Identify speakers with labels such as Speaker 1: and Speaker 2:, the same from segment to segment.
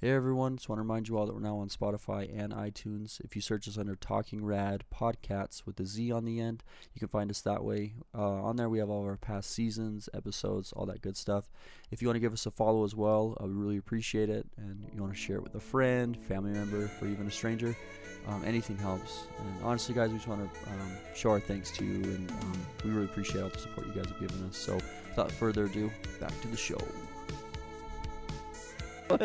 Speaker 1: Hey everyone, just want to remind you all that we're now on Spotify and iTunes. If you search us under Talking Rad Podcasts with a Z on the end, you can find us that way. Uh, on there, we have all of our past seasons, episodes, all that good stuff. If you want to give us a follow as well, uh, we really appreciate it. And you want to share it with a friend, family member, or even a stranger, um, anything helps. And honestly, guys, we just want to um, show our thanks to you, and um, we really appreciate all the support you guys have given us. So, without further ado, back to the show.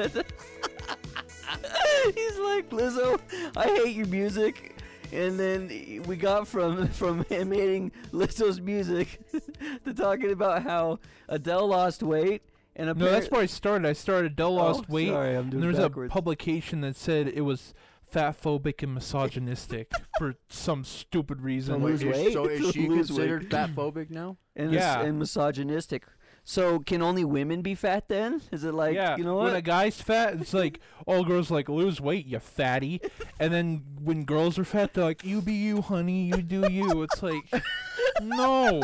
Speaker 2: He's like Lizzo, I hate your music, and then we got from from him hating Lizzo's music to talking about how Adele lost weight, and
Speaker 3: No, that's
Speaker 2: appar-
Speaker 3: where I started. I started Adele lost
Speaker 2: Oh,
Speaker 3: weight.
Speaker 2: Sorry, I'm doing
Speaker 3: and there was
Speaker 2: backwards.
Speaker 3: a publication that said it was fat phobic and misogynistic for some stupid reason.
Speaker 2: To lose
Speaker 4: is,
Speaker 2: weight?
Speaker 4: So is
Speaker 2: To
Speaker 4: she
Speaker 2: lose
Speaker 4: considered fat phobic now?
Speaker 2: and, mis-
Speaker 3: Yeah.
Speaker 2: and misogynistic. So can only women be fat then? Is it like
Speaker 3: yeah,
Speaker 2: you know
Speaker 3: when
Speaker 2: what?
Speaker 3: a guy's fat, it's like all girls like lose weight, you fatty, and then when girls are fat, they're like you be you, honey, you do you. It's like no,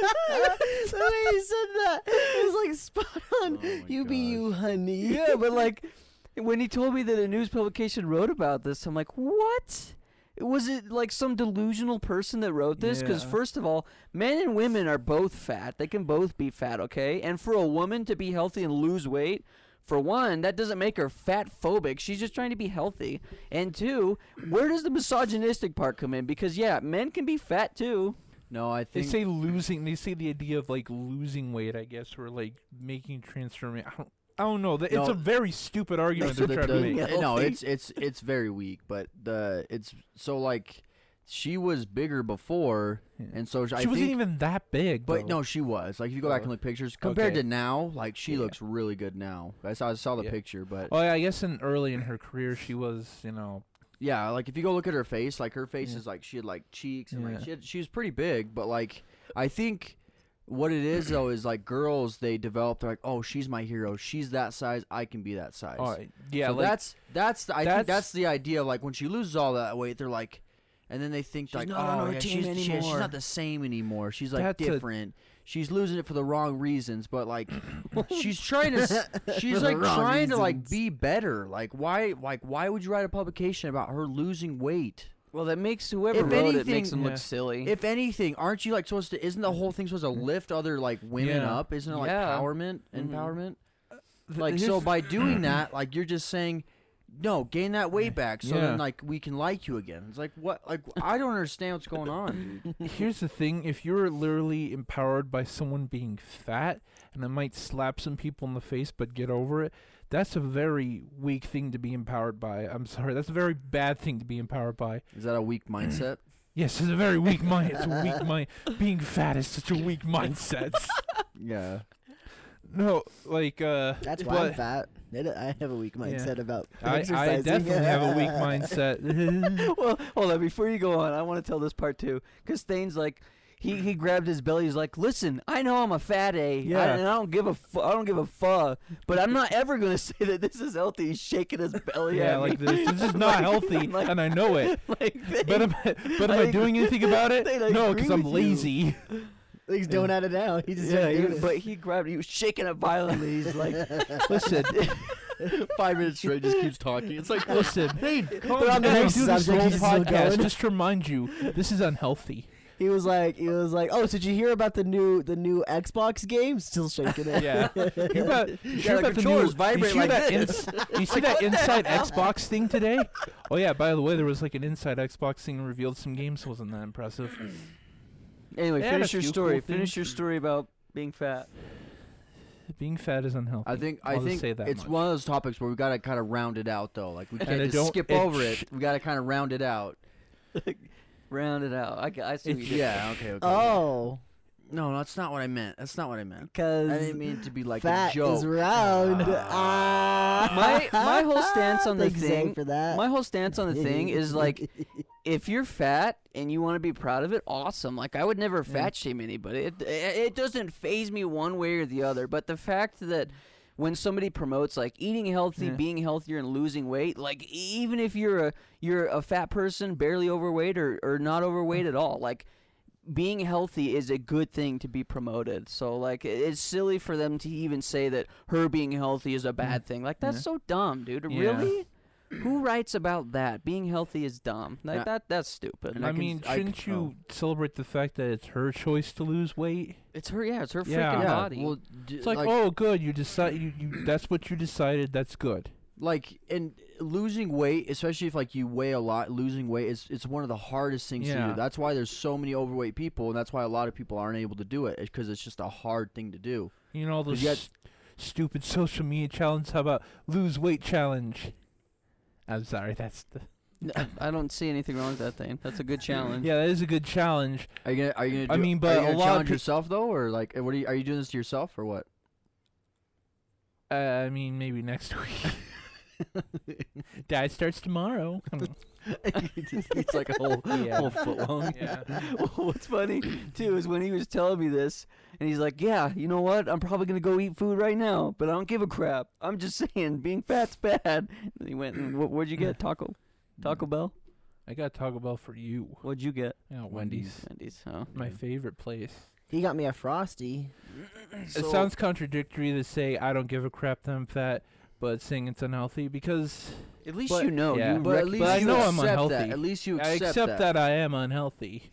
Speaker 2: the way he said that it was like spot on.
Speaker 4: Oh my
Speaker 2: you be
Speaker 4: gosh.
Speaker 2: you, honey. Yeah, but like when he told me that a news publication wrote about this, I'm like, what? Was it like some delusional person that wrote this? Because
Speaker 3: Yeah.
Speaker 2: first of all, men and women are both fat. They can both be fat, okay? And for a woman to be healthy and lose weight. For one, that doesn't make her fat phobic. She's just trying to be healthy. And two, where does the misogynistic part come in? Because yeah, men can be fat too.
Speaker 4: No, I
Speaker 3: they
Speaker 4: think
Speaker 3: say losing. They say the idea of like losing weight, I guess, or like making transformation. I don't, I don't know. Th- It's
Speaker 4: No.
Speaker 3: a very stupid argument
Speaker 4: So
Speaker 3: they're
Speaker 4: the-
Speaker 3: trying
Speaker 4: the-
Speaker 3: to make.
Speaker 2: Yeah.
Speaker 4: uh, no,
Speaker 2: healthy.
Speaker 4: it's it's it's very weak. But the it's so like she was bigger before,
Speaker 3: Yeah.
Speaker 4: and so she, I
Speaker 3: She wasn't
Speaker 4: think,
Speaker 3: even that big.
Speaker 4: But
Speaker 3: though.
Speaker 4: no, she was like if you go back
Speaker 3: Oh.
Speaker 4: and look pictures compared
Speaker 3: Okay.
Speaker 4: to now, like she
Speaker 3: Yeah.
Speaker 4: looks really good now. I saw I saw the
Speaker 3: Yeah.
Speaker 4: picture, but
Speaker 3: Oh yeah, I guess in early in her career she was, you know,
Speaker 4: yeah, like if you go look at her face, like her face
Speaker 3: Yeah.
Speaker 4: is like she had like cheeks and
Speaker 3: Yeah.
Speaker 4: like she had, she was pretty big, but like I think. What it is though is like girls, they develop. They're like, "Oh, she's my hero. She's that size. I can be that size."
Speaker 3: oh, yeah,
Speaker 4: so
Speaker 3: like
Speaker 4: that's that's the, I think
Speaker 3: that's-
Speaker 4: that's the idea. Like when she loses all that weight, they're like, and then they think like,
Speaker 2: not on
Speaker 4: oh,
Speaker 2: our
Speaker 4: yeah,
Speaker 2: team
Speaker 4: she's, she- she's
Speaker 2: anymore."
Speaker 4: not the same anymore. She's like
Speaker 3: That's a-
Speaker 4: different. she's losing it for the wrong reasons. But like, she's trying to, s- she's like
Speaker 2: wrong
Speaker 4: trying to like be better. Like why, like why would you write a publication about her losing weight?
Speaker 2: Well, that makes whoever wrote it
Speaker 4: If
Speaker 2: makes
Speaker 4: anything-
Speaker 2: them
Speaker 3: Yeah.
Speaker 2: look silly.
Speaker 4: If anything, aren't you like supposed to? Isn't the whole thing supposed to lift other like women
Speaker 3: Yeah.
Speaker 4: up? Isn't it like
Speaker 2: Yeah.
Speaker 4: empowerment?
Speaker 2: Mhm.
Speaker 4: Empowerment.
Speaker 3: th-
Speaker 4: Like
Speaker 3: here's-
Speaker 4: so by doing that, like you're just saying, no, gain that weight back, so
Speaker 3: Yeah.
Speaker 4: then like we can like you again. It's like what? Like I don't understand what's going on. Dude.
Speaker 3: here's the thing: if you're literally empowered by someone being fat, and it might slap some people in the face, but get over it. That's a very weak thing to be empowered by. I'm sorry, that's a very bad thing to be empowered by.
Speaker 4: Is that a weak mindset?
Speaker 3: Yes, it's a very weak mind. It's a weak mind. Being fat is such a weak mindset.
Speaker 4: yeah.
Speaker 3: no, like uh,
Speaker 5: That's why I'm
Speaker 3: but
Speaker 5: fat. I d- I have a weak mindset about
Speaker 3: I,
Speaker 5: exercising.
Speaker 3: I definitely have a weak mindset.
Speaker 2: well, hold on. Before you go on, I want to tell this part too, because Thane's like, he, he grabbed his belly. He's like, "Listen, I know I'm a fat A,
Speaker 3: Yeah.
Speaker 2: I, and I don't give a fu- I don't give a fuck, but I'm not ever gonna say that this is healthy." He's shaking his belly.
Speaker 3: yeah,
Speaker 2: at
Speaker 3: like
Speaker 2: me.
Speaker 3: this. This is not
Speaker 2: Like-
Speaker 3: healthy,
Speaker 2: like-
Speaker 3: and I know it.
Speaker 2: like,
Speaker 3: But am I, but am I
Speaker 2: Like,
Speaker 3: doing anything about it?
Speaker 2: they, like,
Speaker 3: No,
Speaker 2: agree
Speaker 3: because I'm
Speaker 2: with you.
Speaker 3: lazy.
Speaker 5: He's doing at it now. He just
Speaker 2: yeah,
Speaker 5: doing
Speaker 2: he-
Speaker 5: it.
Speaker 2: but he grabbed. He was shaking it violently. He's like,
Speaker 3: Listen,
Speaker 4: Five minutes straight just keeps talking. It's like
Speaker 3: listen.
Speaker 4: hey,
Speaker 5: They're on the
Speaker 3: I
Speaker 5: next
Speaker 3: do this
Speaker 5: subject,
Speaker 3: whole
Speaker 5: he's still
Speaker 3: podcast
Speaker 5: going.
Speaker 3: just to remind you this is unhealthy.
Speaker 5: he was like, he was like, oh, so did you hear about the new the new Xbox game? Still shaking it.
Speaker 3: Yeah. You about, you
Speaker 4: You
Speaker 3: hear
Speaker 4: got
Speaker 3: about the new,
Speaker 4: controllers vibrate
Speaker 3: you see
Speaker 4: like
Speaker 3: that
Speaker 4: this.
Speaker 3: ins- you see that inside Xbox thing today? Oh yeah. By the way, there was like an inside Xbox thing revealed some games. Wasn't that impressive?
Speaker 2: anyway,
Speaker 3: They had a
Speaker 2: finish your
Speaker 3: few
Speaker 2: story.
Speaker 3: cool
Speaker 2: finish
Speaker 3: things.
Speaker 2: your story about being fat.
Speaker 3: Being fat is unhealthy.
Speaker 4: I think I
Speaker 3: I'll just
Speaker 4: think
Speaker 3: say that
Speaker 4: it's
Speaker 3: much.
Speaker 4: one of those topics where we gotta kind of round it out though. Like we
Speaker 3: I
Speaker 4: can't just
Speaker 3: don't-
Speaker 4: skip
Speaker 3: it
Speaker 4: over
Speaker 3: sh-
Speaker 4: it. We gotta kind of round it out.
Speaker 2: Round it out. I, g- I see. What you did.
Speaker 4: Yeah. Okay. okay.
Speaker 5: Oh,
Speaker 4: No, that's not what I meant. That's not what I meant. I
Speaker 5: because
Speaker 4: didn't mean to be like a
Speaker 5: fat
Speaker 4: joke.
Speaker 5: is round.
Speaker 4: Ah.
Speaker 5: Ah.
Speaker 2: My- my whole stance on the
Speaker 5: Thanks, Zane,
Speaker 2: thing-
Speaker 5: for that.
Speaker 2: My whole stance on the thing is like if you're fat and you want to be proud of it, awesome. Like I would never fat shame anybody. It, it it doesn't phase me one way or the other. But the fact that when somebody promotes like eating healthy,
Speaker 3: Yeah.
Speaker 2: being healthier, and losing weight, like e- even if you're a you're a fat person, barely overweight or or not overweight at all, like being healthy is a good thing to be promoted. So like it- it's silly for them to even say that her being healthy is a bad thing. Like that's
Speaker 3: Yeah.
Speaker 2: so dumb, dude.
Speaker 3: Yeah.
Speaker 2: Really? Who writes about that? Being healthy is dumb. Like
Speaker 4: Yeah.
Speaker 2: that that's stupid.
Speaker 4: And
Speaker 3: I,
Speaker 4: I can-
Speaker 3: mean,
Speaker 4: I can- oh.
Speaker 3: shouldn't you celebrate the fact that it's her choice to lose weight?
Speaker 2: it's her yeah, it's her
Speaker 3: Yeah.
Speaker 2: freaking
Speaker 3: Yeah,
Speaker 2: body.
Speaker 4: Well, d-
Speaker 3: It's like, oh, good. You decide. You, you that's what you decided. That's good.
Speaker 4: like and losing weight especially if like you weigh a lot losing weight is it's one of the hardest things to
Speaker 3: Yeah.
Speaker 4: do that's why there's so many overweight people and that's why a lot of people aren't able to do it because it's just a hard thing to do
Speaker 3: You know all those
Speaker 4: yet-
Speaker 3: s- stupid social media challenge. How about lose weight challenge? I'm sorry. That's the
Speaker 2: N- I don't see anything wrong with that thing. That's a good challenge.
Speaker 3: yeah. That is a good challenge.
Speaker 4: are you gonna are you gonna
Speaker 3: I
Speaker 4: do-
Speaker 3: mean,
Speaker 4: are
Speaker 3: but a
Speaker 4: you gonna
Speaker 3: lot of
Speaker 4: challenge
Speaker 3: peo-
Speaker 4: yourself though or like what are you, are you doing this to yourself or what
Speaker 3: Uh, I mean, maybe next week. Dad starts tomorrow.
Speaker 4: it's like a whole
Speaker 3: Yeah.
Speaker 4: whole foot long
Speaker 3: yeah.
Speaker 2: Well, What's funny too is when he was telling me this, and he's like, "Yeah, you know what? I'm probably gonna go eat food right now, but I don't give a crap. I'm just saying, being fat's bad." And he went, and "Wh- "Where'd you get taco? Taco Bell?
Speaker 3: I got Taco Bell for you.
Speaker 2: What'd you get?
Speaker 3: Yeah, Wendy's.
Speaker 2: Wendy's? Huh?
Speaker 3: My favorite place.
Speaker 5: He got me a frosty.
Speaker 3: it sounds contradictory to say I don't give a crap that I'm fat, but saying it's unhealthy because
Speaker 2: At least
Speaker 4: But-
Speaker 2: you know.
Speaker 3: yeah.
Speaker 2: You
Speaker 4: but at
Speaker 2: rec-
Speaker 4: least
Speaker 3: I
Speaker 4: you
Speaker 3: know I'm
Speaker 4: accept that
Speaker 3: unhealthy.
Speaker 4: at least you
Speaker 3: I
Speaker 4: accept,
Speaker 3: accept that. I am unhealthy.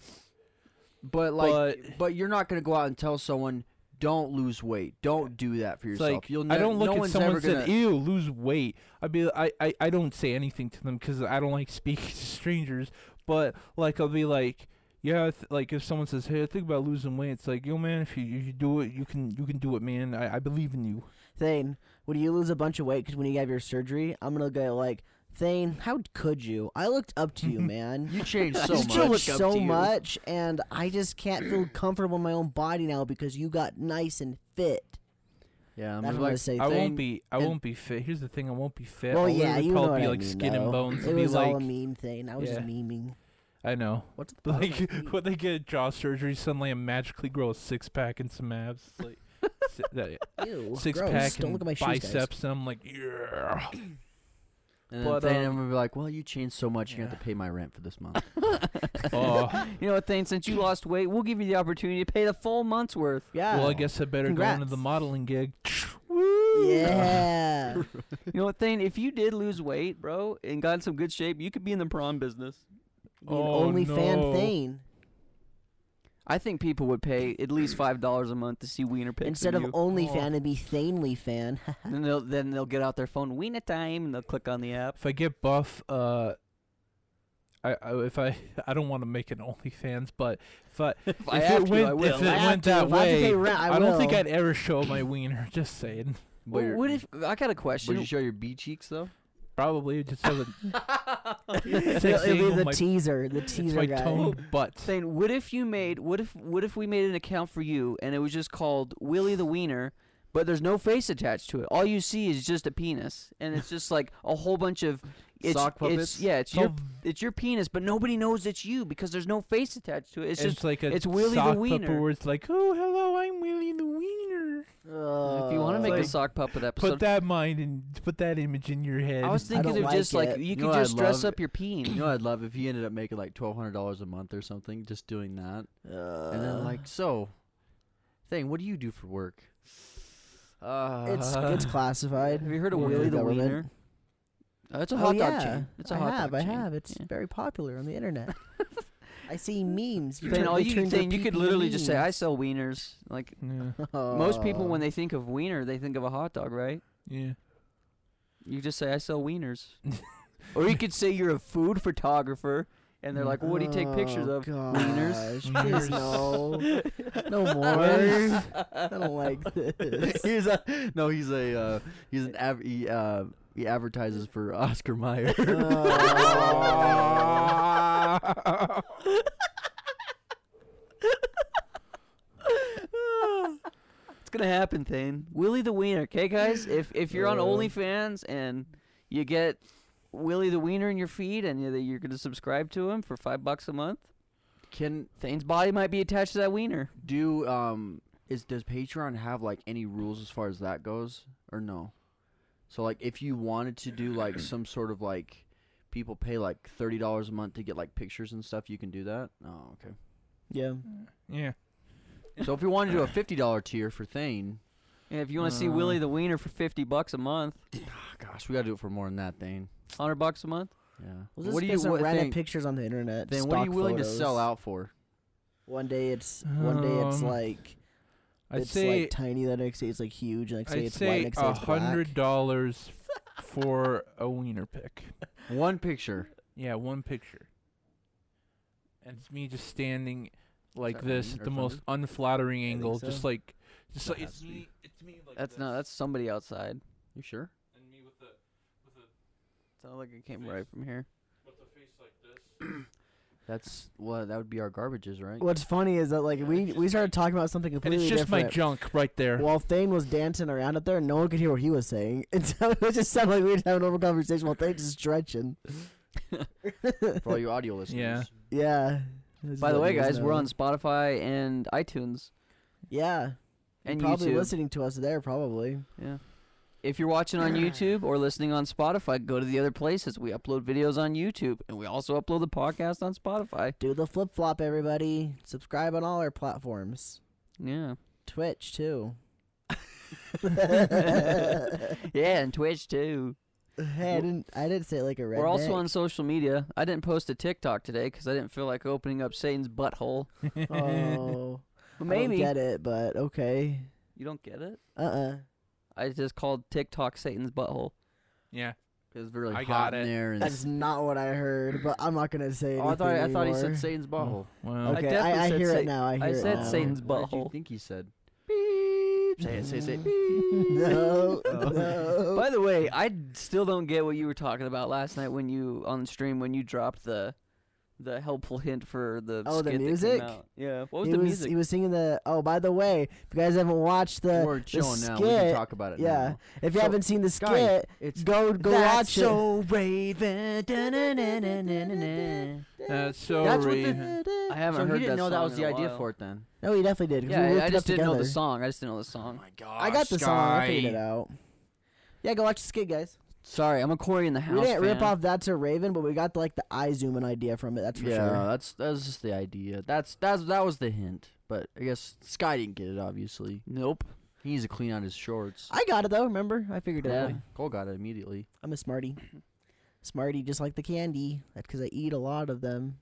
Speaker 4: but like
Speaker 3: but-
Speaker 4: but, you're not gonna go out and tell someone don't lose weight don't do that for
Speaker 3: It's
Speaker 4: yourself
Speaker 3: like
Speaker 4: you'll
Speaker 3: I
Speaker 4: nev-
Speaker 3: don't look
Speaker 4: no
Speaker 3: at
Speaker 4: one's
Speaker 3: someone
Speaker 4: ever
Speaker 3: and said,
Speaker 4: gonna-
Speaker 3: "Ew, lose weight." I be I, I, I don't say anything to them because I don't like speaking to strangers. But like I'll be like, yeah, I th- like if someone says, "Hey, I think about losing weight," it's like, "Yo, man, if you if you do it, you can you can do it, man. I, I believe in you."
Speaker 5: Thane, would you lose a bunch of weight? Because when you have your surgery, I'm gonna go like, Thane, how could you? I looked up to you, man.
Speaker 4: you changed so
Speaker 5: you
Speaker 4: much
Speaker 5: still look so much, and I just can't feel comfortable in my own body now because you got nice and fit.
Speaker 4: yeah i'm
Speaker 5: That's
Speaker 4: just
Speaker 5: what I
Speaker 4: like
Speaker 5: say.
Speaker 3: I won't
Speaker 4: thing,
Speaker 3: be. I
Speaker 4: and-
Speaker 3: won't be fit. Here's the thing. I won't be fit.
Speaker 5: well,
Speaker 3: I'll
Speaker 5: yeah,
Speaker 3: literally
Speaker 5: you know
Speaker 3: probably
Speaker 5: what
Speaker 3: be
Speaker 5: I
Speaker 3: like
Speaker 5: mean,
Speaker 3: skin and
Speaker 5: though.
Speaker 3: bones.
Speaker 5: It
Speaker 3: be
Speaker 5: was
Speaker 3: like,
Speaker 5: all a meme thing. I was
Speaker 3: Yeah.
Speaker 5: just memeing.
Speaker 3: I know.
Speaker 5: What the fuck?
Speaker 3: Like
Speaker 5: was
Speaker 3: when they get jaw surgery, suddenly I magically grow a six pack and some abs. It's Like si- that-
Speaker 5: meme? Ew,
Speaker 3: six
Speaker 5: gross.
Speaker 3: pack
Speaker 5: Don't
Speaker 3: and
Speaker 5: look at my shoes, guys.
Speaker 3: biceps, and I'm like, yeah.
Speaker 4: And
Speaker 3: But,
Speaker 4: then Thane
Speaker 3: um,
Speaker 4: would be like, "Well, you changed so much, you
Speaker 3: yeah.
Speaker 4: have to pay my rent for this month."
Speaker 3: Oh,
Speaker 2: you know what, Thane? Since you lost weight, we'll give you the opportunity to pay the full month's worth.
Speaker 5: Yeah.
Speaker 3: well, I guess I better go into
Speaker 5: Congrats.
Speaker 3: the modeling gig. Woo!
Speaker 5: Yeah.
Speaker 2: You know what, Thane? If you did lose weight, bro, and got in some good shape, you could be in the prom business.
Speaker 5: Be an
Speaker 3: Oh,
Speaker 5: only fan
Speaker 3: no.
Speaker 5: Thane
Speaker 2: I think people would pay at least five dollars a month to see wiener pics.
Speaker 5: instead of
Speaker 2: you.
Speaker 5: only
Speaker 3: Oh.
Speaker 5: fan, it'd be Thanely fan.
Speaker 2: then they'll then they'll get out their phone wiener time and they'll click on the app.
Speaker 3: If I get buff, uh, I, I if I I don't want to make an OnlyFans, but if I
Speaker 2: If
Speaker 3: if it went if it
Speaker 5: I have
Speaker 3: went
Speaker 5: to.
Speaker 3: that
Speaker 5: If I have to
Speaker 3: way,
Speaker 5: pay rent, I
Speaker 3: don't think
Speaker 5: will.
Speaker 3: I'd ever show my wiener. Just saying,
Speaker 4: But
Speaker 2: Well,
Speaker 4: you're-
Speaker 2: what if I got a
Speaker 4: Would you
Speaker 2: question?
Speaker 4: show your B cheeks though?
Speaker 3: probably just have a
Speaker 5: It'll, it'll be
Speaker 3: angle,
Speaker 5: the
Speaker 3: my-
Speaker 5: teaser, the
Speaker 3: it's
Speaker 5: teaser
Speaker 3: my
Speaker 5: guy.
Speaker 3: toned butt.
Speaker 2: Saying, what if you made what if what if we made an account for you and it was just called Willie the Wiener, but there's no face attached to it. All you see is just a penis, and it's just like a whole bunch of it's,
Speaker 4: Sock
Speaker 2: It's,
Speaker 4: puppets?
Speaker 2: yeah, it's
Speaker 3: So
Speaker 2: your it's your penis, but nobody knows it's you because there's no face attached to it. It's
Speaker 3: And
Speaker 2: just
Speaker 3: like a
Speaker 2: it's Willy the
Speaker 3: sock puppet
Speaker 2: Wiener.
Speaker 3: where it's like, oh, hello, I'm Willy the Wiener.
Speaker 2: if you want to
Speaker 5: Uh,
Speaker 2: make a
Speaker 3: like-
Speaker 2: sock puppet
Speaker 3: Put
Speaker 2: episode.
Speaker 3: that mind and put that image in your head.
Speaker 2: I was
Speaker 5: I don't
Speaker 2: thinking of
Speaker 5: like
Speaker 2: just like
Speaker 5: it.
Speaker 2: you
Speaker 4: You
Speaker 2: could
Speaker 4: know what I'd
Speaker 2: just dress
Speaker 4: love?
Speaker 2: up your peen.
Speaker 4: You know, what I'd love if he ended up making like twelve hundred dollars a month or something just doing that, and
Speaker 5: uh,
Speaker 4: then like, so, thing, what do you do for work? Uh,
Speaker 5: it's it's classified.
Speaker 2: Have you heard of
Speaker 5: Work for
Speaker 2: Willie
Speaker 5: the
Speaker 2: the
Speaker 5: government.
Speaker 2: Wiener? Uh, it's a
Speaker 5: Oh,
Speaker 2: hot
Speaker 5: yeah.
Speaker 2: dog chain. It's a
Speaker 5: I
Speaker 2: hot
Speaker 5: have,
Speaker 2: dog
Speaker 5: I
Speaker 2: chain.
Speaker 5: have. It's
Speaker 2: Yeah.
Speaker 5: very popular on the internet. I see memes. You
Speaker 2: Then
Speaker 5: turn-
Speaker 2: all
Speaker 5: they
Speaker 2: you
Speaker 5: turn to E
Speaker 2: then you could
Speaker 5: PP
Speaker 2: literally just say,
Speaker 5: memes.
Speaker 2: "I sell wieners." Like
Speaker 3: yeah,
Speaker 2: most people,
Speaker 5: Uh,
Speaker 2: when they think of wiener, they think of a hot dog, right?
Speaker 3: yeah.
Speaker 2: You just say, "I sell wieners," or you could say you're a food photographer, and they're like, "What do you take pictures
Speaker 5: Oh,
Speaker 2: of?" wieners?
Speaker 5: gosh, Please no, no more. I don't like this.
Speaker 4: he's a no, he's a uh, he's an av- he, uh, he advertises for Oscar Mayer.
Speaker 2: It's gonna happen, Thane. Willie the Wiener, okay, guys? If if you're on
Speaker 5: Uh.
Speaker 2: OnlyFans and you get Willie the Wiener in your feed, and you're, you're gonna subscribe to him for five bucks a month,
Speaker 4: Can
Speaker 2: Thane's body might be attached to that wiener.
Speaker 4: do um is does Patreon have like any rules as far as that goes or no? So like if you wanted to do like some sort of like people pay like thirty dollars a month to get like pictures and stuff, you can do that. Oh okay.
Speaker 5: Yeah.
Speaker 3: Yeah.
Speaker 4: So if we wanted to do a fifty dollar tier for Thane,
Speaker 2: And if you want to see Willie the Wiener for fifty bucks a month,
Speaker 4: oh gosh, we gotta do it for more than that, Thane.
Speaker 2: hundred bucks a month,
Speaker 4: Yeah.
Speaker 5: We'll just
Speaker 4: what do
Speaker 5: get
Speaker 4: you
Speaker 5: some
Speaker 4: what,
Speaker 5: random
Speaker 4: Thane,
Speaker 5: pictures on the internet.
Speaker 4: Thane, what are you
Speaker 5: stock
Speaker 4: willing to
Speaker 5: photos.
Speaker 4: sell out for?
Speaker 5: One day it's one day it's
Speaker 3: Um,
Speaker 5: like
Speaker 3: I'd
Speaker 5: it's
Speaker 3: say
Speaker 5: like tiny. The next day it's like huge. The next day
Speaker 3: I'd
Speaker 5: it's white.
Speaker 3: say
Speaker 5: Next day
Speaker 3: a
Speaker 5: it's black.
Speaker 3: hundred dollars for a wiener pick.
Speaker 4: One picture.
Speaker 3: Yeah, one picture. And it's me just standing like
Speaker 4: that
Speaker 3: this
Speaker 4: rain
Speaker 3: at
Speaker 4: or
Speaker 3: the most unflattering
Speaker 5: think
Speaker 3: angle,
Speaker 5: so.
Speaker 3: just like, just
Speaker 4: That
Speaker 3: like
Speaker 4: has
Speaker 3: it's
Speaker 4: to be.
Speaker 3: me, it's me like
Speaker 2: that's
Speaker 3: this.
Speaker 2: no, that's somebody outside.
Speaker 4: You sure?
Speaker 3: and me with the, with the,
Speaker 2: Sounded like it came right from here.
Speaker 3: with the face like this.
Speaker 4: That's well, that would be our garbages, right?
Speaker 5: What's funny is that like
Speaker 3: Yeah,
Speaker 5: we
Speaker 3: it's
Speaker 5: we
Speaker 3: just
Speaker 5: started talking about something
Speaker 3: And
Speaker 5: completely
Speaker 3: it's just my
Speaker 5: different.
Speaker 3: junk right there.
Speaker 5: while Thane was dancing around up there, no one could hear what he was saying. And so it just sounded like we were having a normal conversation while Thane was stretching.
Speaker 4: For all you audio listeners.
Speaker 3: Yeah.
Speaker 5: Yeah. That's
Speaker 2: By the
Speaker 5: what
Speaker 2: way,
Speaker 5: it is
Speaker 2: guys, we're
Speaker 5: now.
Speaker 2: on Spotify and iTunes
Speaker 5: Yeah.
Speaker 2: and
Speaker 5: probably
Speaker 2: YouTube.
Speaker 5: listening to us there, probably.
Speaker 2: Yeah. If you're watching on YouTube or listening on Spotify, go to the other places. We upload videos on YouTube, and we also upload the podcast on Spotify.
Speaker 5: Do the flip flop, everybody. Subscribe on all our platforms.
Speaker 2: Yeah.
Speaker 5: Twitch too. hey,
Speaker 2: yeah, and Twitch too.
Speaker 5: I didn't. I didn't say it like a redneck.
Speaker 2: We're also on social media. I didn't post a TikTok today because I didn't feel like opening up Satan's butthole.
Speaker 5: Oh,
Speaker 2: But
Speaker 5: maybe
Speaker 2: maybe
Speaker 5: get it, but okay.
Speaker 2: you don't get it.
Speaker 5: Uh uh
Speaker 2: I just called TikTok Satan's butthole.
Speaker 3: yeah.
Speaker 4: It's really
Speaker 3: I got
Speaker 4: hot in
Speaker 3: it.
Speaker 4: there. And
Speaker 5: That's not what I heard, but I'm not gonna say anything
Speaker 4: oh, I thought I thought he
Speaker 5: anymore.
Speaker 4: said Satan's butthole.
Speaker 3: Well,
Speaker 2: I
Speaker 5: Okay,
Speaker 2: definitely
Speaker 5: I, I,
Speaker 2: said
Speaker 5: hear
Speaker 2: Sa-
Speaker 5: it now. I hear
Speaker 2: I
Speaker 5: it
Speaker 2: said
Speaker 5: now.
Speaker 2: Satan's
Speaker 4: What did you
Speaker 2: butthole.
Speaker 4: think he said? Beep. Say it. Say it. Say it. Beep.
Speaker 5: No,
Speaker 2: Oh.
Speaker 5: no.
Speaker 2: By the way,
Speaker 5: Oh.
Speaker 2: I d- still don't get what you were talking about last night when you on stream when you dropped the the helpful hint for the
Speaker 5: Oh, the
Speaker 2: skit that came
Speaker 5: music?
Speaker 2: out. Yeah, what was
Speaker 5: he
Speaker 2: the
Speaker 5: was
Speaker 2: music?
Speaker 5: he was singing the. Oh, by the way, if you guys haven't watched the,
Speaker 4: We're
Speaker 5: the
Speaker 4: chilling
Speaker 5: skit,
Speaker 4: now. We can talk about it.
Speaker 5: yeah.
Speaker 4: Now.
Speaker 5: if you
Speaker 4: So,
Speaker 5: haven't seen the skit,
Speaker 4: guys, It's
Speaker 5: go go watch it.
Speaker 4: Raven.
Speaker 3: that's uh, so uh,
Speaker 4: That's what
Speaker 3: re-
Speaker 4: the-
Speaker 2: I haven't
Speaker 4: so
Speaker 2: heard
Speaker 4: he didn't
Speaker 2: that
Speaker 4: know that
Speaker 2: song
Speaker 4: was
Speaker 2: in
Speaker 4: the
Speaker 2: a
Speaker 4: idea
Speaker 2: while.
Speaker 4: for it then.
Speaker 5: No, he definitely did. 'cause we
Speaker 2: yeah,
Speaker 5: looked
Speaker 2: I
Speaker 5: it
Speaker 2: just
Speaker 5: up
Speaker 2: didn't know the
Speaker 5: together.
Speaker 2: song. I just didn't know the song.
Speaker 3: gosh,
Speaker 5: I got the song. I figured it out. Yeah, go watch the skit, guys.
Speaker 2: Sorry, I'm a Corey in the house.
Speaker 5: we didn't rip
Speaker 2: fan.
Speaker 5: off that to Raven, but we got the, like the eye zooming idea from it. That's for
Speaker 4: yeah,
Speaker 5: sure.
Speaker 4: that's that's just the idea. That's that's that was the hint. But I guess Sky didn't get it. Obviously,
Speaker 2: Nope.
Speaker 4: he needs to clean out his shorts.
Speaker 5: I got it though. Remember, I figured it out.
Speaker 4: Cole- Cole got it immediately.
Speaker 5: I'm a smarty. Smarty, just like the candy. That's because I eat a lot of them.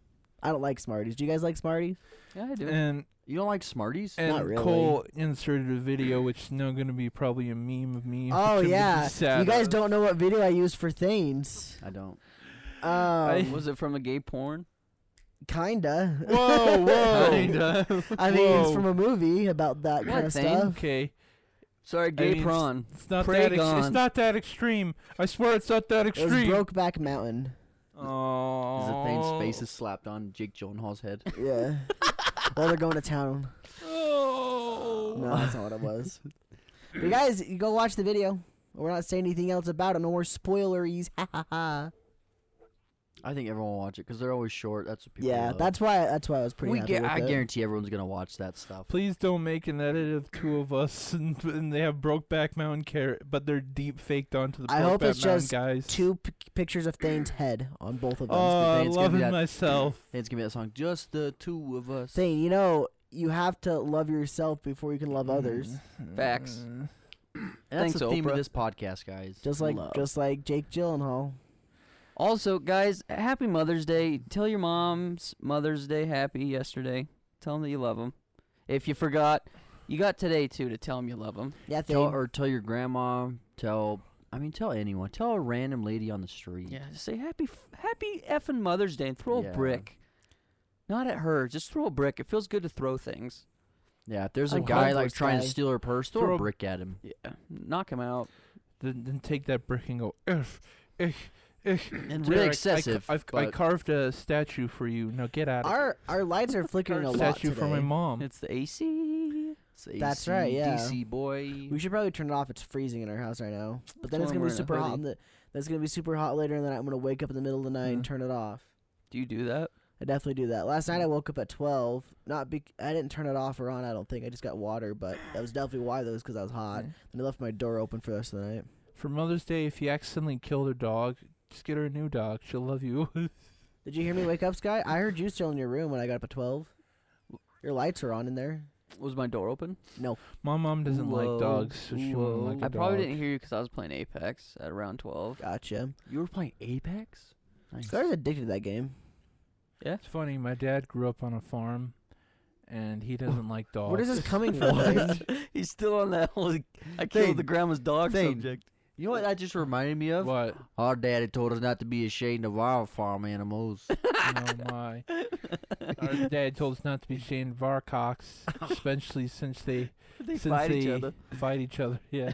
Speaker 5: I don't like Smarties. Do you guys like Smarties?
Speaker 2: Yeah, I do.
Speaker 3: And
Speaker 4: You don't like Smarties?
Speaker 3: and
Speaker 5: Not really.
Speaker 3: Cole inserted a video, which is now going to be probably a meme of me.
Speaker 5: Oh
Speaker 3: which I'm gonna be
Speaker 5: yeah.
Speaker 3: sad
Speaker 5: You guys
Speaker 3: of.
Speaker 5: don't know what video I used for Thanes.
Speaker 4: I don't.
Speaker 5: Um,
Speaker 2: was it from a gay porn?
Speaker 5: kinda.
Speaker 3: Whoa, whoa.
Speaker 2: Kinda.
Speaker 5: I mean,
Speaker 3: uh,
Speaker 5: it's
Speaker 3: Whoa.
Speaker 5: from a movie about that kind
Speaker 2: What,
Speaker 5: of
Speaker 2: Thane?
Speaker 5: stuff.
Speaker 3: Okay,
Speaker 2: Sorry, gay
Speaker 3: mean, it's-
Speaker 2: prawn.
Speaker 3: it's not
Speaker 2: Pray
Speaker 3: that. Ex- it's
Speaker 2: gone.
Speaker 3: not that extreme. I swear, it's not that
Speaker 5: It was
Speaker 3: extreme.
Speaker 5: Brokeback Mountain.
Speaker 4: Is
Speaker 3: Oh,
Speaker 4: the thing's face is slapped on Jake Gyllenhaal's head?
Speaker 5: Yeah. well, they're going to town.
Speaker 3: Oh.
Speaker 5: No, that's not what it was. But guys, you go watch the video. We're not saying anything else about it. No more spoileries. Ha ha ha.
Speaker 4: I think everyone will watch it because they're always short. That's what people.
Speaker 5: Yeah,
Speaker 4: love.
Speaker 5: that's why. That's why I was pretty.
Speaker 4: we
Speaker 5: happy
Speaker 4: get.
Speaker 5: with
Speaker 4: I
Speaker 5: it.
Speaker 4: guarantee everyone's gonna watch that stuff.
Speaker 3: Please don't make an edit of two of us and, and they have Brokeback Mountain care, but they're deep faked onto the
Speaker 5: I
Speaker 3: Brokeback
Speaker 5: hope it's
Speaker 3: Mountain
Speaker 5: just
Speaker 3: guys.
Speaker 5: Two p- pictures of Thane's head on both of them.
Speaker 3: oh, I'm
Speaker 4: It's gonna be
Speaker 3: loving
Speaker 4: that-
Speaker 3: myself.
Speaker 4: It's gonna be that song. Just the two of us.
Speaker 5: Thane, you know, you have to love yourself before you can love
Speaker 4: Mm-hmm.
Speaker 5: others.
Speaker 2: Facts.
Speaker 3: Uh,
Speaker 4: And that's
Speaker 2: Thanks,
Speaker 4: the theme
Speaker 2: Oprah.
Speaker 4: of this podcast, guys.
Speaker 5: Just like,
Speaker 4: Love.
Speaker 5: just like Jake Gyllenhaal.
Speaker 2: Also, guys, happy Mother's Day. Tell your mom's Mother's Day happy yesterday. Tell them that you love them. If you forgot, you got today too to tell them you love them.
Speaker 5: Yeah, Thane.
Speaker 4: tell or tell your grandma. Tell I mean tell anyone. Tell a random lady on the street.
Speaker 2: Yeah, just say happy, f- happy effing Mother's Day and throw
Speaker 4: Yeah.
Speaker 2: a brick. Not at her. Just throw a brick. It feels good to throw things.
Speaker 4: Yeah, if there's
Speaker 5: I
Speaker 4: a
Speaker 5: love
Speaker 4: guy
Speaker 5: those
Speaker 4: like trying to
Speaker 5: guys.
Speaker 4: steal her purse, throw,
Speaker 3: Throw
Speaker 4: a
Speaker 3: a-
Speaker 4: brick at him.
Speaker 2: Yeah, knock him out.
Speaker 3: Then, then take that brick and go. Eff, ech, ech.
Speaker 4: And
Speaker 3: Derek, I
Speaker 4: really
Speaker 3: ca-
Speaker 4: excessive.
Speaker 3: I've, I
Speaker 4: but-
Speaker 3: carved a statue for you. Now get out. of
Speaker 5: our our lights are flickering a
Speaker 3: here.
Speaker 5: lot
Speaker 3: Statue
Speaker 5: today.
Speaker 3: for my mom.
Speaker 2: It's the AC.
Speaker 4: Say
Speaker 5: That's right,
Speaker 4: AC,
Speaker 5: yeah.
Speaker 4: DC boy.
Speaker 5: We should probably turn it off. It's freezing in our house right now. But then
Speaker 2: why
Speaker 5: it's
Speaker 2: I'm
Speaker 5: gonna be
Speaker 2: wearing a
Speaker 5: super hot.
Speaker 2: hoodie.
Speaker 5: In the, that's gonna be super hot later in the night. I'm gonna wake up in the middle of the night and
Speaker 3: Mhm.
Speaker 4: Mm-hmm.
Speaker 5: turn it off.
Speaker 2: Do you do that?
Speaker 5: I definitely do that. Last night I woke up at twelve. Not be I didn't turn it off or on. I don't think I just got water, but that was definitely why though, because I was hot. And I left my door open for the rest of the night.
Speaker 3: For Mother's Day, if you accidentally killed her dog, just get her a new dog. She'll love you.
Speaker 5: Did you hear me wake up, Sky? I heard you still in your room when I got up at twelve. Your lights are on in there.
Speaker 2: Was my door open?
Speaker 3: My mom doesn't
Speaker 2: Whoa,
Speaker 3: like dogs, so she wouldn't
Speaker 2: whoa.
Speaker 3: like a
Speaker 2: I probably
Speaker 3: dog.
Speaker 2: didn't hear you because I was playing Apex at around 12.
Speaker 5: Gotcha.
Speaker 4: You were playing Apex? Nice.
Speaker 5: So I was addicted to that game.
Speaker 3: It's funny. My dad grew up on a farm, and he doesn't like dogs.
Speaker 5: What is this coming from? Dave?
Speaker 2: He's still on that whole I killed
Speaker 4: Thing.
Speaker 2: the grandma's dog
Speaker 4: Thing.
Speaker 2: subject.
Speaker 4: You know what that just reminded me of?
Speaker 3: What?
Speaker 4: Our daddy told us not to be ashamed of our farm animals.
Speaker 3: oh my! Our dad told us not to be ashamed of our cocks, especially since they
Speaker 2: They
Speaker 3: since
Speaker 2: fight
Speaker 3: they
Speaker 2: each other.
Speaker 3: fight each other. Yeah.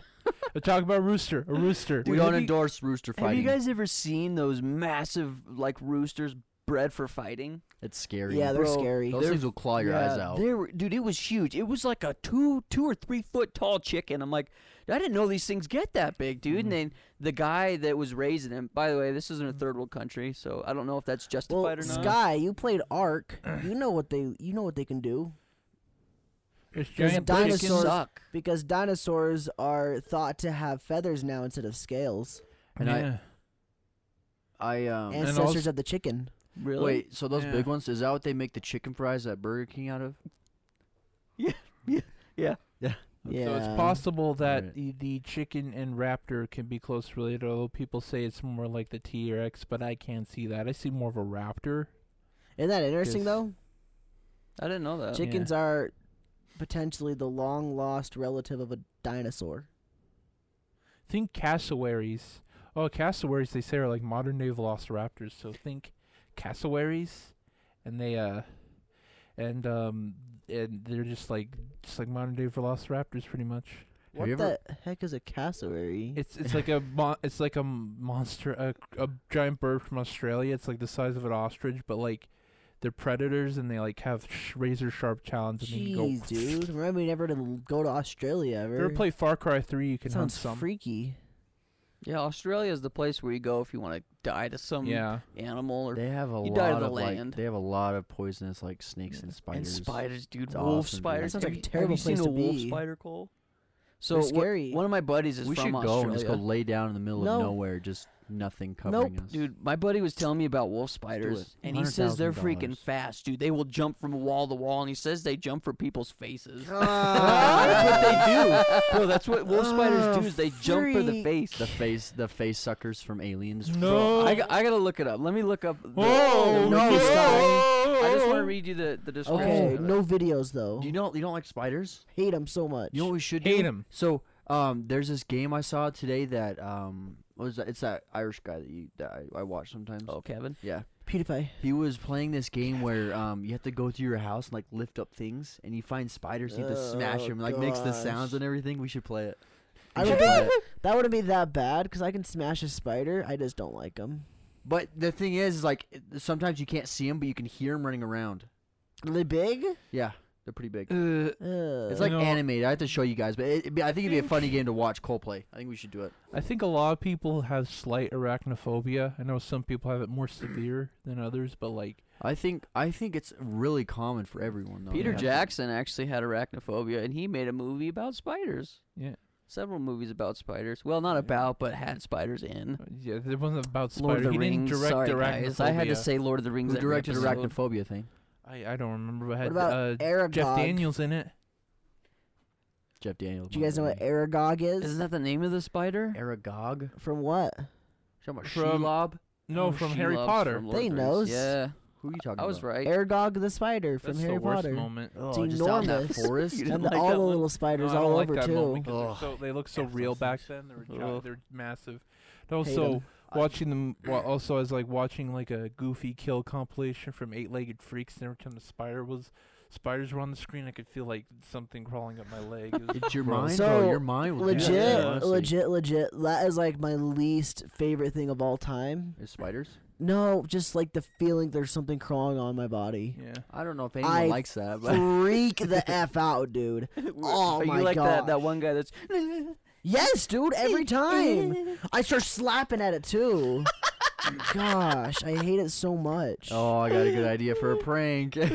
Speaker 3: We're talking about rooster. A rooster.
Speaker 4: we
Speaker 2: Dude, have
Speaker 4: don't
Speaker 2: you-
Speaker 4: endorse rooster
Speaker 2: Have you
Speaker 4: fighting.
Speaker 2: guys ever seen those massive like roosters bred for fighting?
Speaker 4: it's scary.
Speaker 5: yeah, they're
Speaker 2: Bro,
Speaker 5: scary.
Speaker 4: Those things will claw your eyes out.
Speaker 2: They were, dude, it was huge. It was like a two, two or three foot tall chicken. I'm like, I didn't know these things get that big, dude.
Speaker 4: Mm-hmm.
Speaker 2: And then the guy that was raising them. By the way, this isn't a third world country, so I don't know if that's justified
Speaker 5: Well,
Speaker 2: or not.
Speaker 5: Sky, you played Ark. You know what they you know what they can do
Speaker 3: There's
Speaker 5: There's
Speaker 3: giant
Speaker 2: Those
Speaker 3: chickens.
Speaker 5: dinosaurs-
Speaker 2: suck.
Speaker 5: because dinosaurs are thought to have feathers now instead of scales.
Speaker 4: And I-
Speaker 3: Yeah.
Speaker 4: I um.
Speaker 3: And
Speaker 5: Ancestors
Speaker 3: also-
Speaker 5: of the chicken.
Speaker 2: Really?
Speaker 4: Wait, so those
Speaker 3: Yeah.
Speaker 4: big ones? Is that what they make the chicken fries at Burger King out of?
Speaker 5: Yeah.
Speaker 3: So it's possible that
Speaker 4: Right.
Speaker 3: the, the chicken and raptor can be close related, although people say it's more like the T Rex, but I can't see that. I see more of a raptor.
Speaker 5: Isn't that interesting
Speaker 3: Yes.
Speaker 5: though?
Speaker 2: I didn't know that.
Speaker 3: Chick-
Speaker 5: Chickens are potentially the long lost relative of a dinosaur.
Speaker 3: Think cassowaries. Oh, cassowaries they say are like modern day velociraptors. So think cassowaries, and they uh, and um, and they're just like just like modern day velociraptors, pretty much.
Speaker 4: Have you
Speaker 5: What
Speaker 4: ever-
Speaker 5: the heck is a cassowary?
Speaker 3: It's it's like a mon- it's like a m- monster, a, a giant bird from Australia. It's like the size of an ostrich, but like they're predators and they like have sh- razor sharp talons and they can
Speaker 5: Jeez,
Speaker 3: go.
Speaker 5: dude. Remember we never to l- go to Australia
Speaker 3: If
Speaker 5: ever.
Speaker 3: you ever play Far Cry Three, you can hunt
Speaker 5: Sounds
Speaker 3: some.
Speaker 5: freaky.
Speaker 2: yeah, Australia is the place where you go if you want to die to some
Speaker 3: Yeah,
Speaker 2: animal or
Speaker 4: They have a
Speaker 2: You died
Speaker 4: lot
Speaker 2: of the
Speaker 4: of
Speaker 2: land.
Speaker 4: like they have a lot of poisonous like snakes and
Speaker 2: and
Speaker 4: spiders.
Speaker 2: spiders, dude.
Speaker 4: It's
Speaker 2: wolf
Speaker 4: awesome, dude.
Speaker 2: spiders.
Speaker 5: That sounds like
Speaker 2: Have
Speaker 5: a
Speaker 2: you-
Speaker 5: terrible
Speaker 2: Have you
Speaker 5: place
Speaker 2: seen
Speaker 5: to
Speaker 2: a wolf
Speaker 5: be.
Speaker 2: spider, Cole? So
Speaker 5: So
Speaker 2: what-
Speaker 5: scary.
Speaker 2: one of my buddies is
Speaker 4: We
Speaker 2: from
Speaker 4: should
Speaker 2: Australia.
Speaker 4: go and just go lay down in the middle
Speaker 5: No.
Speaker 4: of nowhere, just nothing covering us.
Speaker 2: Dude, my buddy was telling me about wolf spiders,
Speaker 4: it.
Speaker 2: and he says they're freaking
Speaker 4: $100,000.
Speaker 2: fast, dude. They will jump from wall to wall, and he says they jump for people's faces.
Speaker 5: Ah.
Speaker 2: that's what they do. Bro, that's what wolf spiders do is they jump for the
Speaker 5: freak.
Speaker 2: face.
Speaker 4: the face, the face suckers from Aliens.
Speaker 3: No.
Speaker 2: I, got, I gotta look it up. Let me look up. The,
Speaker 3: Oh,
Speaker 2: the
Speaker 5: no.
Speaker 2: wiki site. I just want to read you the, the description.
Speaker 5: okay,
Speaker 2: of it.
Speaker 5: no videos though.
Speaker 4: Do you know you don't like spiders?
Speaker 5: Hate them so much.
Speaker 4: You know what we should
Speaker 3: hate
Speaker 4: do?
Speaker 3: him.
Speaker 4: So um, there's this game I saw today that um, what was that? It's that Irish guy that you that I, I watch sometimes.
Speaker 2: Oh, Kevin.
Speaker 4: Yeah,
Speaker 5: PewDiePie.
Speaker 4: he was playing this game where um, you have to go through your house and like lift up things, and you find spiders, and you have to smash
Speaker 5: Oh,
Speaker 4: them, like makes the
Speaker 5: gosh.
Speaker 4: sounds and everything. We should play it.
Speaker 5: I
Speaker 4: We should
Speaker 5: would
Speaker 4: play
Speaker 5: do
Speaker 4: it.
Speaker 5: That wouldn't be that bad because I can smash a spider. I just don't like them.
Speaker 4: But the thing is, is like it- sometimes you can't see them, but you can hear them running around.
Speaker 5: Are they big?
Speaker 4: Yeah, they're pretty big.
Speaker 3: Uh,
Speaker 5: Ugh.
Speaker 4: It's like
Speaker 3: know-
Speaker 4: animated. I have to show you guys, but it, it'd be- I think it'd be a funny game to watch Cole play. I think we should do it.
Speaker 3: I think a lot of people have slight arachnophobia. I know some people have it more severe than others, but like
Speaker 4: I think I think it's really common for everyone though.
Speaker 2: Peter
Speaker 4: Yeah.
Speaker 2: Jackson actually had arachnophobia, and he made a movie about spiders.
Speaker 3: Yeah.
Speaker 2: Several movies about spiders. Well, not about, but had spiders in.
Speaker 3: yeah, there wasn't about spiders.
Speaker 2: Lord of the
Speaker 3: he
Speaker 2: Rings.
Speaker 3: didn't direct
Speaker 2: Sorry,
Speaker 3: arachnophobia.
Speaker 2: guys. I had to say Lord of the Rings.
Speaker 4: Who
Speaker 2: every
Speaker 4: directed
Speaker 2: episode.
Speaker 4: Arachnophobia thing?
Speaker 3: I, I don't remember. But
Speaker 5: What
Speaker 3: had
Speaker 5: about
Speaker 3: uh,
Speaker 5: Aragog?
Speaker 3: Jeff Daniels in it.
Speaker 4: Jeff Daniels.
Speaker 5: Do you guys know what Aragog is?
Speaker 2: Isn't that the name of the spider?
Speaker 4: Aragog?
Speaker 5: From what?
Speaker 4: Talking about
Speaker 3: From-
Speaker 4: Shelob?
Speaker 3: No,
Speaker 2: Oh,
Speaker 3: from
Speaker 2: she
Speaker 3: Harry
Speaker 2: loves
Speaker 3: Potter.
Speaker 2: from Lord of
Speaker 5: They
Speaker 2: the Rings.
Speaker 5: knows.
Speaker 2: Yeah,
Speaker 4: Who are you talking about?
Speaker 2: I was right.
Speaker 5: Aragog the spider from
Speaker 3: That's
Speaker 5: Harry
Speaker 3: the worst
Speaker 5: Potter.
Speaker 3: moment.
Speaker 4: Oh, just out in that
Speaker 5: enormous.
Speaker 4: forest.
Speaker 2: You
Speaker 5: And
Speaker 2: didn't
Speaker 5: the-
Speaker 2: like
Speaker 5: all
Speaker 2: that
Speaker 5: the
Speaker 2: one?
Speaker 5: little spiders
Speaker 3: No, I
Speaker 5: all
Speaker 3: don't
Speaker 5: over
Speaker 3: like that
Speaker 5: too.
Speaker 3: moment 'cause they're so, they look so
Speaker 4: Yes,
Speaker 3: real
Speaker 4: those
Speaker 3: back
Speaker 4: things.
Speaker 3: then. They were
Speaker 2: Ugh.
Speaker 3: giant, they're massive. And
Speaker 5: Hate
Speaker 3: also
Speaker 5: 'em.
Speaker 3: watching them. Well, also, I was like watching like a Goofy Kill compilation from Eight Legged Freaks, and every time the spider was spiders were on the screen, I could feel like something crawling up my leg. It was
Speaker 4: It's your
Speaker 3: gross.
Speaker 4: mind,
Speaker 5: So,
Speaker 4: bro. Your mind was
Speaker 5: Legit,
Speaker 4: Yeah,
Speaker 3: Yeah.
Speaker 4: honestly.
Speaker 5: legit, legit. That is like my least favorite thing of all time.
Speaker 4: There's spiders?
Speaker 5: No, just like the feeling there's something crawling on my body.
Speaker 3: Yeah.
Speaker 4: I don't know if anyone
Speaker 5: I
Speaker 4: likes that, but
Speaker 5: Freak the f out, dude. Oh
Speaker 2: Are
Speaker 5: my
Speaker 2: you like that that
Speaker 5: gosh.
Speaker 2: one guy that's
Speaker 5: Yes, dude, every time. I start slapping at it too. Gosh, I hate it so much.
Speaker 4: Oh, I got a good idea for a prank.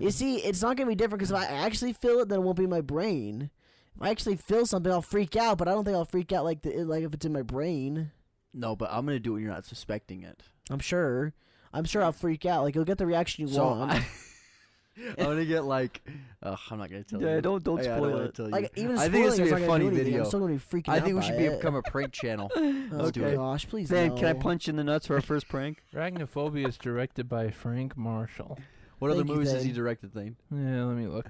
Speaker 5: You see, it's not gonna be different because if I actually feel it, then it won't be my brain. If I actually feel something, I'll freak out, but I don't think I'll freak out like the, like if it's in my brain.
Speaker 4: no, but I'm gonna do it when you're not suspecting it.
Speaker 5: I'm sure. I'm sure I'll freak out. Like you'll get the reaction you
Speaker 4: So
Speaker 5: want.
Speaker 4: I, I'm gonna get like, ugh, I'm not gonna tell you.
Speaker 2: Yeah, don't don't
Speaker 4: Yeah, I
Speaker 2: spoil
Speaker 4: wanna
Speaker 2: it.
Speaker 4: tell you.
Speaker 5: Like even
Speaker 4: I think this
Speaker 5: spoiling
Speaker 4: would
Speaker 5: it's
Speaker 4: be a
Speaker 5: not gonna do
Speaker 4: funny
Speaker 5: anything.
Speaker 4: video.
Speaker 5: I'm still gonna be freaking out.
Speaker 4: I think we should
Speaker 5: by
Speaker 4: be,
Speaker 5: it.
Speaker 4: become a prank channel.
Speaker 5: Oh
Speaker 4: let's do it.
Speaker 5: gosh, please.
Speaker 2: Zan, can I
Speaker 5: no.
Speaker 2: punch you in the nuts for our first prank?
Speaker 3: Arachnophobia is directed by Frank Marshall.
Speaker 4: What other
Speaker 5: Thank you,
Speaker 4: movies has he
Speaker 5: Zane.
Speaker 4: directed? Thing.
Speaker 3: Yeah, let me look.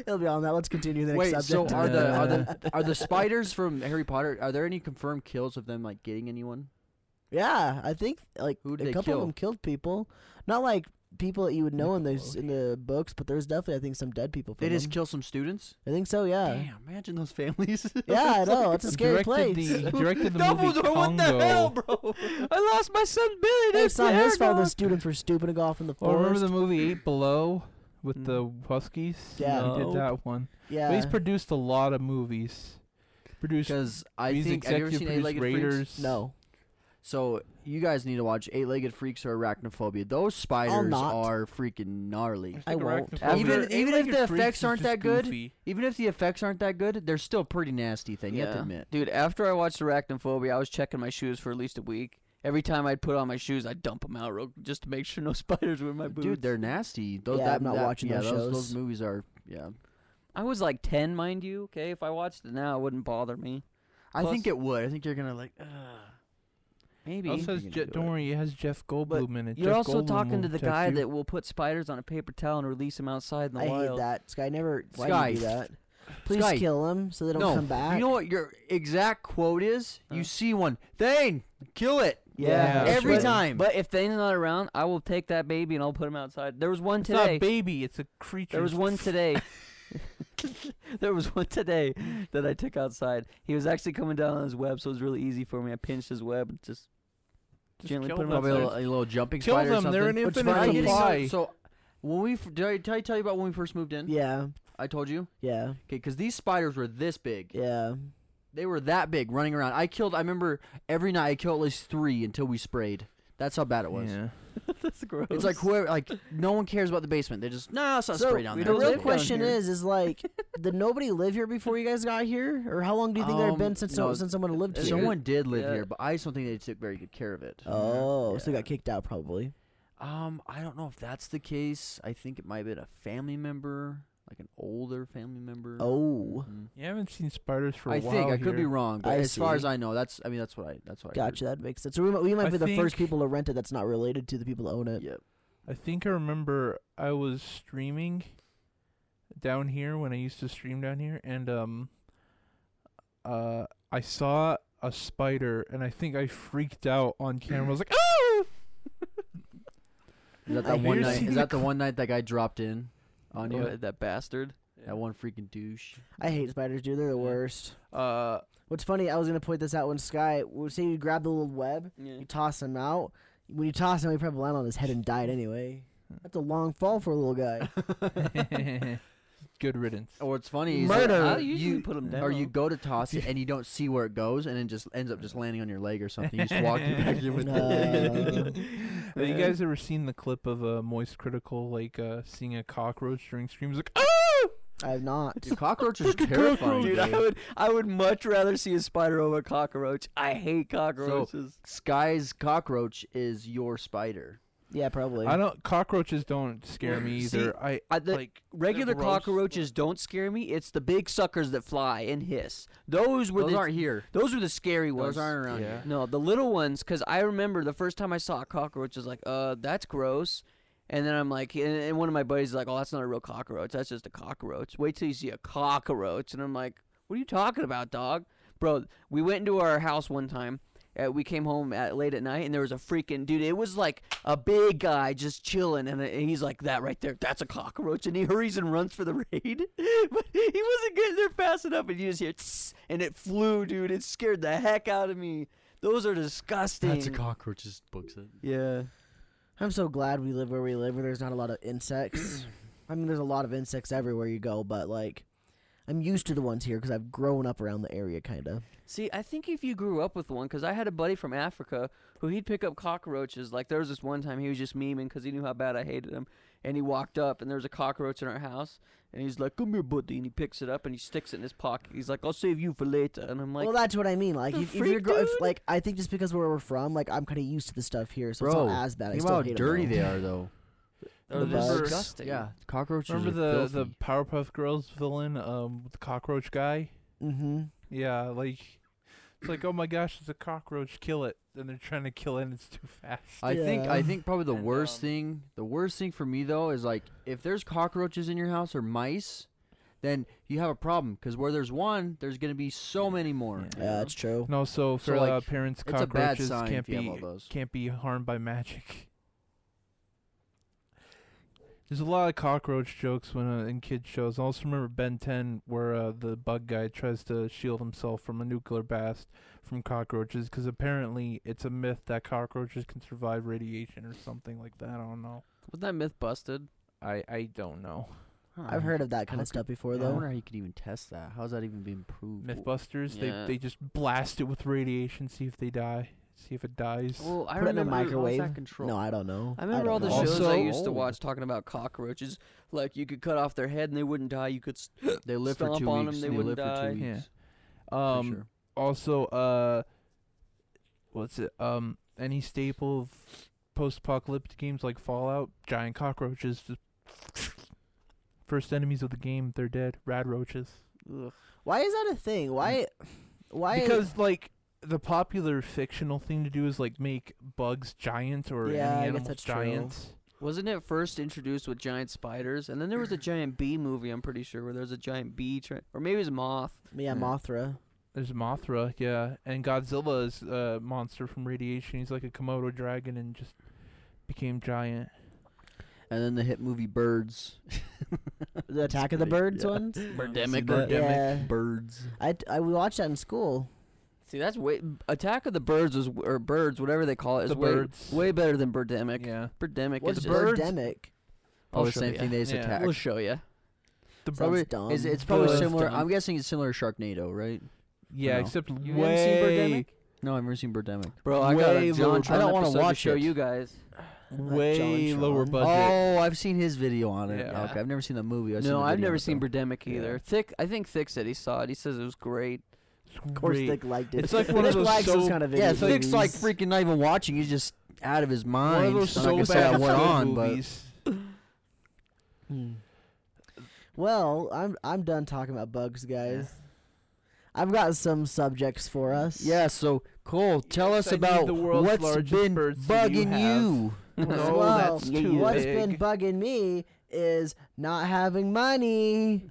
Speaker 5: It'll be on that. Let's continue the next
Speaker 4: Wait, so
Speaker 5: subject.
Speaker 4: are the are
Speaker 3: Uh,
Speaker 4: the are the spiders from Harry Potter? Are there any confirmed kills of them like getting anyone?
Speaker 5: yeah, I think like
Speaker 4: Who'd
Speaker 5: a
Speaker 4: they
Speaker 5: couple
Speaker 4: kill?
Speaker 5: of them killed people. Not like people that you would know in those in the books, but there's definitely I think some dead people. From
Speaker 4: They just
Speaker 5: them.
Speaker 4: kill some students.
Speaker 5: I think so. Yeah.
Speaker 4: Damn, imagine those families.
Speaker 5: Yeah, I know. It's a scary
Speaker 3: directed
Speaker 5: place.
Speaker 3: The, directed the movie Congo.
Speaker 4: Dumbledore, what the hell, bro?
Speaker 2: I lost my son Billy.
Speaker 5: Hey,
Speaker 2: dude,
Speaker 5: it's not
Speaker 2: the
Speaker 5: his
Speaker 2: air
Speaker 5: fault. The
Speaker 2: dog.
Speaker 5: students were stupid and go off in the
Speaker 3: Oh, remember
Speaker 5: forest.
Speaker 3: the movie Eight Below with
Speaker 1: Mm.
Speaker 3: the Huskies?
Speaker 5: Yeah.
Speaker 3: he did
Speaker 1: Nope.
Speaker 3: that one.
Speaker 5: yeah.
Speaker 3: But he's produced a lot of movies. Produced.
Speaker 4: Because I
Speaker 3: he's
Speaker 4: think have you ever
Speaker 3: executive
Speaker 4: seen
Speaker 3: produced
Speaker 4: Eight-Legged
Speaker 3: Raiders.
Speaker 4: Freaks?
Speaker 5: no.
Speaker 4: So you guys need to watch Eight-Legged Freaks or Arachnophobia. Those spiders
Speaker 5: not.
Speaker 4: are freaking gnarly.
Speaker 5: I won't.
Speaker 3: Arachnophobia-
Speaker 4: Even- even if
Speaker 3: Eight-Legged
Speaker 4: the
Speaker 3: Freaks
Speaker 4: effects
Speaker 3: is
Speaker 4: aren't
Speaker 3: just
Speaker 4: that good,
Speaker 3: goofy.
Speaker 4: Even if the effects aren't that good, they're still pretty nasty. Thing you have to
Speaker 2: Yeah.
Speaker 4: admit.
Speaker 2: Dude, after I watched Arachnophobia, I was checking my shoes for at least a week. Every time I'd put on my shoes, I'd dump them out real just to make sure no spiders were in my boots.
Speaker 4: Dude, they're nasty. Those,
Speaker 5: Yeah,
Speaker 4: that,
Speaker 5: I'm not
Speaker 4: that-
Speaker 5: watching
Speaker 4: yeah,
Speaker 5: those
Speaker 4: those,
Speaker 5: shows.
Speaker 4: those movies are. Yeah,
Speaker 2: I was like 10, mind you, okay? If I watched it now, it wouldn't bother me.
Speaker 4: I think
Speaker 2: Plus-
Speaker 4: it would. I think you're gonna like. Ugh.
Speaker 2: Maybe.
Speaker 3: Also has
Speaker 4: You can
Speaker 3: Je-
Speaker 4: do
Speaker 3: don't
Speaker 4: it.
Speaker 3: worry, it has Jeff Goldblum in it.
Speaker 2: You're
Speaker 3: Jeff
Speaker 2: also
Speaker 3: Goldblum
Speaker 2: talking to
Speaker 3: will
Speaker 2: the
Speaker 3: protect
Speaker 2: guy
Speaker 3: you.
Speaker 2: that will put spiders on a paper towel and release them outside in the
Speaker 5: I hate
Speaker 2: wild.
Speaker 5: that. Sky never. Why do you do
Speaker 4: Sky.
Speaker 5: that? Please
Speaker 4: Sky.
Speaker 5: kill him so they don't
Speaker 4: No.
Speaker 5: come back.
Speaker 4: You know what your exact quote is?
Speaker 2: Huh?
Speaker 4: You see one, Thane, kill it
Speaker 3: Yeah, that's
Speaker 4: every
Speaker 3: right.
Speaker 4: time.
Speaker 2: But if they're not around, I will take that baby and I'll put him outside. There was one
Speaker 3: It's not
Speaker 2: today.
Speaker 3: a baby, it's a creature.
Speaker 2: There was one today. there was one today that I took outside. He was actually coming down on his web, so it was really easy for me. I pinched his web and just,
Speaker 3: Just
Speaker 2: gently
Speaker 3: kill
Speaker 2: put him
Speaker 3: them.
Speaker 4: Probably a
Speaker 2: outside.
Speaker 4: little, a little jumping
Speaker 3: Kill
Speaker 4: spider. or
Speaker 3: them, they're an
Speaker 4: something.
Speaker 5: Which
Speaker 3: infinite
Speaker 5: funny
Speaker 4: I didn't know-
Speaker 3: supply.
Speaker 4: So when we f- did I, did I tell you about when we first moved in?
Speaker 5: Yeah.
Speaker 4: I told you.
Speaker 5: Yeah.
Speaker 4: Okay, because these spiders were this big.
Speaker 5: Yeah.
Speaker 4: They were that big, running around. I killed. I remember every night I killed at least three until we sprayed. That's how bad it was.
Speaker 3: Yeah.
Speaker 2: That's gross.
Speaker 4: It's like whoever, like no one cares about the basement. They just nah, it's not
Speaker 5: So
Speaker 4: spray down
Speaker 2: we
Speaker 4: there.
Speaker 5: the
Speaker 2: don't
Speaker 5: real
Speaker 2: live down
Speaker 5: question
Speaker 2: here.
Speaker 5: is, is like, did nobody live here before you guys got here, or how long do you think there had
Speaker 4: Um,
Speaker 5: been since so-
Speaker 4: no,
Speaker 5: since someone lived here?
Speaker 2: it's-
Speaker 4: Someone did live
Speaker 2: yeah.
Speaker 4: here, but I just don't think they took very good care of it.
Speaker 5: Oh, so they
Speaker 4: Yeah.
Speaker 5: got kicked out probably.
Speaker 4: Um, I don't know if that's the case. I think it might have been a family member, like an older family member.
Speaker 5: Oh,
Speaker 4: Mhm.
Speaker 3: You haven't seen spiders for a
Speaker 4: I
Speaker 3: while.
Speaker 4: think I could be
Speaker 3: here.
Speaker 4: wrong, but
Speaker 5: I
Speaker 4: as far
Speaker 5: see.
Speaker 4: as I know, that's. I mean, that's what I. That's what
Speaker 5: gotcha. That makes sense. So we, mi- we might
Speaker 3: I
Speaker 5: be the first
Speaker 3: think-
Speaker 5: people to rent it that's not related to the people that own
Speaker 4: I heard.
Speaker 5: it.
Speaker 4: Yep.
Speaker 3: I think I remember I was streaming down here when I used to stream down here, and um, uh, I saw a spider, and I think I freaked out on camera. I was like, "Oh!"
Speaker 4: Is that
Speaker 5: I
Speaker 4: that one
Speaker 5: hear
Speaker 4: night?
Speaker 5: you.
Speaker 4: Is that the one night that guy dropped in on you?
Speaker 2: Oh, that, that bastard.
Speaker 4: That one freaking douche.
Speaker 5: I hate spiders, dude. They're the
Speaker 3: Yeah.
Speaker 5: worst.
Speaker 3: Uh,
Speaker 5: What's funny, I was gonna point this out when Sky. well, Say you grab the little web,
Speaker 2: Yeah.
Speaker 5: you toss him out. When you toss him, he probably landed on his head and died anyway. That's a long fall for a little guy.
Speaker 3: good riddance.
Speaker 4: Or what's funny is
Speaker 2: Murder.
Speaker 4: That
Speaker 2: I usually
Speaker 4: you
Speaker 2: put 'em
Speaker 4: Or you
Speaker 2: down.
Speaker 4: go to toss it and you don't see where it goes, and it just ends up just landing on your leg or something. You just walk you back in with
Speaker 5: No.
Speaker 4: it.
Speaker 3: Have you guys ever seen the clip of uh, Moist Critical like uh, seeing a cockroach during streams like oh
Speaker 5: I have not.
Speaker 4: Dude, cockroaches are terrifying.
Speaker 2: Dude, I would I would much rather see a spider over a cockroach. I hate cockroaches.
Speaker 4: Sky's cockroach is your spider.
Speaker 5: Yeah, probably.
Speaker 3: I don't cockroaches don't scare me
Speaker 2: See,
Speaker 3: either. I
Speaker 2: I, the
Speaker 3: like
Speaker 2: regular
Speaker 3: gross.
Speaker 2: cockroaches don't scare me. It's the big suckers that fly and hiss. Those were
Speaker 4: Those
Speaker 2: the
Speaker 4: aren't here.
Speaker 2: those were the scary ones.
Speaker 4: Those aren't around
Speaker 3: Yeah.
Speaker 4: here.
Speaker 2: No, the little ones, because I remember the first time I saw a cockroach, I was like, uh, that's gross. And then I'm like, and, and one of my buddies is like, oh, that's not a real cockroach. That's just a cockroach. Wait till you see a cockroach. And I'm like, what are you talking about, dog? Bro, we went into our house one time. Uh, we came home at late at night, and there was a freaking dude. It was like a big guy just chilling, and uh, he's like that right there. That's a cockroach, and he hurries and runs for the raid. but he wasn't getting there fast enough, and you just hear, "Tss," and it flew, dude. It scared the heck out of me. Those are disgusting.
Speaker 4: cockroach. Just books it.
Speaker 2: Yeah.
Speaker 5: I'm so glad we live where we live, where there's not a lot of insects. I mean, there's a lot of insects everywhere you go, but like, I'm used to the ones here because I've grown up around the area, kind of.
Speaker 2: See, I think if you grew up with one, because I had a buddy from Africa who he'd pick up cockroaches. Like there was this one time he was just memeing because he knew how bad I hated him, and he walked up and there was a cockroach in our house, and he's like, "Come here, buddy," and he picks it up and he sticks it in his pocket. He's like, "I'll save you for later," and I'm like,
Speaker 5: well, that's what I mean. Like,
Speaker 2: the
Speaker 5: if, if you're,
Speaker 2: freak,
Speaker 5: gro- if,
Speaker 2: dude?
Speaker 5: like, I think just because where we're from, like, I'm kind of used to the stuff here, so
Speaker 4: Bro,
Speaker 5: it's not as bad. I
Speaker 4: Think
Speaker 5: still
Speaker 4: about how
Speaker 5: hate 'em,
Speaker 4: dirty
Speaker 5: though.
Speaker 4: they are, though.
Speaker 2: Oh,
Speaker 5: The
Speaker 2: this
Speaker 5: bugs.
Speaker 2: is disgusting.
Speaker 4: Yeah, cockroaches.
Speaker 3: Remember
Speaker 4: are
Speaker 3: the the
Speaker 4: filthy.
Speaker 3: Powerpuff Girls villain, um, the cockroach guy?
Speaker 5: Mm-hmm.
Speaker 3: Yeah, like it's like, oh my gosh, it's a cockroach, kill it. And they're trying to kill it and it's too fast.
Speaker 4: I think I
Speaker 5: Yeah.
Speaker 4: think probably the
Speaker 3: And,
Speaker 4: worst
Speaker 3: um,
Speaker 4: thing, the worst thing for me though is like if there's cockroaches in your house or mice, then you have a problem because where there's one, there's gonna be so many more.
Speaker 3: Yeah.
Speaker 5: Yeah, that's true.
Speaker 3: and also for
Speaker 4: Oh, So, like,
Speaker 3: uh, parents,
Speaker 4: It's a bad
Speaker 3: cockroaches
Speaker 4: sign
Speaker 3: can't
Speaker 4: if you have
Speaker 3: be
Speaker 4: all those.
Speaker 3: can't be harmed by magic. There's a lot of cockroach jokes when uh, in kids shows. I also remember Ben 10, where uh, the bug guy tries to shield himself from a nuclear blast from cockroaches, because apparently it's a myth that cockroaches can survive radiation or something like that. I don't know.
Speaker 2: Wasn't that myth busted?
Speaker 3: I I don't know.
Speaker 4: Huh.
Speaker 5: I've heard of that kind
Speaker 4: How
Speaker 5: of stuff before,
Speaker 4: Yeah, I
Speaker 5: though.
Speaker 4: wonder how you could even test that. How's that even being proved?
Speaker 3: MythBusters,
Speaker 2: Yeah.
Speaker 3: they they just blast it with radiation, see if they die, see if it dies.
Speaker 2: Well, I
Speaker 5: Put it in
Speaker 2: remember
Speaker 5: a remember- how's that
Speaker 4: How's
Speaker 5: microwave?
Speaker 4: that control?
Speaker 5: No, I don't know.
Speaker 2: I remember
Speaker 5: don't
Speaker 2: all the
Speaker 5: know.
Speaker 3: Also-
Speaker 2: shows I used to
Speaker 4: Old.
Speaker 2: watch talking about cockroaches. Like you could cut off their head and they wouldn't die. You could. St-
Speaker 4: they live for
Speaker 2: stomp
Speaker 4: two
Speaker 2: on them,
Speaker 4: weeks.
Speaker 2: they
Speaker 4: live
Speaker 2: wouldn't
Speaker 4: for
Speaker 2: die.
Speaker 4: two weeks.
Speaker 3: Yeah.
Speaker 4: for
Speaker 3: um,
Speaker 4: sure.
Speaker 3: also uh what's it um any staple of post-apocalyptic games like fallout giant cockroaches just first enemies of the game they're dead rad roaches
Speaker 2: Ugh.
Speaker 5: Why is that a thing? Why? Why?
Speaker 3: because like the popular fictional thing to do is like make bugs giant or
Speaker 5: Yeah, I guess
Speaker 3: any animals
Speaker 5: that's true.
Speaker 3: giants
Speaker 2: Wasn't it first introduced with giant spiders? And then there was a giant bee movie. I'm pretty sure where there was a giant bee, tra- or maybe it was moth.
Speaker 5: yeah, Mothra.
Speaker 3: there's mothra yeah and godzilla is a monster from radiation he's like a komodo dragon and just became giant
Speaker 4: And then the hit movie Birds.
Speaker 5: The Attack of the Birds
Speaker 4: Yeah.
Speaker 5: ones.
Speaker 2: Birdemic.
Speaker 3: that. Birdemic.
Speaker 5: Yeah,
Speaker 4: Birds.
Speaker 5: I, I we watched that in school.
Speaker 2: See, that's way Attack of the Birds was or Birds, whatever they call it, is
Speaker 3: The
Speaker 2: way
Speaker 3: birds.
Speaker 2: way better than Birdemic.
Speaker 3: yeah
Speaker 2: Birdemic
Speaker 5: What's
Speaker 2: is
Speaker 3: bird?
Speaker 2: just,
Speaker 3: birds-
Speaker 5: Birdemic?
Speaker 4: Oh,
Speaker 2: I'll
Speaker 4: the
Speaker 2: show
Speaker 4: same
Speaker 2: ya.
Speaker 4: thing they
Speaker 3: Yeah.
Speaker 4: attack. Um,
Speaker 2: We'll show you.
Speaker 3: the
Speaker 5: Sounds
Speaker 3: bird
Speaker 5: dumb.
Speaker 4: Is it's probably
Speaker 3: Birds
Speaker 4: similar.
Speaker 3: dumb.
Speaker 4: I'm guessing it's similar to Sharknado, right?
Speaker 3: yeah
Speaker 4: No.
Speaker 3: except
Speaker 2: You
Speaker 3: way
Speaker 2: haven't seen Birdemic?
Speaker 4: No, I've never seen Birdemic.
Speaker 2: Bro, I got
Speaker 3: Way
Speaker 2: a
Speaker 3: lower
Speaker 2: John
Speaker 3: budget.
Speaker 2: Tron
Speaker 3: I don't wanna
Speaker 2: episode to
Speaker 3: watch
Speaker 2: show
Speaker 3: it.
Speaker 2: you guys.
Speaker 5: John
Speaker 3: way lower
Speaker 5: Tron.
Speaker 3: budget.
Speaker 4: Oh, I've seen his video on it.
Speaker 3: Yeah.
Speaker 4: Okay, I've never seen the movie. I've seen
Speaker 2: no,
Speaker 4: the
Speaker 2: I've
Speaker 4: video on
Speaker 2: never
Speaker 4: it,
Speaker 2: seen
Speaker 4: though.
Speaker 2: Birdemic
Speaker 4: Yeah.
Speaker 2: either. Thick, I think Thick said he saw it. He says it was great.
Speaker 5: Of course,
Speaker 3: Great.
Speaker 5: Dick liked it.
Speaker 3: It's like one of
Speaker 5: Dick
Speaker 3: those
Speaker 5: likes those
Speaker 3: so-
Speaker 5: kind of
Speaker 4: Yeah,
Speaker 5: videos.
Speaker 4: Thick's like freaking not even watching. He's just out of his mind.
Speaker 3: One of those
Speaker 4: I'm
Speaker 3: so
Speaker 4: not gonna say I
Speaker 3: bad
Speaker 4: went on, but
Speaker 3: movies.
Speaker 5: Hmm. Well, I'm I'm done talking about bugs, guys. I've got some subjects for us.
Speaker 4: yeah. So Cole, tell
Speaker 3: Yes,
Speaker 4: us
Speaker 3: I need
Speaker 4: about
Speaker 3: the world's
Speaker 4: what's
Speaker 3: largest
Speaker 4: been
Speaker 3: birds do you
Speaker 4: bugging
Speaker 3: have?
Speaker 4: you.
Speaker 3: No,
Speaker 5: well,
Speaker 3: that's
Speaker 2: yeah,
Speaker 3: too
Speaker 5: What's
Speaker 3: big.
Speaker 5: been bugging me is not having money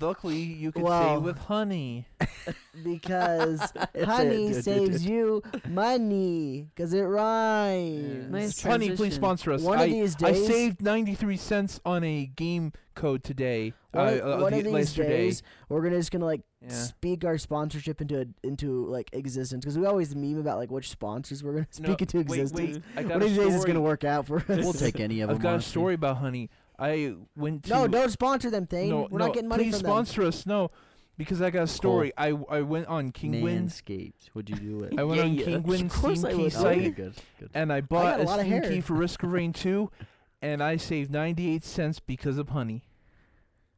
Speaker 3: Luckily, you can
Speaker 5: Well,
Speaker 3: say with honey.
Speaker 5: because honey saves you money because it rhymes.
Speaker 2: Nice
Speaker 3: honey, please
Speaker 2: transition.
Speaker 3: sponsor us.
Speaker 5: One
Speaker 3: I,
Speaker 5: of these
Speaker 3: I
Speaker 5: days-
Speaker 3: saved 93 cents on a game code today.
Speaker 5: One, of-
Speaker 3: uh, uh,
Speaker 5: one
Speaker 3: the-
Speaker 5: of these
Speaker 3: yesterday.
Speaker 5: days, we're gonna just gonna like
Speaker 3: Yeah.
Speaker 5: speak our sponsorship into a, into like existence because we always meme about like which sponsors we're gonna speak
Speaker 3: No,
Speaker 5: into
Speaker 3: wait,
Speaker 5: existence.
Speaker 3: wait, I got
Speaker 5: One
Speaker 3: a
Speaker 5: of these days it's
Speaker 3: story.
Speaker 5: gonna work out for us.
Speaker 4: We'll take any of them.
Speaker 3: I've got a
Speaker 4: honestly.
Speaker 3: story about honey. I went to
Speaker 5: no, don't sponsor them, thing.
Speaker 3: no,
Speaker 5: we're
Speaker 3: no,
Speaker 5: not getting money
Speaker 3: please
Speaker 5: from
Speaker 3: sponsor us. No, because I got a story. I I went on Kingwin.
Speaker 4: Manscaped. Would you do it?
Speaker 3: I went
Speaker 2: Yeah,
Speaker 3: on
Speaker 2: yeah.
Speaker 3: Kingwin
Speaker 5: Of course I
Speaker 3: Steam
Speaker 5: would.
Speaker 3: Key
Speaker 5: Oh,
Speaker 4: Okay,
Speaker 3: site
Speaker 4: good, good.
Speaker 3: and I
Speaker 5: got
Speaker 3: bought
Speaker 5: a
Speaker 3: a,
Speaker 5: lot of
Speaker 3: Steam key
Speaker 5: hair.
Speaker 3: for Risk of Rain 2, and I saved 98 cents because of honey.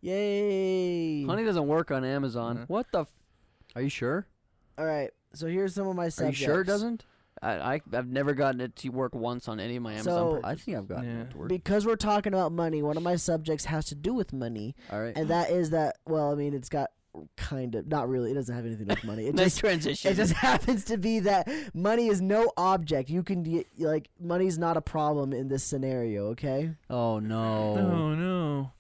Speaker 5: them. Yay!
Speaker 2: Honey doesn't work on Amazon.
Speaker 3: Mhm.
Speaker 2: What the? F-
Speaker 4: Are you sure?
Speaker 5: All right, so here's some of my
Speaker 4: Are you
Speaker 5: subjects.
Speaker 4: sure it doesn't?
Speaker 2: I, I I've never gotten it to work once on any of my Amazon.
Speaker 5: So-
Speaker 2: purchases.
Speaker 4: I think I've got
Speaker 3: Yeah.
Speaker 4: it. to work.
Speaker 5: Because we're talking about money, one of my subjects has to do with money,
Speaker 4: All right.
Speaker 5: and that is that. Well, I mean, it's got kind of not really. It doesn't have anything to do with money. It
Speaker 2: nice
Speaker 5: just
Speaker 2: transition.
Speaker 5: it just happens to be that money is no object. You can get, like money's not a problem in this scenario. Okay,
Speaker 4: Oh no.
Speaker 3: Oh no.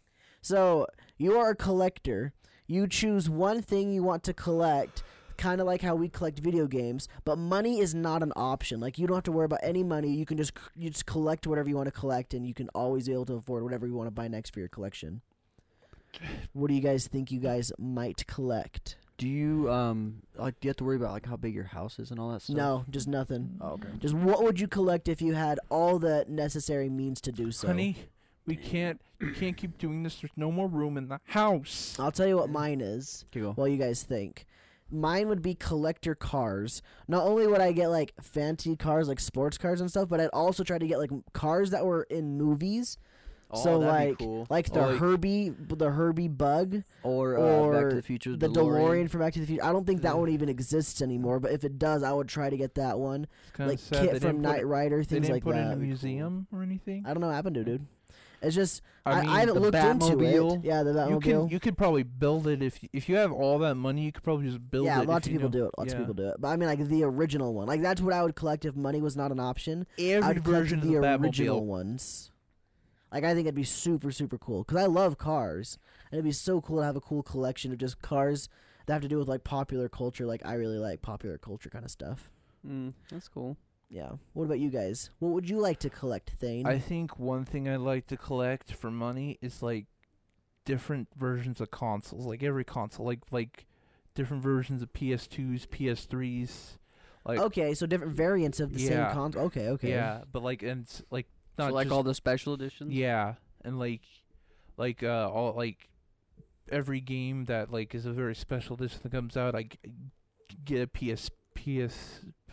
Speaker 5: so you are a collector. You choose one thing you want to collect. Kind of like how we collect video games, but money is not an option. Like you don't have to worry about any money. You can just c- you just collect whatever you want to collect, and you can always be able to afford whatever you want to buy next for your collection. What do you guys think you guys might collect?
Speaker 4: Do you um like? Do you have to worry about like how big your house is and all that stuff?
Speaker 5: no, just nothing.
Speaker 4: Oh, okay.
Speaker 5: Just what would you collect if you had all the necessary means to do so?
Speaker 3: Honey, we can't we can't keep doing this. There's no more room in the house.
Speaker 5: I'll tell you what mine is
Speaker 4: Okay, go.
Speaker 5: while you guys think. Mine would be collector cars. Not only would I get like fancy cars, like sports cars and stuff, but I'd also try to get like m- cars that were in movies,
Speaker 4: Oh,
Speaker 5: so,
Speaker 4: that'd be
Speaker 5: like-
Speaker 4: cool.
Speaker 5: like the
Speaker 4: Or,
Speaker 5: Herbie, the Herbie bug,
Speaker 4: or, uh, Back
Speaker 5: or
Speaker 4: to the Future,
Speaker 5: the DeLorean. from Back to the Future. I don't think that
Speaker 3: Yeah.
Speaker 5: one even exists anymore, but if it does, I would try to get that one.
Speaker 3: It's kind
Speaker 5: like
Speaker 3: of sad they
Speaker 5: Kit from
Speaker 3: didn't put
Speaker 5: Knight
Speaker 3: it,
Speaker 5: Rider,
Speaker 3: they
Speaker 5: things
Speaker 3: didn't
Speaker 5: like
Speaker 3: put
Speaker 5: that.
Speaker 3: it in a
Speaker 5: That'd be cool.
Speaker 3: museum or anything.
Speaker 5: I don't know what happened to it, dude. It's just
Speaker 3: I
Speaker 5: I, I,
Speaker 3: mean,
Speaker 5: haven't
Speaker 3: the
Speaker 5: looked into it.
Speaker 3: Batmobile,
Speaker 5: Yeah, the
Speaker 3: you
Speaker 5: Batmobile.
Speaker 3: can you could probably build it if you, if you have all that money. You could probably just build
Speaker 5: yeah,
Speaker 3: it.
Speaker 5: lots
Speaker 3: if
Speaker 5: of
Speaker 3: you
Speaker 5: people
Speaker 3: know.
Speaker 5: do it. Lots
Speaker 3: Yeah.
Speaker 5: of people do it. But I mean, like the original one. Like that's what I would collect if money was not an option.
Speaker 3: Every
Speaker 5: I'd collect
Speaker 3: version of
Speaker 5: the,
Speaker 3: the
Speaker 5: original
Speaker 3: Batmobile.
Speaker 5: ones. Like I think it'd be super super cool because I love cars, and it'd be so cool to have a cool collection of just cars that have to do with like popular culture. Like I really like popular culture kind of stuff.
Speaker 2: Mm, that's cool.
Speaker 5: Yeah. What about you guys? What would you like to collect, Thane?
Speaker 3: I think one thing I like to collect for money is like different versions of consoles. Like every console, like like different versions of PS2s, PS3s. Like
Speaker 5: okay, so different variants of the
Speaker 3: Yeah.
Speaker 5: same console. Okay, okay.
Speaker 3: yeah, but like and s- like not
Speaker 2: so like
Speaker 3: just-
Speaker 2: all the special editions.
Speaker 3: Yeah, and like, like uh, all like every game that like is a very special edition that comes out, I g- get a PS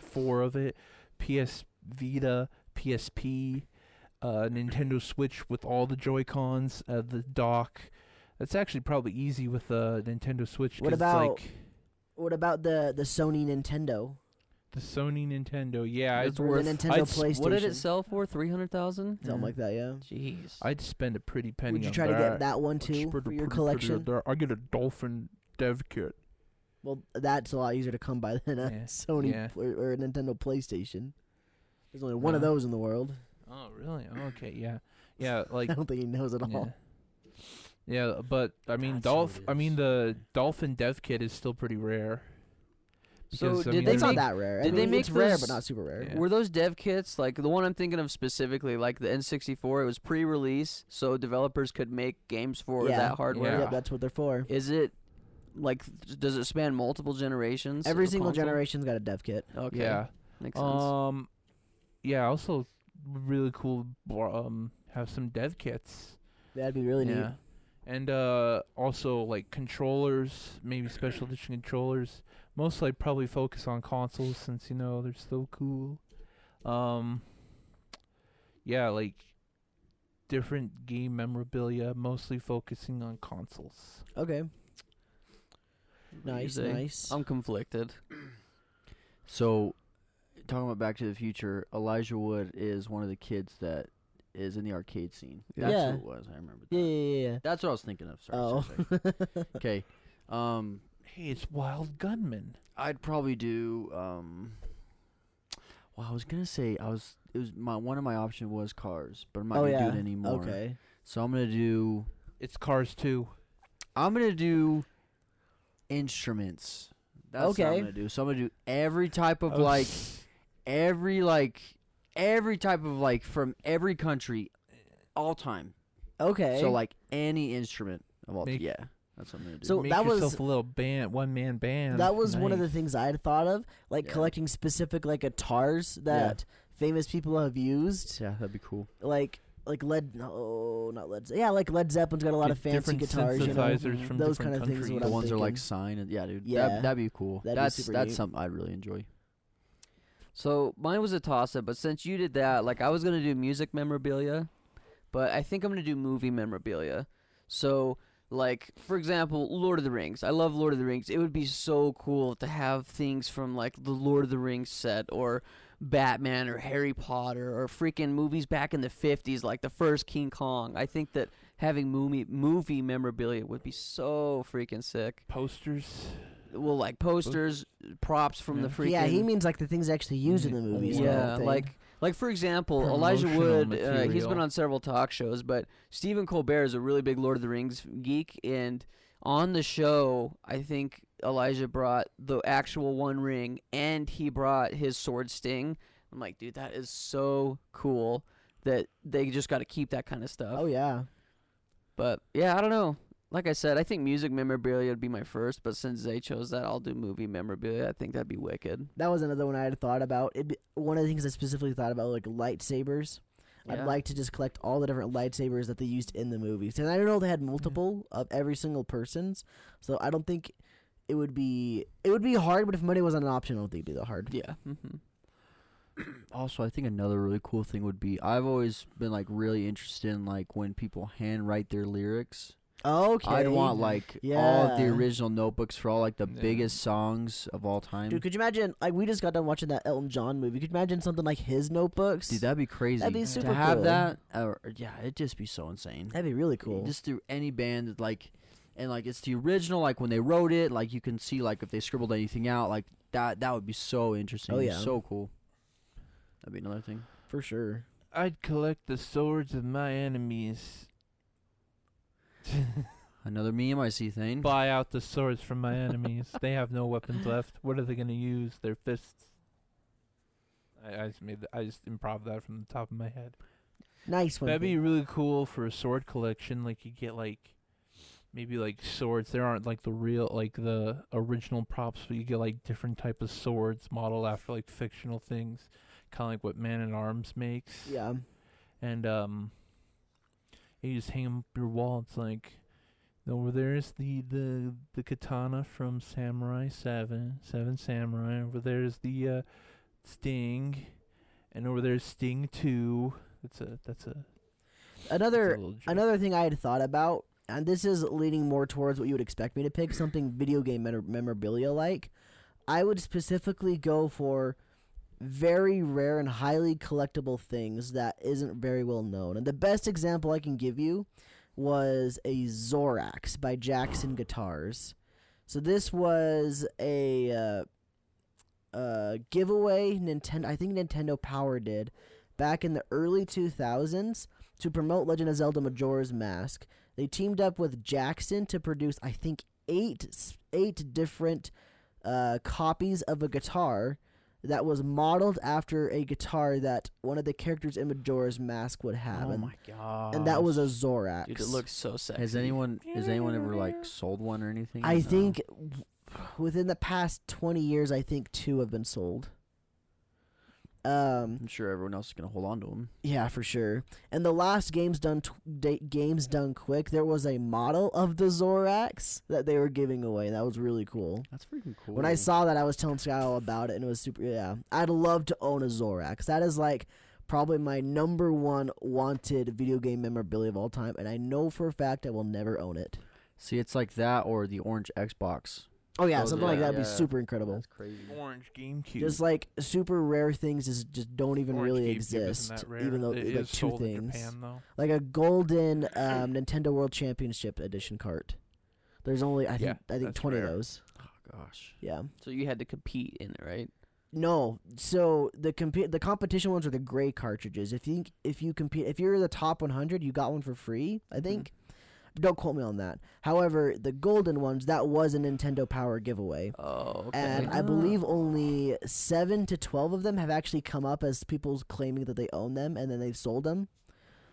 Speaker 3: PS4 of it, PS Vita, PSP, uh, Nintendo Switch with all the Joy Cons, uh, the dock. That's actually probably easy with the Nintendo Switch.
Speaker 5: What
Speaker 3: 'cause it's,
Speaker 5: about-
Speaker 3: like
Speaker 5: What about the the Sony Nintendo?
Speaker 3: the Sony Nintendo? Yeah,
Speaker 2: That's
Speaker 3: it's
Speaker 5: Or
Speaker 3: worth.
Speaker 5: the Nintendo
Speaker 3: I'd s-
Speaker 5: PlayStation.
Speaker 2: What did it sell for? Three hundred thousand.
Speaker 5: Something like that, yeah.
Speaker 2: Jeez.
Speaker 3: I'd spend a pretty penny.
Speaker 5: Would you
Speaker 3: on
Speaker 5: try to
Speaker 3: Mm. that.
Speaker 5: get that one
Speaker 3: I'd
Speaker 5: too
Speaker 3: spend a
Speaker 5: for your
Speaker 3: pretty penny on
Speaker 5: collection?
Speaker 3: that. I get a dolphin dev kit.
Speaker 5: Well, that's a lot easier to come by than a
Speaker 3: Yeah,
Speaker 5: Sony
Speaker 3: yeah.
Speaker 5: pl- or, a Nintendo PlayStation. There's only one of
Speaker 3: Uh-huh.
Speaker 5: those in the world.
Speaker 3: Oh, really? Oh, Okay, yeah, yeah, like
Speaker 5: I don't think he knows it
Speaker 3: yeah.
Speaker 5: all.
Speaker 3: yeah, but I mean,
Speaker 1: That's how
Speaker 3: dolph.
Speaker 1: it
Speaker 3: I mean,
Speaker 1: is.
Speaker 3: the dolphin dev kit is still pretty rare.
Speaker 2: so
Speaker 3: because, I
Speaker 2: did
Speaker 3: mean,
Speaker 2: they
Speaker 5: It's not
Speaker 2: make?
Speaker 5: that rare. I
Speaker 2: did they
Speaker 5: mean, it's
Speaker 2: make
Speaker 5: rare, but
Speaker 2: those-
Speaker 5: not super rare.
Speaker 3: Yeah.
Speaker 2: Were those dev kits like the one I'm thinking of specifically, like the N64? It was pre-release, so developers could make games for
Speaker 5: Yeah.
Speaker 2: that hardware.
Speaker 3: Yeah.
Speaker 5: Yep, that's what they're for.
Speaker 2: Is it like th- does it span multiple generations?
Speaker 5: Every
Speaker 2: of a
Speaker 5: single
Speaker 2: console?
Speaker 5: generation's got a dev kit.
Speaker 2: Okay.
Speaker 3: Yeah.
Speaker 2: Makes sense.
Speaker 3: Um. Yeah. Also, really cool. bro- Um, have some dev kits.
Speaker 5: That'd be really
Speaker 3: yeah.
Speaker 5: neat.
Speaker 3: And uh, also like controllers, maybe special edition controllers. Mostly, I'd probably focus on consoles since you know they're so cool. Um, yeah, like different game memorabilia, mostly focusing on consoles.
Speaker 5: Okay,
Speaker 2: What do you
Speaker 5: nice,
Speaker 2: say?
Speaker 5: nice.
Speaker 2: I'm conflicted.
Speaker 4: So, talking about Back to the Future, Elijah Wood is one of the kids that is in the arcade scene. That's
Speaker 5: Yeah.
Speaker 4: who it was. I remember. That.
Speaker 5: yeah, yeah, yeah.
Speaker 4: That's what I was thinking of.
Speaker 5: yeah.
Speaker 4: Sorry.
Speaker 5: Oh,
Speaker 4: Okay. Um,
Speaker 3: Hey, it's Wild Gunman.
Speaker 4: I'd probably do. Um, well, I was gonna say I was. It was my one of my option was cars, but I'm not
Speaker 5: oh
Speaker 4: gonna
Speaker 5: yeah.
Speaker 4: do it anymore.
Speaker 5: Okay.
Speaker 4: So I'm gonna do.
Speaker 3: It's Cars 2.
Speaker 4: I'm gonna do instruments. That's what I'm
Speaker 5: Okay.
Speaker 4: gonna do. So I'm gonna do every type of
Speaker 3: Oh,
Speaker 4: like every like every type of like from every country all time.
Speaker 5: Okay.
Speaker 4: So like any instrument of all
Speaker 3: Make-
Speaker 4: yeah. That's what I'm gonna do.
Speaker 5: So
Speaker 3: make
Speaker 5: that was-
Speaker 3: yourself a little band, one man band.
Speaker 5: That was one of the
Speaker 3: Nice.
Speaker 5: things I had thought of, like
Speaker 4: Yeah.
Speaker 5: collecting specific like guitars that famous people have used,
Speaker 4: yeah, that'd be cool.
Speaker 5: like like Led no not Led Ze- yeah like Led Zeppelin's got a lot of
Speaker 3: Get
Speaker 5: fancy
Speaker 3: different
Speaker 5: guitars, you know.
Speaker 3: synthesizers from
Speaker 5: Those
Speaker 3: different
Speaker 5: kind of things is
Speaker 3: countries.
Speaker 5: what
Speaker 4: the ones
Speaker 5: I'm
Speaker 4: that are
Speaker 5: thinking.
Speaker 4: like sign and yeah, dude.
Speaker 5: Yeah.
Speaker 4: That, that'd be cool.
Speaker 5: That'd be
Speaker 4: that's
Speaker 5: super
Speaker 4: that's
Speaker 5: neat.
Speaker 4: something I'd really enjoy.
Speaker 2: So mine was a toss up, but since you did that, like I was gonna do music memorabilia, but I think I'm gonna do movie memorabilia. So like for example, Lord of the Rings. I love Lord of the Rings. It would be so cool to have things from like the Lord of the Rings set or Batman or Harry Potter or freaking movies back in the 50s like the first King Kong. I think that having movie movie memorabilia would be so freaking sick.
Speaker 3: posters.
Speaker 2: Well, like posters, props from the
Speaker 3: Yeah.
Speaker 2: freaking
Speaker 5: yeah, he means like the things they actually used in the
Speaker 3: Mhm.
Speaker 5: movies.
Speaker 3: Well,
Speaker 5: and all
Speaker 2: yeah,
Speaker 5: that thing.
Speaker 2: like like for example, Elijah
Speaker 3: Promotional
Speaker 2: Wood. Uh, he's been
Speaker 3: material.
Speaker 2: on several talk shows, but Stephen Colbert is a really big Lord of the Rings geek, and on the show, I think Elijah brought the actual One Ring, and he brought his sword sting. I'm like, dude, that is so cool that they just got to keep that kind of stuff.
Speaker 5: oh yeah,
Speaker 2: But yeah, I don't know. Like I said, I think music memorabilia would be my first, but since they chose that, I'll do movie memorabilia. I think that'd be wicked.
Speaker 5: that was another one I had thought about. It one of the things I specifically thought about like lightsabers.
Speaker 2: Yeah.
Speaker 5: I'd like to just collect all the different lightsabers that they used in the movies, and I know they had multiple of every single person's. So I don't think it would be it would be hard, but if money wasn't an option, I don't think it'd be that hard.
Speaker 2: Yeah. hmm
Speaker 4: Also, I think another really cool thing would be I've always been like really interested in like when people handwrite their lyrics.
Speaker 5: Okay.
Speaker 4: I'd want like all of the
Speaker 5: Yeah.
Speaker 4: original notebooks for all like the
Speaker 3: Yeah.
Speaker 4: biggest songs of all time.
Speaker 5: Dude, could you imagine? Like, we just got done watching that Elton John movie. Could you imagine something like his notebooks?
Speaker 4: Dude, that'd be crazy.
Speaker 5: That'd be super
Speaker 4: to have
Speaker 5: cool.
Speaker 4: that, or, yeah, it'd just be so insane.
Speaker 5: That'd be really cool.
Speaker 4: Just through any band, that, like, and like it's the original, like when they wrote it, like you can see, like if they scribbled anything out, like that, that would be so interesting.
Speaker 5: Oh,
Speaker 4: It'd be
Speaker 5: yeah.
Speaker 4: so cool. That'd be another thing.
Speaker 5: for sure.
Speaker 3: I'd collect the swords of my enemies.
Speaker 4: Another meme I see thing.
Speaker 3: Buy out the swords from my enemies. they have no weapons left. What are they going to use? Their fists. I, I just made. th- I just improv that from the top of my head.
Speaker 5: Nice one.
Speaker 3: That'd be
Speaker 5: Pete.
Speaker 3: really cool for a sword collection. Like you get like maybe like swords. There aren't like the real like the original props, but you get like different type of swords modeled after like fictional things, kind of like what Man at Arms makes.
Speaker 5: Yeah.
Speaker 3: And um, you just hang 'em up your wall. It's like over there's the the the katana from Samurai Seven, Seven Samurai. Over there's the uh, Sting, and over there's Sting Two. That's a that's a
Speaker 5: Another
Speaker 3: it's a little joke.
Speaker 5: Another thing I had thought about, and this is leaning more towards what you would expect me to pick, something video game memor- memorabilia like. I would specifically go for very rare and highly collectible things that isn't very well known. And the best example I can give you was a Zorax by Jackson Guitars. So this was a uh, uh, giveaway Nintendo. I think Nintendo Power did back in the early 2000s to promote Legend of Zelda Majora's Mask. They teamed up with Jackson to produce, I think, eight s- eight different uh, copies of a guitar that was modeled after a guitar that one of the characters in Majora's Mask would have,
Speaker 4: oh
Speaker 5: and,
Speaker 4: my god.
Speaker 5: and that was a Zorax.
Speaker 2: Dude, it looks so sexy.
Speaker 4: Has anyone has anyone ever like sold one or anything?
Speaker 5: I
Speaker 4: No.
Speaker 5: think w- within the past 20 years, I think two have been sold. Um,
Speaker 4: I'm sure everyone else is gonna hold on to them.
Speaker 5: yeah, for sure. And the last games done t- da- games done quick, there was a model of the Zorax that they were giving away. That was really cool.
Speaker 4: That's freaking cool.
Speaker 5: When I saw that, I was telling Sky all about it, and it was super. Yeah, I'd love to own a Zorax. That is like probably my number one wanted video game memorabilia of all time, and I know for a fact I will never own it.
Speaker 4: see, it's like that or the orange Xbox.
Speaker 5: Oh yeah,
Speaker 4: Those are
Speaker 5: something like
Speaker 4: like-
Speaker 5: that would
Speaker 4: yeah.
Speaker 5: be super incredible.
Speaker 4: That's crazy.
Speaker 3: orange GameCube.
Speaker 5: Just like super rare things just just don't even
Speaker 3: Orange
Speaker 5: really
Speaker 3: GameCube isn't
Speaker 5: exist,
Speaker 3: that rare.
Speaker 5: even though
Speaker 3: It
Speaker 5: like
Speaker 3: is
Speaker 5: two
Speaker 3: sold
Speaker 5: things,
Speaker 3: In Japan, though.
Speaker 5: like a golden um, Nintendo World Championship edition cart. There's only I think I think
Speaker 3: that's
Speaker 5: twenty of
Speaker 3: rare.
Speaker 5: those.
Speaker 4: Oh gosh.
Speaker 5: Yeah.
Speaker 2: So you had to compete in it, right?
Speaker 5: No, so the comp- the competition ones are the gray cartridges. If you if you compete if you're the top 100, you got one for free, I
Speaker 3: Mm-hmm.
Speaker 5: think. Don't quote me on that. However, the golden ones that was a Nintendo Power giveaway.
Speaker 2: Oh, okay.
Speaker 5: And I believe only seven to twelve of them have actually come up as people claiming that they own them and then they've sold them.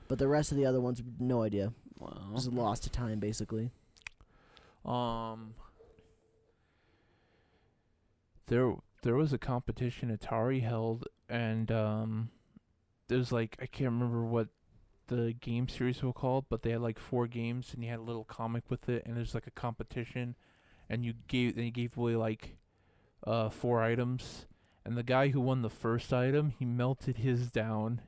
Speaker 5: But the rest of the other ones, no idea.
Speaker 2: wow.
Speaker 5: Just lost to time, basically.
Speaker 3: Um, there there was a competition Atari held, and um, there was like I can't remember what the game series were called, but they had like four games, and you had a little comic with it, and there's like a competition, and you gave they gave away like uh four items, and the guy who won the first item, he melted his down.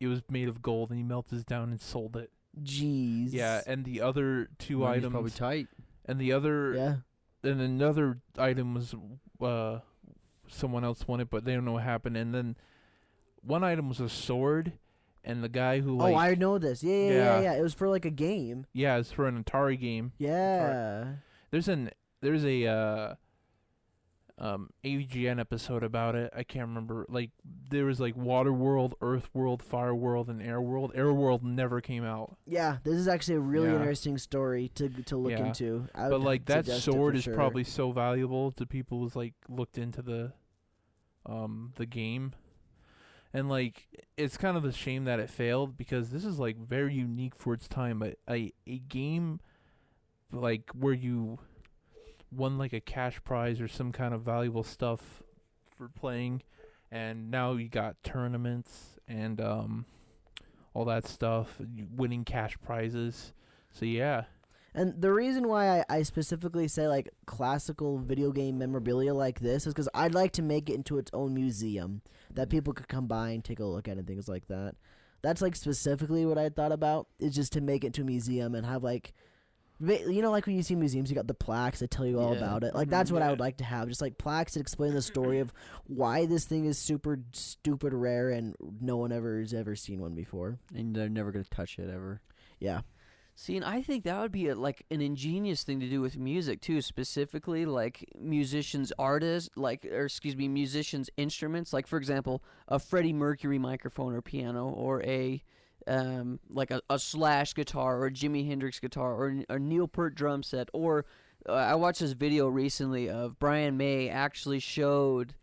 Speaker 3: It was made of gold, and he melted his down and sold it.
Speaker 5: Jeez.
Speaker 3: Yeah, and the other two
Speaker 4: Money's
Speaker 3: items,
Speaker 4: probably tight.
Speaker 3: and the other
Speaker 5: Yeah.
Speaker 3: then another item was uh someone else won it, but they don't know what happened. And then one item was a sword, and the guy who like
Speaker 5: oh, I know this. Yeah, yeah, yeah,
Speaker 3: Yeah.
Speaker 5: yeah. It was for like a game.
Speaker 3: yeah, it's for an Atari game.
Speaker 5: Yeah.
Speaker 3: There's an there's a uh um AVGN episode about it. I can't remember. Like there was like Water World, Earth World, Fire World, and Air World. Air World never came out,
Speaker 5: Yeah, this is actually a really
Speaker 3: Yeah.
Speaker 5: interesting story to to look
Speaker 3: Yeah.
Speaker 5: into. I
Speaker 3: but
Speaker 5: would
Speaker 3: like that
Speaker 5: suggest it
Speaker 3: sword
Speaker 5: for
Speaker 3: is
Speaker 5: sure.
Speaker 3: probably so valuable to people who's like looked into the um the game and like it's kind of a shame that it failed because this is like very unique for its time a, a, a game like where you won like a cash prize or some kind of valuable stuff for playing and now you got tournaments and um all that stuff you- winning cash prizes so yeah
Speaker 5: And the reason why I, I specifically say like classical video game memorabilia like this is because I'd like to make it into its own museum that people could come by and take a look at and things like that. That's like specifically what I thought about is just to make it to a museum and have like Ba- You know, like when you see museums, you got the plaques that tell you all
Speaker 2: Yeah.
Speaker 5: about it. Like
Speaker 2: Mhm.
Speaker 5: that's what I
Speaker 3: Yeah.
Speaker 5: would like to have, just like plaques that explain the story of why this thing is super stupid rare and no one ever has ever seen one before.
Speaker 1: and they're never gonna touch it ever.
Speaker 5: Yeah,
Speaker 2: See, and I think that would be a, like an ingenious thing to do with music too, specifically like musicians, artists, like or excuse me, musicians' instruments. Like for example, a Freddie Mercury microphone or piano, or a um, like a, a Slash guitar, or a Jimi Hendrix guitar, or a Neil Peart drum set. Or uh, I watched this video recently of Brian May actually showed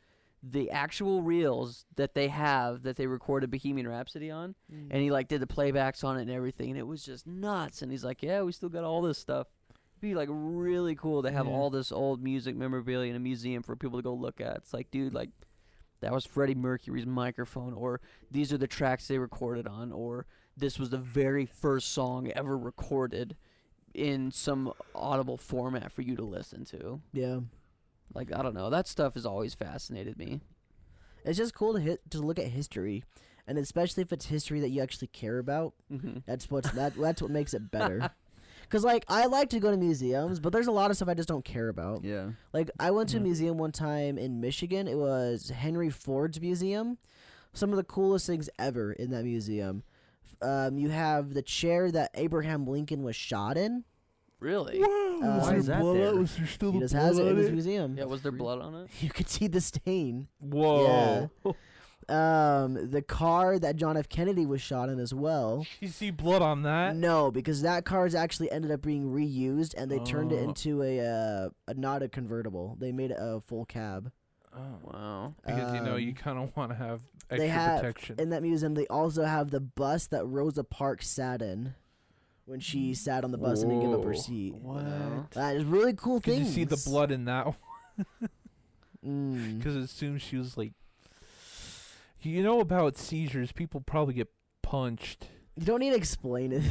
Speaker 2: the actual reels that they have that they recorded Bohemian Rhapsody on and he like did the playbacks on it and everything, and it was just nuts. And he's like, "Yeah, we still got all this stuff." It'd be like really cool to have
Speaker 3: Yeah.
Speaker 2: all this old music memorabilia in a museum for people to go look at. It's like, dude, like that was Freddie Mercury's microphone, or these are the tracks they recorded on, or this was the very first song ever recorded in some audible format for you to listen to.
Speaker 5: yeah.
Speaker 2: Like, I don't know, that stuff has always fascinated me.
Speaker 5: It's just cool to hit to look at history, and especially if it's history that you actually care about.
Speaker 2: Mm-hmm.
Speaker 5: That's what's that. That's what makes it better. Cause like I like to go to museums, but there's a lot of stuff I just don't care about.
Speaker 4: Yeah.
Speaker 5: Like I went to a
Speaker 3: Yeah.
Speaker 5: museum one time in Michigan. It was Henry Ford's museum. Some of the coolest things ever in that museum. F- Um, you have the chair that Abraham Lincoln was shot in.
Speaker 2: Really?
Speaker 5: Uh,
Speaker 3: was
Speaker 5: why
Speaker 3: there
Speaker 5: is
Speaker 1: that
Speaker 3: blood?
Speaker 1: there?
Speaker 3: Was there still
Speaker 5: He
Speaker 3: the
Speaker 5: just has it
Speaker 3: blood
Speaker 5: in his
Speaker 3: on it?
Speaker 5: museum.
Speaker 2: Yeah, was there blood on it?
Speaker 5: You could see the stain.
Speaker 3: Whoa.
Speaker 5: Um, the car that John F. Kennedy was shot in as well.
Speaker 3: You see blood on that?
Speaker 5: No, because that car's actually ended up being reused, and they turned it
Speaker 3: Oh.
Speaker 5: into a, uh, a not a convertible. They made it a full cab.
Speaker 2: Wow.
Speaker 3: Oh, Because you know
Speaker 5: Um,
Speaker 3: you kind of want to have
Speaker 5: they
Speaker 3: extra
Speaker 5: have-
Speaker 3: protection.
Speaker 5: in that museum they also have the bus that Rosa Parks sat in when she sat on the bus and didn't give up her
Speaker 3: Whoa.
Speaker 5: seat.
Speaker 2: Wow.
Speaker 5: That is really cool
Speaker 3: Could
Speaker 5: things.
Speaker 3: you see the blood in that?
Speaker 5: Mm.
Speaker 3: Because as soon as she was like, you know about seizures, people probably get punched.
Speaker 5: You don't need to explain it.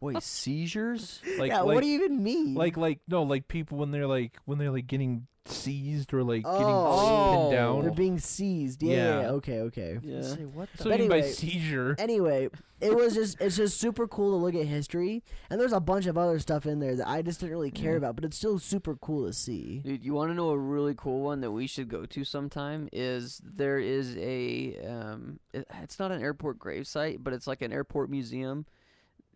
Speaker 1: Wait, seizures?
Speaker 3: Like,
Speaker 5: yeah,
Speaker 3: like,
Speaker 5: what do you even mean?
Speaker 3: like, like, no, like people when they're like when they're like getting seized or like
Speaker 5: Oh.
Speaker 3: getting pinned down.
Speaker 5: they're being seized. Yeah. yeah,
Speaker 3: Yeah.
Speaker 5: Okay. Okay.
Speaker 2: Yeah.
Speaker 1: what
Speaker 3: so
Speaker 5: But
Speaker 3: you mean by
Speaker 5: anyway-
Speaker 3: seizure?
Speaker 5: Anyway, it was just it's just super cool to look at history, and there's a bunch of other stuff in there that I just didn't really care
Speaker 1: Mhm.
Speaker 5: about, but it's still super cool to see.
Speaker 2: Dude, you want to know a really cool one that we should go to sometime? Is there is a um, it- it's not an airport gravesite, but it's like an airport museum.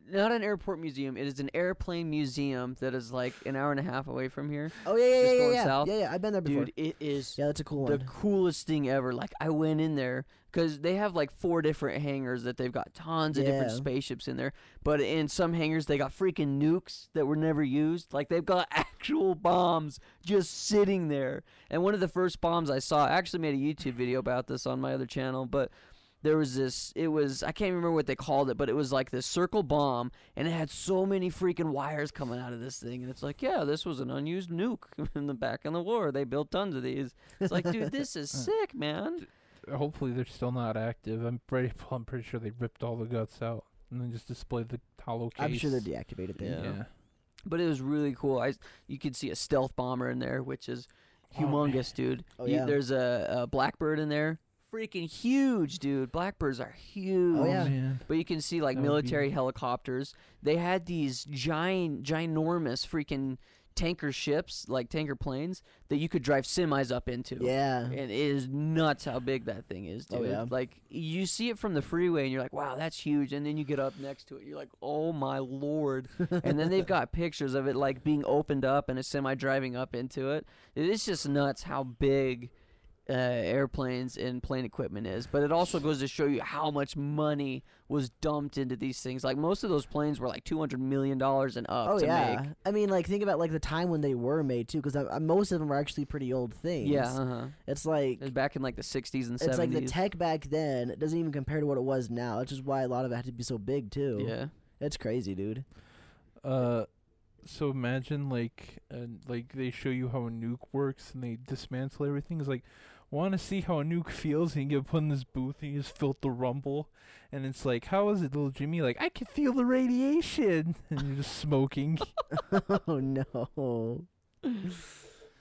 Speaker 2: Not an airport museum. It is an airplane museum that is like an hour and a half away from here.
Speaker 5: Oh yeah, yeah,
Speaker 2: Just
Speaker 5: yeah, yeah,
Speaker 2: going
Speaker 5: yeah.
Speaker 2: south?
Speaker 5: yeah, yeah. I've been there before.
Speaker 2: Dude, it is
Speaker 5: yeah, that's a cool
Speaker 2: the
Speaker 5: one.
Speaker 2: coolest thing ever. Like I went in there because they have like four different hangars that they've got tons of different
Speaker 5: Yeah.
Speaker 2: spaceships in there. But in some hangars they got freaking nukes that were never used. Like they've got actual bombs just sitting there. And one of the first bombs I saw, I actually made a YouTube video about this on my other channel, but there was this it was I can't remember what they called it, but it was like this circle bomb and it had so many freaking wires coming out of this thing and it's like, yeah, this was an unused nuke in the back in the war. They built tons of these. It's like, dude, this
Speaker 3: Uh.
Speaker 2: is sick, man.
Speaker 3: Hopefully they're still not active. I'm pretty, I'm pretty sure they ripped all the guts out and then just displayed the hollow case.
Speaker 5: I'm sure they're deactivated there.
Speaker 2: Yeah.
Speaker 3: Yeah.
Speaker 2: But it was really cool. I you could see a stealth bomber in there, which is
Speaker 3: Oh, man.
Speaker 2: humongous, dude.
Speaker 5: Oh,
Speaker 2: You-
Speaker 5: yeah.
Speaker 2: there's a, a blackbird in there. Freaking huge, dude. Blackbirds are huge.
Speaker 5: Oh, yeah.
Speaker 3: man.
Speaker 2: But you can see like
Speaker 3: That would be-
Speaker 2: military helicopters. They had these giant, ginormous freaking tanker ships, like tanker planes, that you could drive semis up into.
Speaker 5: Yeah.
Speaker 2: And it is nuts how big that thing is, dude.
Speaker 5: Uh-huh. Oh, yeah.
Speaker 2: Like you see it from the freeway and you're like, wow, that's huge. And then you get up next to it, you're like, oh my lord. and then they've got pictures of it like being opened up and a semi driving up into it. It is just nuts how big uh, airplanes and plane equipment is. But it also goes to show you how much money was dumped into these things. Like most of those planes were like two hundred million dollars and up
Speaker 5: Oh
Speaker 2: to
Speaker 5: yeah,
Speaker 2: make.
Speaker 5: I mean, like think about like the time when they were made too, because most of them are actually pretty old things.
Speaker 2: Yeah, uh-huh.
Speaker 5: it's like
Speaker 2: It was back in like the sixties and
Speaker 5: it's like
Speaker 2: seventies.
Speaker 5: the tech back then it doesn't even compare to what it was now. That's just why a lot of it had to be so big too.
Speaker 2: yeah.
Speaker 5: it's crazy, dude.
Speaker 3: Uh, so imagine like and like they show you how a nuke works and they dismantle everything. It's like want to see how a nuke feels and you get put in this booth and you just feel the rumble and it's like how is it little Jimmy like I can feel the radiation and you're just smoking.
Speaker 5: oh no.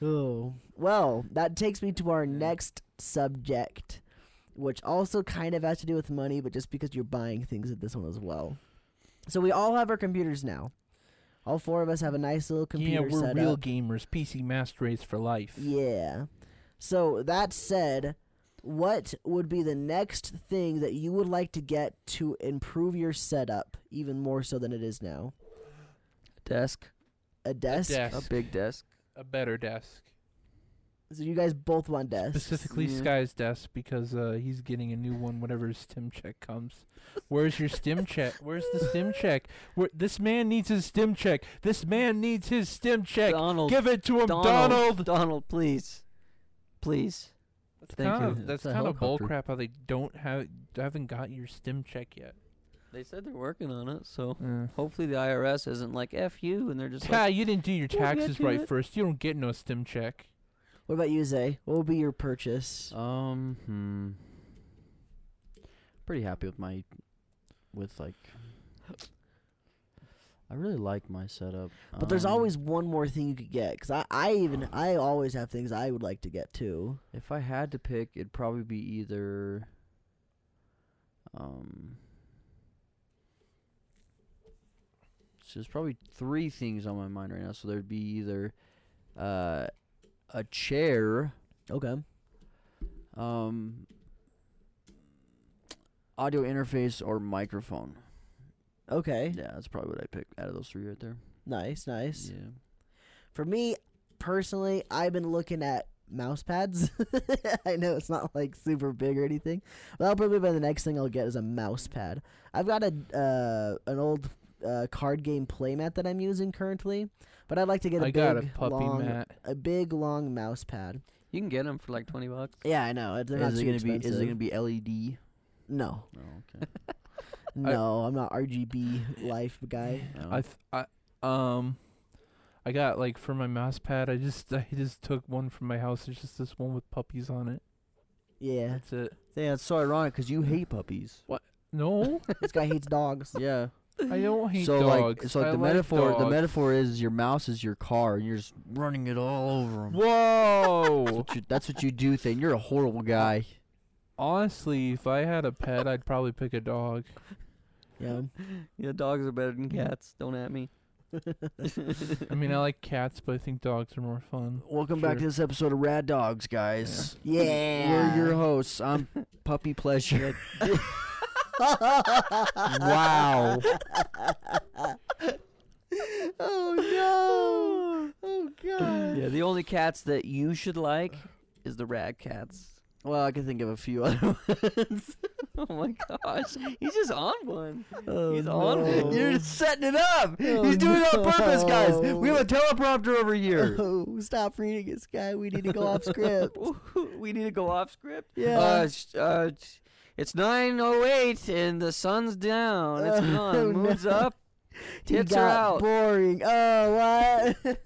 Speaker 5: oh well, that takes me to our next subject, which also kind of has to do with money, but just because you're buying things at this one as well. So we all have our computers now. All four of us have a nice little
Speaker 3: yeah,
Speaker 5: computer
Speaker 3: we're
Speaker 5: set
Speaker 3: real
Speaker 5: up.
Speaker 3: gamers. PC Master Race for life.
Speaker 5: Yeah. So that said, what would be the next thing that you would like to get to improve your setup even more so than it is now?
Speaker 2: Desk.
Speaker 5: A desk.
Speaker 2: A
Speaker 3: desk.
Speaker 2: big desk.
Speaker 3: A better desk.
Speaker 5: So you guys both want desks.
Speaker 3: Specifically
Speaker 2: Yeah.
Speaker 3: Sky's desk because uh, he's getting a new one whenever his stim check comes. Where's your stim check? Where's the stim check? Where, this man needs his stim check. This man needs his stim check.
Speaker 2: Donald.
Speaker 3: Give it to him, Donald.
Speaker 2: Donald. Donald, please. Please.
Speaker 3: That's
Speaker 2: Thank
Speaker 3: kind
Speaker 2: you.
Speaker 3: of that's
Speaker 1: It's a
Speaker 3: kind of bull
Speaker 1: helicopter.
Speaker 3: crap how they don't have haven't got your stim check yet.
Speaker 2: They said they're working on it, so hopefully the IRS isn't like F you and they're just
Speaker 3: Ah,
Speaker 2: like
Speaker 3: you didn't do your
Speaker 2: "We'll get
Speaker 3: taxes
Speaker 2: you
Speaker 3: right
Speaker 2: it."
Speaker 3: first. You don't get no stim check.
Speaker 5: What about you, Zay? What would be your purchase?
Speaker 4: Um, hmm. Pretty happy with my, with like. I really like my setup.
Speaker 5: But there's
Speaker 4: Um,
Speaker 5: always one more thing you could get because I, I even I always have things I would like to get too.
Speaker 4: If I had to pick, it'd probably be either. Um. So there's probably three things on my mind right now. So there'd be either, uh, a chair,
Speaker 5: Okay.
Speaker 4: um, audio interface, or microphone.
Speaker 5: Okay.
Speaker 4: Yeah, that's probably what I pick out of those three right there.
Speaker 5: Nice, nice.
Speaker 4: Yeah.
Speaker 5: For me personally, I've been looking at mouse pads. I know it's not like super big or anything. But that'll probably be the next thing I'll get is a mouse pad. I've got a uh, an old uh, card game playmat that I'm using currently, but I'd like to get a
Speaker 3: I
Speaker 5: big
Speaker 3: got a puppy
Speaker 5: long
Speaker 3: mat.
Speaker 5: a big long mouse pad.
Speaker 2: you can get them for like 20 bucks.
Speaker 5: Yeah, I know. They're not
Speaker 4: Is it
Speaker 5: too
Speaker 4: gonna
Speaker 5: expensive.
Speaker 4: be? Is it gonna be LED?
Speaker 5: no,
Speaker 4: Oh, okay.
Speaker 5: no, I'm not RGB life guy.
Speaker 4: I
Speaker 3: I, th- I um I got like for my mouse pad I just I just took one from my house. It's just this one with puppies on it.
Speaker 5: Yeah,
Speaker 3: That's it.
Speaker 4: yeah, it's so ironic because you hate puppies.
Speaker 3: No,
Speaker 5: this guy hates dogs.
Speaker 4: Yeah.
Speaker 3: I don't hate
Speaker 4: so
Speaker 3: dogs.
Speaker 4: like, so like
Speaker 3: I
Speaker 4: the metaphor, the
Speaker 3: dogs.
Speaker 4: metaphor is your mouse is your car, and you're just running it all over them.
Speaker 3: Whoa!
Speaker 4: That's what you do, thing. You're a horrible guy.
Speaker 3: Honestly, if I had a pet, I'd probably pick a dog.
Speaker 5: Yeah.
Speaker 2: Yeah, dogs are better than cats. Don't at me.
Speaker 3: I mean, I like cats, but I think dogs are more fun.
Speaker 4: Welcome
Speaker 3: back Sure. to
Speaker 4: this episode of Rad Dogs, guys.
Speaker 5: Yeah.
Speaker 4: We're your hosts. I'm Puppy Pleasure.
Speaker 3: wow!
Speaker 5: oh no! Oh god!
Speaker 2: yeah, the only cats that you should like is the rag cats.
Speaker 4: well, I can think of a few other ones.
Speaker 2: Oh my gosh. He's just on one.
Speaker 5: Oh,
Speaker 2: He's on
Speaker 5: no.
Speaker 2: it.
Speaker 4: You're just setting it up.
Speaker 5: Oh,
Speaker 4: He's doing it on purpose, guys. We
Speaker 5: no.
Speaker 4: have a teleprompter over here. Uh,
Speaker 5: Oh, stop reading it, Sky. We need to go off script.
Speaker 2: we need to go off script.
Speaker 5: Yeah.
Speaker 2: Uh, sh- uh, sh- it's 9.08 and the sun's down. It's
Speaker 5: Oh,
Speaker 2: gone.
Speaker 5: no.
Speaker 2: Moon's up.
Speaker 5: He
Speaker 2: Tits are
Speaker 5: got
Speaker 2: out.
Speaker 5: Boring. Oh, what?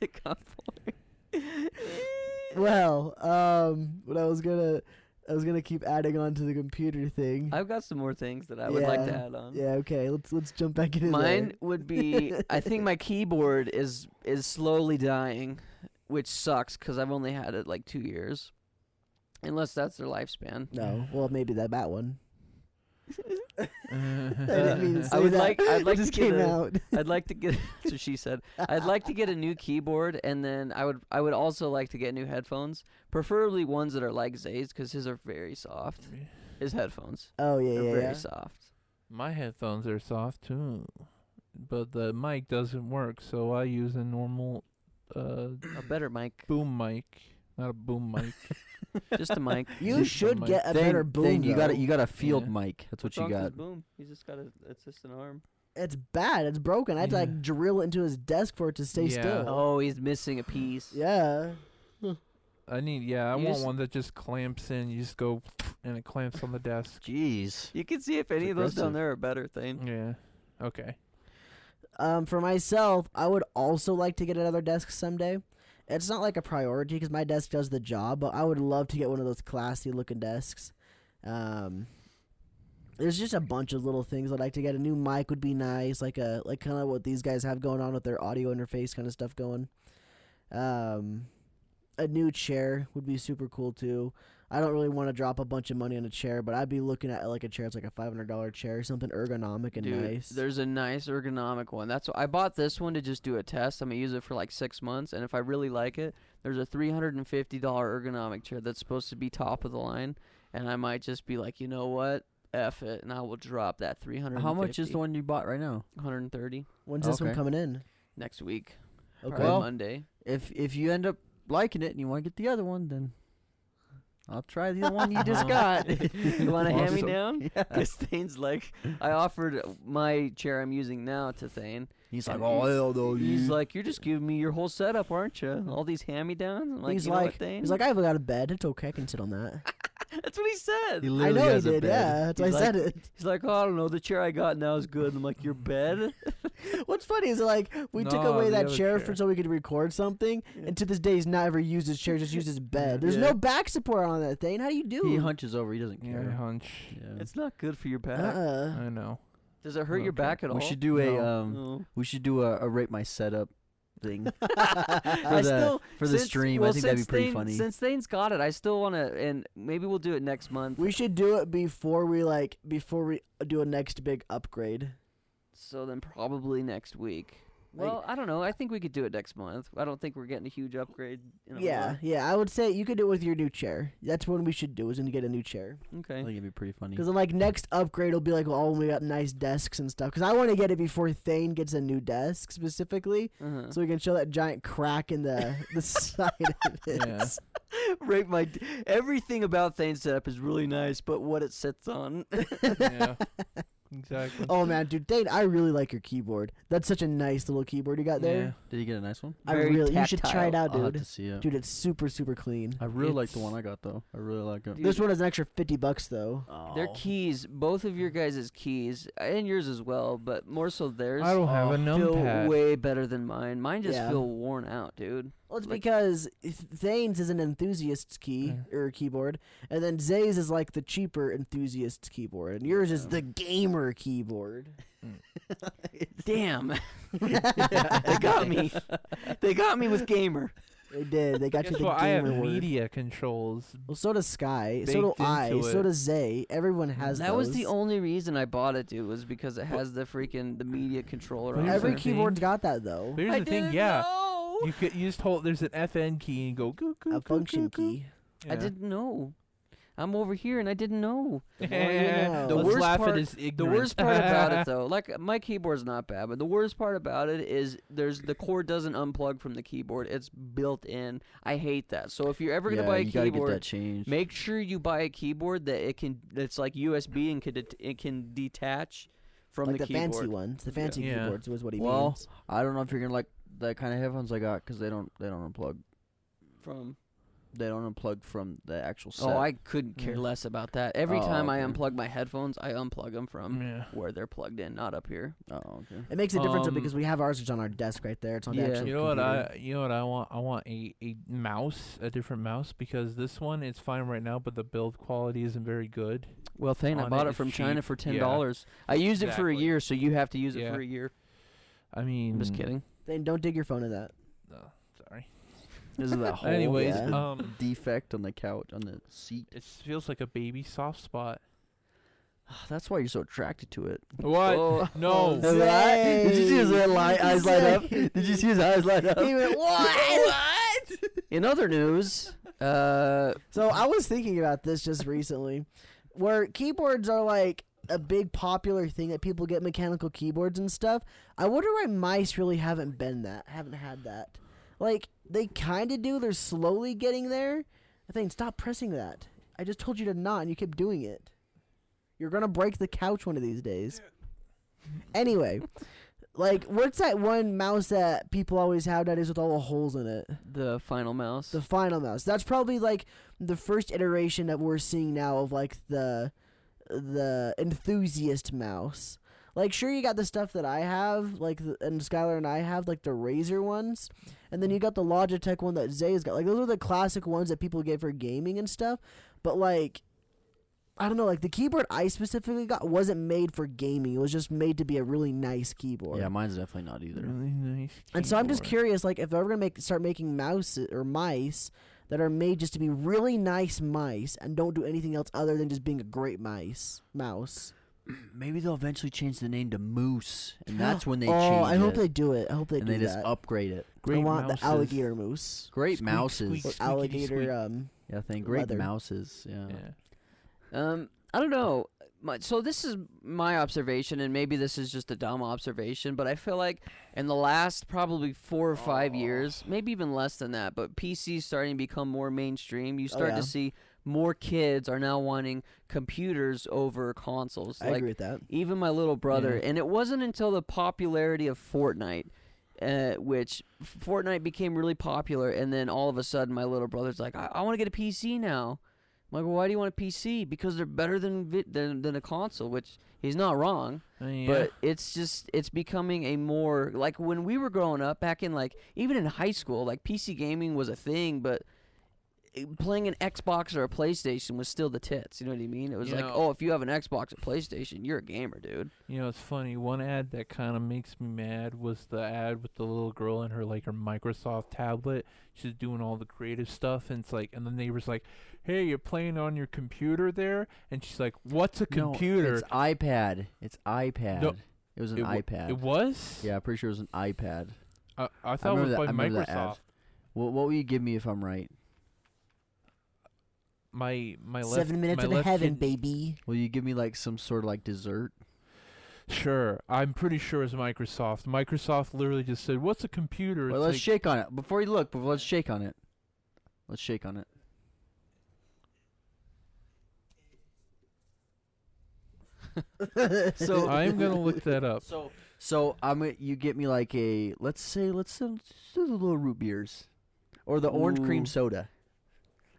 Speaker 2: It got boring.
Speaker 5: well, um, what I was gonna, I was gonna keep adding on to the computer thing.
Speaker 2: I've got some more things that I would like to
Speaker 5: Yeah.
Speaker 2: add on.
Speaker 5: yeah. Okay. Let's let's jump back into
Speaker 2: Mine would be I think my keyboard is is slowly dying, which sucks cuz I've only had it like 2 years. Unless that's their lifespan.
Speaker 5: There. No. Well, maybe that bat one. I
Speaker 2: Uh,
Speaker 5: didn't mean to say
Speaker 2: I would
Speaker 5: that.
Speaker 2: like- I'd
Speaker 5: It
Speaker 2: like to
Speaker 5: just
Speaker 2: get
Speaker 5: came
Speaker 2: a-
Speaker 5: out.
Speaker 2: I'd like to get so she said, I'd like to get a new keyboard and then I would I would also like to get new headphones, preferably ones that are like Zay's cuz his are very soft. His headphones
Speaker 5: Oh yeah,
Speaker 2: are
Speaker 5: yeah,
Speaker 2: very
Speaker 5: yeah.
Speaker 2: soft.
Speaker 3: my headphones are soft too, but the mic doesn't work, so I use a normal uh
Speaker 2: A better mic,
Speaker 3: boom mic, not a boom mic.
Speaker 2: just a mic.
Speaker 5: You
Speaker 3: Boom
Speaker 5: should
Speaker 3: mic.
Speaker 5: get a
Speaker 4: Thing-
Speaker 5: better boom.
Speaker 4: thing, you got
Speaker 5: though.
Speaker 4: a, you got a field
Speaker 3: Yeah.
Speaker 4: mic. That's what you
Speaker 2: What's wrong
Speaker 4: got.
Speaker 2: with Boom. He's just got a it's just an arm.
Speaker 5: It's bad. It's broken. I had to
Speaker 3: Yeah.
Speaker 5: like drill into his desk for it to stay
Speaker 3: Yeah.
Speaker 5: still.
Speaker 2: Oh, he's missing a piece.
Speaker 5: Yeah.
Speaker 3: I need yeah, I
Speaker 2: You
Speaker 3: want
Speaker 2: just-
Speaker 3: one that just clamps in. You just go and it clamps on the desk.
Speaker 4: Jeez.
Speaker 2: You can see if any of those down
Speaker 4: aggressive.
Speaker 2: there are better thing.
Speaker 3: Yeah. Okay.
Speaker 5: Um, for myself, I would also like to get another desk someday. It's not like a priority because my desk does the job, but I would love to get one of those classy looking desks. Um, there's just a bunch of little things I'd like to get. A new mic would be nice, like a like kind of what these guys have going on with their audio interface kind of stuff going. Um, a new chair would be super cool too. I don't really want to drop a bunch of money on a chair, but I'd be looking at like a chair. It's like a five hundred dollar chair, something ergonomic and
Speaker 2: Dude,
Speaker 5: nice.
Speaker 2: There's a nice ergonomic one. That's why I bought this one to just do a test. I'm gonna use it for like six months, and if I really like it, there's a $350 ergonomic chair that's supposed to be top of the line, and I might just be like, you know what, f it, and I will drop that 300.
Speaker 1: How much is the one you bought right now?
Speaker 2: 130
Speaker 5: When's this one
Speaker 1: okay.
Speaker 5: coming in?
Speaker 2: next week,
Speaker 5: Okay.
Speaker 2: probably Monday.
Speaker 1: If if you end up liking it and you want to get the other one, then I'll try the one you
Speaker 2: Uh-huh.
Speaker 1: just got.
Speaker 2: You want to hand me
Speaker 1: Awesome.
Speaker 2: down?
Speaker 1: Yeah.
Speaker 2: Because Thane's like, I offered my chair I'm using now to Thane.
Speaker 1: He's
Speaker 2: like,
Speaker 1: like,
Speaker 2: "Oh,
Speaker 1: oh, hell no,
Speaker 2: He's like, you're just giving me your whole setup, aren't you? All these hand-me-downs. I'm like,
Speaker 5: he's
Speaker 2: you know
Speaker 5: like,
Speaker 2: what, Thane?
Speaker 5: he's like, I've got a bed. It's okay. I can sit on that.
Speaker 2: that's what he said.
Speaker 5: I know he did. Yeah, that's why I
Speaker 2: He's
Speaker 5: said it.
Speaker 2: He's like, oh, I don't know. The chair I got now is good. I'm like, your bed?
Speaker 5: What's funny is like we took
Speaker 3: No,
Speaker 5: away
Speaker 3: the
Speaker 5: that
Speaker 3: other
Speaker 5: chair,
Speaker 3: chair.
Speaker 5: For, so we could record something, and to this day he's not ever used his chair. Just used his bed. There's
Speaker 2: Yeah.
Speaker 5: no back support on that thing. How do you do?
Speaker 1: He hunches over. He doesn't
Speaker 3: Yeah,
Speaker 1: care.
Speaker 3: hunch.
Speaker 2: It's not good for your back.
Speaker 5: uh,
Speaker 3: I know.
Speaker 2: Does it hurt your
Speaker 3: Okay.
Speaker 2: back at all?
Speaker 1: We should do
Speaker 3: No.
Speaker 1: a um.
Speaker 2: No. Mm.
Speaker 1: We should do a, a rate my setup thing for
Speaker 2: I
Speaker 1: the
Speaker 2: still,
Speaker 1: for the
Speaker 2: since-
Speaker 1: stream.
Speaker 2: well,
Speaker 1: I think that'd be
Speaker 2: since
Speaker 1: pretty
Speaker 2: Thane-
Speaker 1: funny.
Speaker 2: Since Thane's got it, I still want to, and maybe we'll do it next month.
Speaker 5: we should do it before we like before we do a next big upgrade.
Speaker 2: So then probably next week.
Speaker 5: Like-
Speaker 2: Well, I don't know. I think we could do it next month. I don't think we're getting a huge upgrade. In a
Speaker 5: yeah,
Speaker 2: month.
Speaker 5: yeah. I would say you could do it with your new chair. That's when we should do is when you get a new chair.
Speaker 1: I
Speaker 2: Okay.
Speaker 1: think it'd be pretty funny.
Speaker 5: Because then like next upgrade will be like oh when we got nice desks and stuff. Because I want to get it before Thane gets a new desk specifically,
Speaker 2: Uh-huh.
Speaker 5: so we can show that giant crack in the the side of it.
Speaker 3: Yeah.
Speaker 2: Rate my d- everything about Thane's setup is really nice, but what it sits on.
Speaker 3: yeah. Exactly.
Speaker 5: Oh man, dude, Dane, I really like your keyboard. That's such a nice little keyboard you got there.
Speaker 1: Did you get a nice one?
Speaker 5: I
Speaker 2: Very
Speaker 5: really you should try it out,
Speaker 1: I'll have to
Speaker 5: dude.
Speaker 1: see it.
Speaker 5: Dude, it's super super clean.
Speaker 4: Oh,
Speaker 1: I really like the
Speaker 2: It's-
Speaker 1: one I got though. I really like it.
Speaker 2: Dude,
Speaker 5: This one is an extra 50 bucks though.
Speaker 2: Their
Speaker 1: Oh.
Speaker 2: keys, both of your guys' keys, and yours as well, but more so theirs.
Speaker 3: I don't have a
Speaker 2: feel
Speaker 3: numpad.
Speaker 2: way better than mine. Mine just
Speaker 5: Yeah.
Speaker 2: feel worn out, dude.
Speaker 5: Well, it's
Speaker 2: Like-
Speaker 5: because Thane's is an enthusiast's key or keyboard, and then Zay's is like the cheaper enthusiast's keyboard, and yours is
Speaker 2: Yeah.
Speaker 5: the gamer keyboard.
Speaker 2: Damn, they got me. They got me with gamer.
Speaker 5: They did. They got
Speaker 3: Guess
Speaker 5: you the
Speaker 3: what? I have
Speaker 5: gamer word.
Speaker 3: media controls.
Speaker 5: Well, so does Sky. So
Speaker 3: baked
Speaker 5: do I.
Speaker 3: into
Speaker 5: So
Speaker 3: it.
Speaker 5: does Zay. Everyone has
Speaker 2: that was the
Speaker 5: those.
Speaker 2: only reason I bought it, dude, was because it has the freaking the media controller.
Speaker 3: But
Speaker 2: on
Speaker 3: here's
Speaker 5: Every
Speaker 3: the
Speaker 2: there.
Speaker 3: key-
Speaker 5: keyboard's got that though.
Speaker 3: But here's
Speaker 2: I
Speaker 3: the thing.
Speaker 2: didn't
Speaker 3: Yeah.
Speaker 2: know.
Speaker 3: You could you just hold. There's an FN key and you go. Goo, goo,
Speaker 5: A
Speaker 3: goo,
Speaker 5: function
Speaker 3: goo, goo.
Speaker 5: key.
Speaker 2: I
Speaker 3: Yeah.
Speaker 2: didn't know. I'm over here and I didn't know.
Speaker 5: The more you know.
Speaker 3: The
Speaker 2: Let's
Speaker 3: worst
Speaker 2: laugh at
Speaker 3: part
Speaker 2: his
Speaker 3: is
Speaker 2: The worst part about it though, like my keyboard's not bad, but the worst part about it is there's the cord doesn't unplug from the keyboard. It's built in. I hate that. So if you're ever
Speaker 1: yeah,
Speaker 2: gonna buy a
Speaker 1: you gotta get that
Speaker 2: keyboard,
Speaker 1: changed.
Speaker 2: make sure you buy a keyboard that it can that's like USB and can det- it can detach from
Speaker 5: like
Speaker 2: the,
Speaker 5: the,
Speaker 2: keyboard.
Speaker 5: fancy ones, the
Speaker 2: Yeah.
Speaker 5: fancy
Speaker 3: Yeah.
Speaker 5: keyboards was what he
Speaker 1: Well,
Speaker 5: means.
Speaker 1: I don't know if you're gonna like that kind of headphones I got because they don't they don't unplug.
Speaker 2: From
Speaker 1: They don't unplug from the actual set.
Speaker 2: oh, I couldn't care
Speaker 3: Yeah.
Speaker 2: less about that. Every
Speaker 1: Oh,
Speaker 2: time I
Speaker 1: okay.
Speaker 2: unplug my headphones, I unplug them from
Speaker 3: Yeah.
Speaker 2: where they're plugged in, not up here.
Speaker 1: Oh, okay.
Speaker 5: It makes a difference though,
Speaker 3: Um,
Speaker 5: because we have ours just on our desk right there. It's on
Speaker 2: yeah.
Speaker 5: the actual
Speaker 3: You know what
Speaker 5: computer.
Speaker 3: I you know what I want I want a, a mouse a different mouse because this one is fine right now but the build quality isn't very good.
Speaker 2: Well, Thane, I
Speaker 3: On
Speaker 2: bought it,
Speaker 3: it is
Speaker 2: from China
Speaker 3: cheap.
Speaker 2: for ten
Speaker 3: Yeah.
Speaker 2: dollars. I used it for a
Speaker 3: Exactly.
Speaker 2: year, so you have to use it
Speaker 3: Yeah. Mm.
Speaker 2: for a year.
Speaker 3: I mean
Speaker 2: I'm just kidding.
Speaker 5: Then don't dig your phone in that.
Speaker 3: uh, sorry.
Speaker 1: This is
Speaker 4: Oh,
Speaker 1: that whole
Speaker 3: Anyways,
Speaker 5: yeah.
Speaker 3: um,
Speaker 1: defect on the couch on the seat.
Speaker 3: it feels like a baby soft spot.
Speaker 1: That's why you're so attracted to it.
Speaker 3: What?
Speaker 2: Oh,
Speaker 3: no.
Speaker 5: Zay.
Speaker 1: Did you see his red light, eyes light up?
Speaker 5: Zay.
Speaker 1: Did you see his eyes light up?
Speaker 5: He went, "What?"
Speaker 2: In other news, uh,
Speaker 5: so I was thinking about this just recently, where keyboards are like a big popular thing that people get mechanical keyboards and stuff. I wonder why mice really haven't been that, haven't had that. Like they kind of do. They're slowly getting there. I think stop pressing that. I just told you to not, and you kept doing it. You're gonna break the couch one of these days. Anyway, like what's that one mouse that people always have that is with all the holes in it?
Speaker 2: the final mouse.
Speaker 5: The final mouse. That's probably like the first iteration that we're seeing now of like the the enthusiast mouse. Like sure you got the stuff that I have, like the, and Skylar and I have, like the Razer ones, and then you got the Logitech one that Zay's got. Like those are the classic ones that people get for gaming and stuff. But like, I don't know, like the keyboard I specifically got wasn't made for gaming. It was just made to be a really nice keyboard.
Speaker 1: Yeah, mine's definitely not either.
Speaker 3: Really nice
Speaker 5: And so I'm just
Speaker 3: keyboard.
Speaker 5: curious, like, if they're ever gonna make start making mouse or mice that are made just to be really nice mice and don't do anything else other than just being a great mice mouse.
Speaker 4: Mm. Maybe they'll eventually change the name to Moose, and that's when they
Speaker 5: oh,
Speaker 4: change
Speaker 5: I hope
Speaker 4: it.
Speaker 5: they do it. I hope they
Speaker 4: and
Speaker 5: do
Speaker 4: they just
Speaker 5: that.
Speaker 4: upgrade it.
Speaker 5: I want the alligator moose
Speaker 4: Great
Speaker 3: Squeak,
Speaker 4: mouses.
Speaker 5: or
Speaker 3: squeak. Squeaky
Speaker 5: alligator.
Speaker 3: squeak.
Speaker 5: Um,
Speaker 4: Yeah, thing. Great
Speaker 5: Leather.
Speaker 4: mouses. Yeah.
Speaker 3: Yeah.
Speaker 2: Um, I don't know. My, so this is my observation, and maybe this is just a dumb observation, but I feel like in the last probably four or five years, maybe even less than that, but PC's starting to become more mainstream. You
Speaker 5: Oh,
Speaker 2: start
Speaker 5: yeah.
Speaker 2: to see more kids are now wanting computers over consoles.
Speaker 5: I
Speaker 2: like
Speaker 5: agree with that.
Speaker 2: even my little brother. And it wasn't until the popularity of Fortnite, uh, which Fortnite became really popular, and then all of a sudden my little brother's like, I, I want to get a PC now. I'm like, well, why do you want a PC? Because they're better than vi- than than a console, which he's not wrong.
Speaker 3: Uh, yeah.
Speaker 2: But it's just it's becoming a more like when we were growing up back in like even in high school, like PC gaming was a thing, but i- playing an Xbox or a PlayStation was still the tits. You know what I mean? It was
Speaker 3: You
Speaker 2: like,
Speaker 3: know-
Speaker 2: oh, if you have an Xbox or PlayStation, you're a gamer, dude.
Speaker 3: You know, it's funny. One ad that kind of makes me mad was the ad with the little girl and her like her Microsoft tablet. She's doing all the creative stuff, and it's like, and the neighbor's like, "Hey, you're playing on your computer there?" And she's like, "What's a
Speaker 4: No,
Speaker 3: computer?"
Speaker 4: it's iPad. It's iPad. It was an
Speaker 3: it wa-
Speaker 4: iPad.
Speaker 3: It was.
Speaker 4: yeah, I'm pretty sure it was an iPad.
Speaker 3: I, I thought it
Speaker 4: remember
Speaker 3: was
Speaker 4: that-
Speaker 3: by
Speaker 4: I remember that ad.
Speaker 3: Microsoft.
Speaker 4: What what will you give me if I'm right?
Speaker 3: My my left.
Speaker 5: Seven minutes
Speaker 3: my
Speaker 5: in
Speaker 3: left
Speaker 5: heaven,
Speaker 3: kid-
Speaker 5: baby.
Speaker 4: Will you give me like some sort of like dessert?
Speaker 3: Sure, I'm pretty sure it's Microsoft. Microsoft literally just said, "What's a computer?"
Speaker 4: Well,
Speaker 3: It's
Speaker 4: let's
Speaker 3: like-
Speaker 4: shake on it before you look. But let's shake on it. Let's shake on it.
Speaker 2: So-
Speaker 3: I'm gonna look that up.
Speaker 4: So so I'm gonna- you get me like a let's say let's do let's do the little root beers, or the orange cream
Speaker 5: Ooh.
Speaker 4: soda.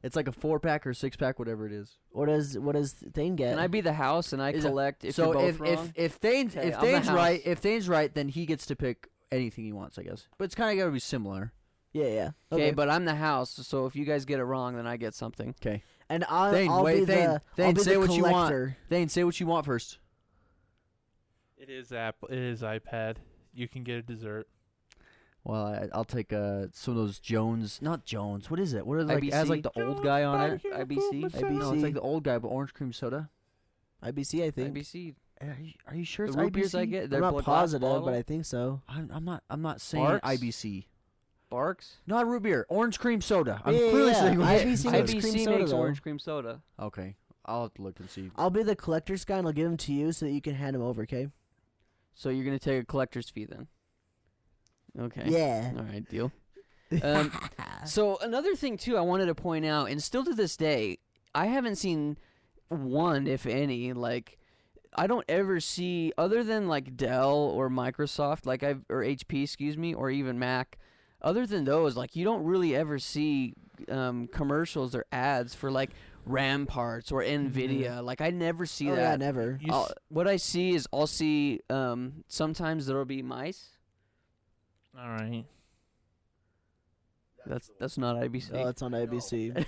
Speaker 4: It's like a four pack or six pack, whatever it is.
Speaker 5: What does what does Thane get?
Speaker 2: Can I be the house and I
Speaker 4: Is it-
Speaker 2: collect if
Speaker 4: so
Speaker 2: you're both
Speaker 4: if,
Speaker 2: wrong?
Speaker 4: if if Thane's
Speaker 2: Okay,
Speaker 4: if
Speaker 2: I'm the
Speaker 4: Thane's right,
Speaker 2: house.
Speaker 4: if Thane's right, then he gets to pick anything he wants, I guess. But it's kind of got to be similar.
Speaker 5: yeah, yeah.
Speaker 2: okay, but I'm the house, so if you guys get it wrong, then I get something.
Speaker 5: and I'll,
Speaker 4: Thane,
Speaker 5: Uh, I'll
Speaker 4: wait,
Speaker 5: be
Speaker 4: Thane,
Speaker 5: the I'll
Speaker 4: Thane,
Speaker 5: be
Speaker 4: say
Speaker 5: the
Speaker 4: what you want.
Speaker 5: collector.
Speaker 4: Thane, say what you want first.
Speaker 3: It is Apple. It is iPad. You can get a dessert.
Speaker 4: Well, I, I'll take uh, some of those Jones, not Jones. What is it? What are they, like it has like the old guy on it?
Speaker 2: IBC?
Speaker 4: No, it's like the old guy, but orange cream soda.
Speaker 5: IBC, I think.
Speaker 2: IBC.
Speaker 4: Are you, are you sure
Speaker 2: The
Speaker 4: it's
Speaker 2: root beers
Speaker 4: IBC?
Speaker 2: I get, they're
Speaker 5: I'm not
Speaker 2: bl- glass
Speaker 5: positive, but
Speaker 2: bottle.
Speaker 5: I think so.
Speaker 4: I'm, I'm not. I'm not saying
Speaker 3: Barks?
Speaker 4: IBC.
Speaker 2: Barks.
Speaker 4: Not root beer. Orange cream soda. I'm
Speaker 5: Yeah, yeah,
Speaker 4: clearly
Speaker 5: yeah.
Speaker 4: saying
Speaker 5: I-
Speaker 4: orange
Speaker 5: IBC
Speaker 4: cream
Speaker 5: makes
Speaker 4: soda.
Speaker 5: cream
Speaker 2: IBC
Speaker 5: soda,
Speaker 2: makes
Speaker 5: though.
Speaker 2: orange cream soda.
Speaker 4: Okay, I'll have to look and see.
Speaker 5: I'll be the collector's guy and I'll give them to you so that you can hand them over, okay?
Speaker 2: So you're gonna take a collector's fee then? Okay.
Speaker 5: Yeah.
Speaker 2: All right, deal. Um, so another thing too, I wanted to point out, and still to this day, I haven't seen one, if any, like. I don't ever see other than like Dell or Microsoft, like I've or HP, excuse me, or even Mac. Other than those, like you don't really ever see um, commercials or ads for like RAM parts or Nvidia. Like I never see
Speaker 5: Mm-hmm. oh,
Speaker 2: that.
Speaker 5: yeah, never.
Speaker 3: You
Speaker 2: I'll-
Speaker 3: s-
Speaker 2: what I see is I'll see um, sometimes there'll be mice.
Speaker 3: all right.
Speaker 2: That's that's not IBC.
Speaker 5: Oh, it's on IBC.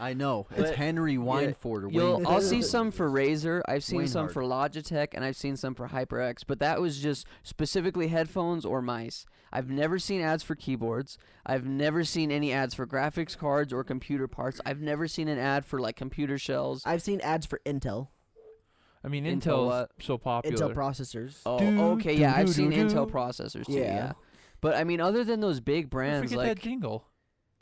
Speaker 4: I know it's
Speaker 2: But-
Speaker 4: Henry Wineford. or
Speaker 2: You'll, I'll see
Speaker 4: Wineford.
Speaker 2: some for Razer. I've seen
Speaker 4: Wayne
Speaker 2: some for Logitech, and I've seen some for HyperX. But that was just specifically headphones or mice. I've never seen ads for keyboards. I've never seen any ads for graphics cards or computer parts. I've never seen an ad for like computer shells.
Speaker 5: I've seen ads for Intel,
Speaker 3: I mean,
Speaker 2: Intel
Speaker 3: Intel's
Speaker 2: what?
Speaker 3: so popular.
Speaker 5: Intel processors.
Speaker 2: Oh,
Speaker 3: Doo,
Speaker 2: okay, yeah,
Speaker 3: doo,
Speaker 2: I've
Speaker 3: doo,
Speaker 2: seen
Speaker 3: doo,
Speaker 2: Intel
Speaker 3: doo.
Speaker 2: processors too.
Speaker 5: Yeah.
Speaker 2: Yeah. but I mean, other than those big
Speaker 3: Don't
Speaker 2: brands,
Speaker 3: forget
Speaker 2: like
Speaker 3: that jingle.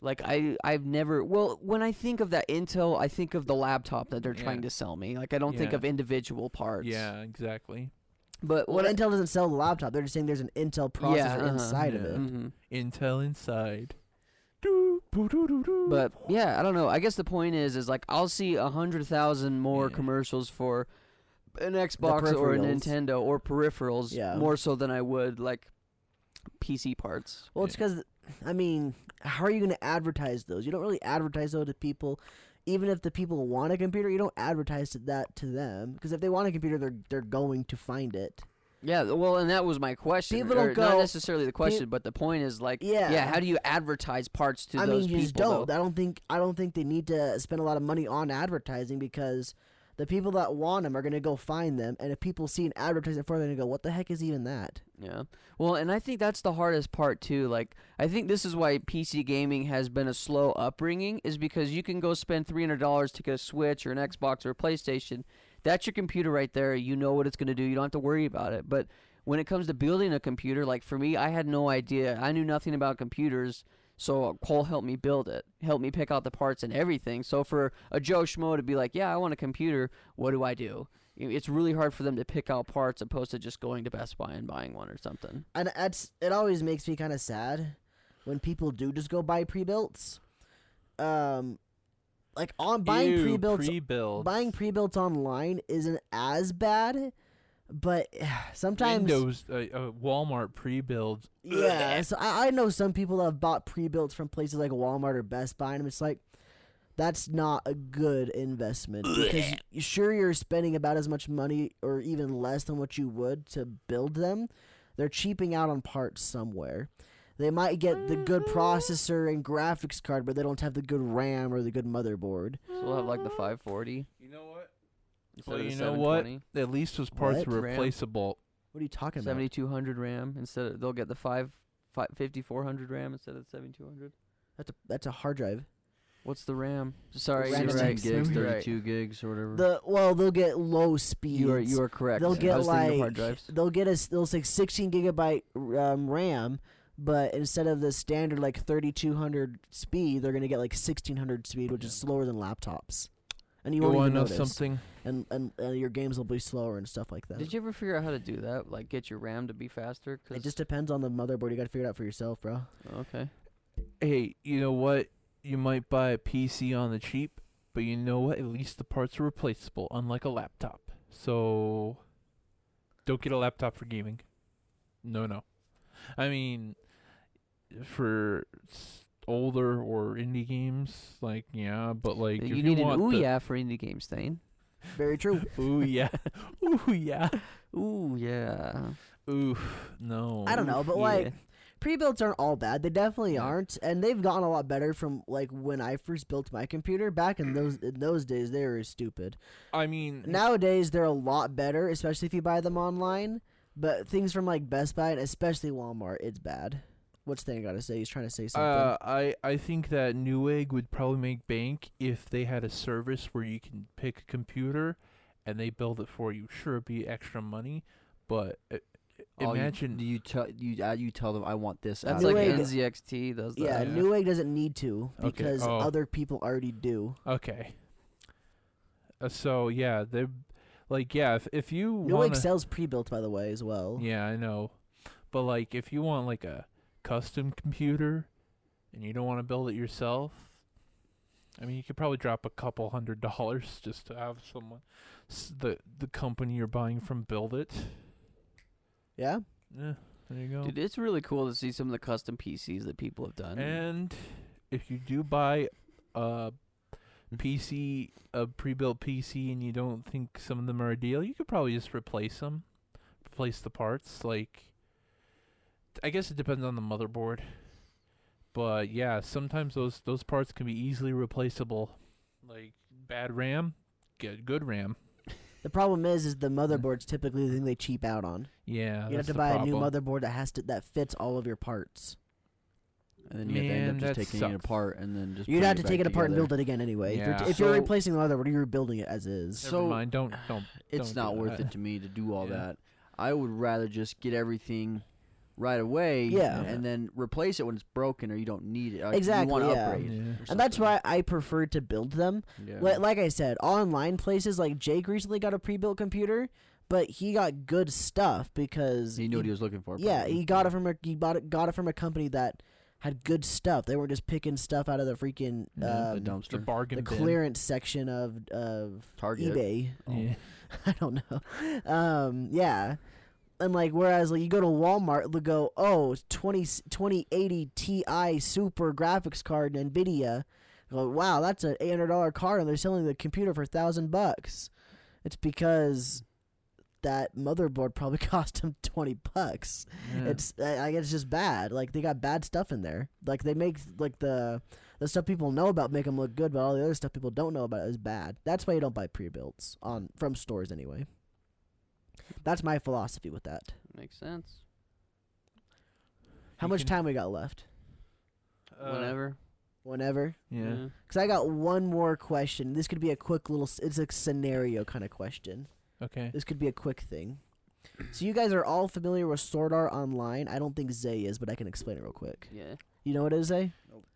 Speaker 2: Like I, I've never. Well, when I think of that Intel, I think of the laptop that they're
Speaker 3: Yeah.
Speaker 2: trying to sell me. Like I don't think
Speaker 3: Yeah.
Speaker 2: of individual parts.
Speaker 3: Yeah, exactly.
Speaker 2: But what?
Speaker 5: well, Intel doesn't sell the laptop. They're just saying there's an Intel processor
Speaker 2: uh-huh,
Speaker 5: inside
Speaker 3: yeah.
Speaker 5: of it.
Speaker 2: hmm
Speaker 3: Mm-hmm. Intel Inside. Doo, boo, doo, doo, doo.
Speaker 2: But yeah, I don't know. I guess the point is, is like I'll see a hundred thousand more
Speaker 3: Yeah. commercials
Speaker 2: commercials for an Xbox or a
Speaker 5: peripherals.
Speaker 2: Nintendo or peripherals
Speaker 5: Yeah.
Speaker 2: more so than I would like PC parts.
Speaker 5: Well, it's because, I mean, how are you going to advertise those? You don't really advertise those to people. Even if the people want a computer, you don't advertise to that to them because if they want a computer, they're they're going to find it.
Speaker 2: Yeah. th- Well, and that was my question.
Speaker 5: People don't
Speaker 2: or
Speaker 5: go-
Speaker 2: Not necessarily the question, but the point is like,
Speaker 5: Yeah.
Speaker 2: yeah. How do you advertise parts to
Speaker 5: I
Speaker 2: those
Speaker 5: mean, you
Speaker 2: people?
Speaker 5: just don't.
Speaker 2: though?
Speaker 5: I don't think I don't think they need to spend a lot of money on advertising because The people that want them are gonna go find them, and if people see an advertisement for them, they go, "What the heck is even that?"
Speaker 2: Yeah. Well, and I think that's the hardest part too. Like, I think this is why PC gaming has been a slow upbringing is because you can go spend three hundred dollars to get a Switch or an Xbox or a PlayStation. That's your computer right there. You know what it's going to do. You don't have to worry about it. But when it comes to building a computer, like for me, I had no idea. I knew nothing about computers. So Cole helped me build it, helped me pick out the parts and everything. So for a Joe Schmo to be like, "Yeah, I want a computer. What do I do?" i- It's really hard for them to pick out parts opposed to just going to Best Buy and buying one or something.
Speaker 5: And that's it. Always makes me kind of sad when people do just go buy pre-builts. Um, like on buying pre-builts
Speaker 6: pre-built.
Speaker 5: buying pre-built online isn't as bad, but sometimes
Speaker 3: Windows, uh, uh, Walmart pre-builds.
Speaker 5: yeah. So I, I know some people that have bought pre-built from places like Walmart or Best Buy, and I'm just like, that's not a good investment because y- sure you're spending about as much money or even less than what you would to build them. They're cheaping out on parts somewhere. They might get the good processor and graphics card, but they don't have the good RAM or the good motherboard.
Speaker 2: So we'll have like the 540.
Speaker 3: You know what?
Speaker 2: instead
Speaker 3: Uh, Well,
Speaker 2: of the
Speaker 3: you know what?
Speaker 2: 720.
Speaker 3: At least those parts
Speaker 5: What?
Speaker 3: are
Speaker 2: Ram.
Speaker 3: replaceable.
Speaker 5: What are you talking about?
Speaker 2: 7200 RAM instead of they'll get the 5, fi 5400 RAM instead of the 7200.
Speaker 5: That's a, that's a hard drive.
Speaker 2: What's the RAM? Sorry, you're
Speaker 5: Random
Speaker 2: right.
Speaker 5: text
Speaker 4: gigs,
Speaker 2: You're right.
Speaker 4: 32 gigs or whatever.
Speaker 5: The well, they'll get low speed.
Speaker 2: You are you are correct.
Speaker 5: They'll
Speaker 2: I
Speaker 5: get
Speaker 2: was thinking of hard
Speaker 5: like uh,
Speaker 2: drives.
Speaker 5: they'll get us they'll say 16 gigabyte um, RAM, but instead of the standard like 3200 speed, they're gonna get like 1600 speed, which is slower than laptops. And you
Speaker 3: You
Speaker 5: won't even
Speaker 3: want to know
Speaker 5: notice.
Speaker 3: something?
Speaker 5: And, and and your games will be slower and stuff like that.
Speaker 2: Did you ever figure out how to do that? Like get your RAM to be faster? Cause,
Speaker 5: It just depends on the motherboard. You gotta figure it out for yourself, bro.
Speaker 2: okay.
Speaker 3: Hey, you know what? You might buy a PC on the cheap, but you know what? At least the parts are replaceable, unlike a laptop. So, don't get a laptop for gaming. No, no. I mean, for s- older or indie games, like yeah, but like if
Speaker 2: you need an
Speaker 3: want
Speaker 2: ooh
Speaker 3: the-
Speaker 2: yeah for indie games, Thane.
Speaker 5: Very true.
Speaker 3: ooh yeah, ooh yeah,
Speaker 2: Ooh yeah.
Speaker 3: oof, no.
Speaker 5: I don't know, but like
Speaker 2: yeah.
Speaker 5: pre-builds aren't all bad. They definitely
Speaker 3: Yeah.
Speaker 5: aren't, and they've gotten a lot better from like when I first built my computer. Back in those in those days, they were stupid.
Speaker 3: I mean,
Speaker 5: Nowadays, they're a lot better, especially if you buy them online. But things from like Best Buy and especially Walmart, it's bad. What's thing gotta say? He's trying to say something.
Speaker 3: Uh, I I think that Newegg would probably make bank if they had a service where you can pick a computer, and they build it for you. Sure, it'd be extra money, but uh,
Speaker 4: Oh, you-
Speaker 3: imagine
Speaker 4: do you tell you uh, you tell them I want this.
Speaker 2: That's
Speaker 4: app."
Speaker 2: like
Speaker 5: Newegg-
Speaker 2: NZXT does that.
Speaker 5: yeah,
Speaker 3: yeah.
Speaker 5: Newegg doesn't need to
Speaker 3: Okay,
Speaker 5: because
Speaker 3: oh.
Speaker 5: other people already do.
Speaker 3: okay. Uh, so yeah, they like yeah if if you
Speaker 5: Newegg
Speaker 3: want
Speaker 5: sells pre-built, by the way, as well.
Speaker 3: yeah I know, but like if you want like a custom computer, and you don't want to build it yourself. I mean, you could probably drop a couple hundred dollars just to have someone, s- the the company you're buying from, build it.
Speaker 5: Yeah?
Speaker 3: Yeah, there you go.
Speaker 2: Dude, it's really cool to see some of the custom PCs that people have done.
Speaker 3: And if you do buy a PC, a pre-built PC, and you don't think some of them are a deal, you could probably just replace them, replace the parts. Like, I guess it depends on the motherboard, but yeah, sometimes those those parts can be easily replaceable. Like bad RAM, get good RAM.
Speaker 5: The problem is, is the motherboard's typically the thing they cheap out on.
Speaker 3: Yeah,
Speaker 5: you have
Speaker 3: that's
Speaker 5: to
Speaker 3: the
Speaker 5: buy
Speaker 3: problem.
Speaker 5: a new motherboard that has to that fits all of your parts.
Speaker 4: and then you have to end
Speaker 3: Man,
Speaker 4: up
Speaker 3: that
Speaker 4: just taking it
Speaker 3: sucks.
Speaker 4: apart and then just.
Speaker 5: You'd
Speaker 4: putting
Speaker 5: have to take it
Speaker 4: back
Speaker 5: apart and
Speaker 4: together.
Speaker 5: build it again anyway. If,
Speaker 3: Yeah.
Speaker 5: you're, if you're
Speaker 4: So-
Speaker 5: replacing the motherboard, you're rebuilding it as is.
Speaker 3: Never
Speaker 4: so-
Speaker 3: mind, don't don't.
Speaker 4: It's
Speaker 3: Don't
Speaker 4: not
Speaker 3: do
Speaker 4: worth
Speaker 3: that.
Speaker 4: it to me to do all
Speaker 3: Yeah.
Speaker 4: that. I would rather just get everything right away.
Speaker 5: Yeah.
Speaker 4: And then replace it when it's broken or you don't need it. Like,
Speaker 5: Exactly,
Speaker 4: You want to
Speaker 5: yeah.
Speaker 4: upgrade.
Speaker 3: Yeah.
Speaker 4: or
Speaker 5: And that's
Speaker 4: something.
Speaker 5: why I prefer to build them
Speaker 4: Yeah.
Speaker 5: Li- Like I said, online places like Jake recently got a pre-built computer, but he got good stuff because
Speaker 4: he knew what he was looking for.
Speaker 5: yeah,
Speaker 4: probably.
Speaker 5: he got it from a he bought it got it from a company that had good stuff. They weren't just picking stuff out of the freaking
Speaker 3: Yeah,
Speaker 4: Mm-hmm, the
Speaker 5: um,
Speaker 4: dumpster.
Speaker 3: The bargain
Speaker 5: the
Speaker 3: bin.
Speaker 5: clearance section of of
Speaker 4: Target.
Speaker 5: eBay.
Speaker 4: Oh.
Speaker 3: Yeah.
Speaker 5: I don't know. Um, yeah. And like, whereas like you go to Walmart, they'll go, oh, 20, 2080 Ti super graphics card and NVIDIA. Go, wow, that's an eight hundred dollar card, and they're selling the computer for thousand bucks. It's because that motherboard probably cost them twenty bucks.
Speaker 3: Yeah.
Speaker 5: It's I I guess it's just bad. Like they got bad stuff in there. Like they make like the the The stuff people know about make them look good, but all the other stuff people don't know about is bad. That's why you don't buy pre-builds on from stores anyway. That's my philosophy with that.
Speaker 2: Makes sense.
Speaker 5: How
Speaker 3: You
Speaker 5: much
Speaker 3: can-
Speaker 5: time we got left?
Speaker 3: Uh,
Speaker 2: Whatever.
Speaker 5: Whenever,
Speaker 3: Yeah.
Speaker 5: because I got one more question. This could be a quick little. s- It's a scenario kind of question.
Speaker 3: Okay.
Speaker 5: This could be a quick thing. So you guys are all familiar with Sword Art Online. I don't think Zay is, but I can explain it real quick.
Speaker 2: Yeah.
Speaker 5: You know what it is, Zay?
Speaker 4: Nope.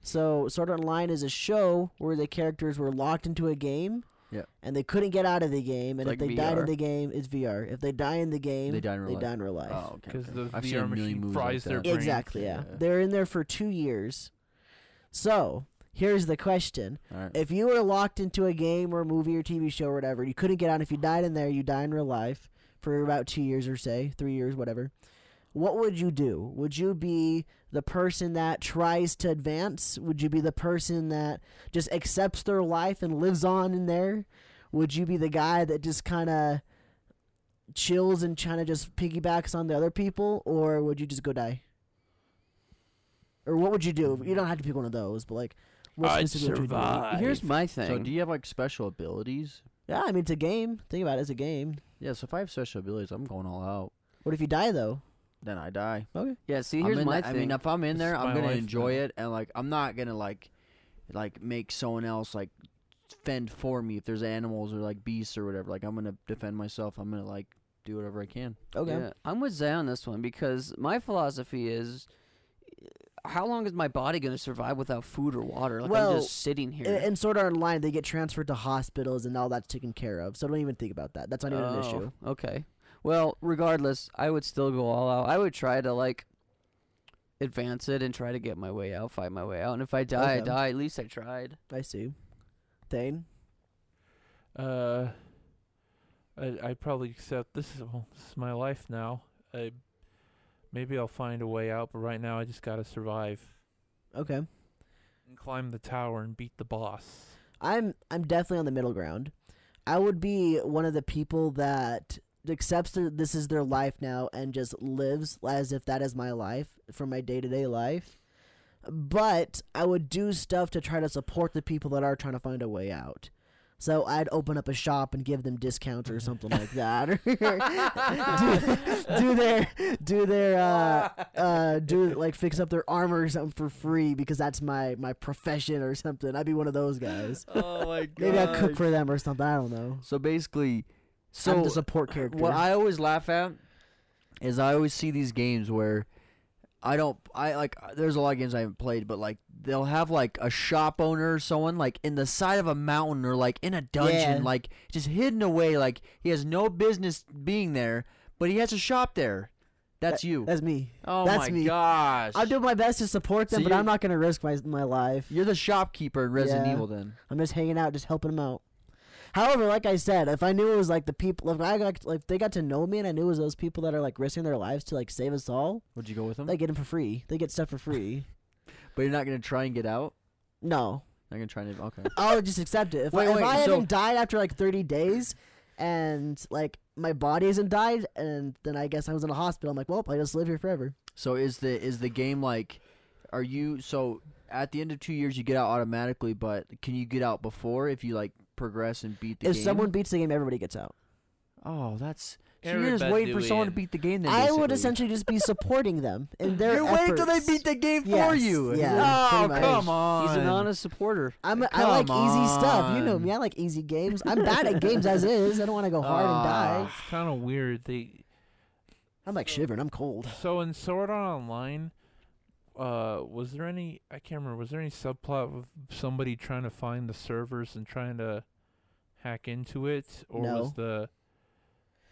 Speaker 5: So Sword Art Online is a show where the characters were locked into a game.
Speaker 4: Yeah.
Speaker 5: And they couldn't get out of the game. And
Speaker 2: It's
Speaker 5: if
Speaker 2: like
Speaker 5: they died in
Speaker 2: VR.
Speaker 5: the game, it's VR. If they die in the game,
Speaker 4: They die in real life.
Speaker 5: in real life.
Speaker 4: Oh, okay.
Speaker 3: Because
Speaker 4: okay.
Speaker 3: the VR
Speaker 4: I've seen a
Speaker 3: machine
Speaker 4: million movies
Speaker 3: fries
Speaker 4: like
Speaker 3: their
Speaker 4: that.
Speaker 3: brain.
Speaker 5: Exactly, yeah.
Speaker 4: Yeah.
Speaker 5: They're in there for two years. So here's the question.
Speaker 4: All right.
Speaker 5: If you were locked into a game or movie or TV show or whatever, you couldn't get out. If you died in there, you die in real life for about two years or say three years, whatever. What would you do? Would you be the person that tries to advance? Would you be the person that just accepts their life and lives on in there? Would you be the guy that just kind of chills and kind of just piggybacks on the other people, or would you just go die? Or what would you do? You don't have to pick one of those, but like, what specifically would you do?
Speaker 2: Here's my thing.
Speaker 4: So do you have like special abilities?
Speaker 5: Yeah, I mean it's a game. Think about it as a game.
Speaker 4: Yeah. So if I have special abilities, I'm going all out.
Speaker 5: What if you die though?
Speaker 4: Then I die.
Speaker 5: Okay.
Speaker 2: yeah. See,
Speaker 4: I'm
Speaker 2: here's
Speaker 4: in
Speaker 2: my
Speaker 4: the-
Speaker 2: thing.
Speaker 4: I mean, if I'm in
Speaker 3: This
Speaker 4: there,
Speaker 3: is
Speaker 4: I'm
Speaker 3: my
Speaker 4: gonna
Speaker 3: life
Speaker 4: enjoy
Speaker 3: now.
Speaker 4: it, and like I'm not gonna like, like make someone else like fend for me if there's animals or like beasts or whatever. Like I'm gonna defend myself. I'm gonna like do whatever I can.
Speaker 5: Okay.
Speaker 2: Yeah, I'm with Zay on this one because my philosophy is how long is my body going to survive without food or water? Like
Speaker 5: Well,
Speaker 2: I'm just sitting here.
Speaker 5: And, and Sword Art Online, they get transferred to hospitals and all that's taken care of. So don't even think about that. That's not even an
Speaker 2: Oh,
Speaker 5: issue.
Speaker 2: Okay. Well, regardless, I would still go all out. I would try to like advance it and try to get my way out, fight my way out. And if I die, I
Speaker 5: Okay.
Speaker 2: die. At least I tried.
Speaker 5: I see. Thane.
Speaker 3: Uh, I I probably accept this is well, this is my life now. I maybe I'll find a way out, but right now I just gotta survive
Speaker 5: Okay.
Speaker 3: and climb the tower and beat the boss.
Speaker 5: I'm I'm definitely on the middle ground. I would be one of the people that accepts their, this is their life now and just lives as if that is my life for my day to day life. But I would do stuff to try to support the people that are trying to find a way out. So I'd open up a shop and give them discounts or something like that. do, do their do their uh, uh, do like fix up their armor or something for free because that's my my profession or something. I'd be one of those guys.
Speaker 4: Oh my god.
Speaker 5: Maybe I cook for them or something. I don't know.
Speaker 4: So basically,
Speaker 5: So
Speaker 4: so
Speaker 5: the support character.
Speaker 4: What I always laugh at is I always see these games where I don't I like there's a lot of games I haven't played, but like they'll have like a shop owner or someone like in the side of a mountain or like in a dungeon,
Speaker 5: Yeah.
Speaker 4: like just hidden away, like he has no business being there, but he has a shop there. That's you.
Speaker 5: That's me.
Speaker 4: oh
Speaker 5: that's
Speaker 4: my
Speaker 5: me.
Speaker 4: gosh.
Speaker 5: I'll do my best to support them,
Speaker 4: So
Speaker 5: but I'm
Speaker 4: you-
Speaker 5: not gonna risk my my life.
Speaker 4: You're the shopkeeper in Resident
Speaker 5: Yeah.
Speaker 4: Evil then.
Speaker 5: I'm just hanging out, just helping them out. However, like I said, if I knew it was like the people, if I got like they got to know me, and I knew it was those people that are like risking their lives to like save us all,
Speaker 4: Would you go with him?
Speaker 5: they get them for free. They get stuff for free.
Speaker 4: but you're not gonna try and get out?
Speaker 5: no,
Speaker 4: Not gonna try and okay.
Speaker 5: I'll just accept it. If
Speaker 4: Wait,
Speaker 5: I, if
Speaker 4: wait,
Speaker 5: I
Speaker 4: so-
Speaker 5: haven't died after like 30 days, and like my body hasn't died, and then I guess I was in a hospital. I'm like, well, I just live here forever.
Speaker 4: So is the is the game like are you so at the end of two years you get out automatically, but can you get out before if you like progress and beat the
Speaker 5: if
Speaker 4: game?
Speaker 5: someone beats the game, everybody gets out.
Speaker 4: Oh, that's so you're just waiting for someone to
Speaker 3: Erebeduin.
Speaker 4: beat the game then.
Speaker 5: I would
Speaker 4: basically.
Speaker 5: essentially just be supporting them in their
Speaker 4: You're waiting till they
Speaker 5: efforts.
Speaker 4: beat the game for
Speaker 5: Yes,
Speaker 4: you.
Speaker 5: yeah,
Speaker 4: oh,
Speaker 5: pretty much.
Speaker 4: come on.
Speaker 2: He's an honest supporter.
Speaker 5: I'm, I like
Speaker 4: Come
Speaker 5: easy stuff. You know
Speaker 4: on.
Speaker 5: me. I like easy games. I'm bad at games as is. I don't want to go hard and die.
Speaker 4: Ah.
Speaker 3: It's kind of weird. They
Speaker 5: I'm like shivering. I'm cold.
Speaker 3: so in Sword Art Online, uh, was there any? I can't remember. Was there any subplot with somebody trying to find the servers and trying to hack into it, or
Speaker 5: No.
Speaker 3: was the?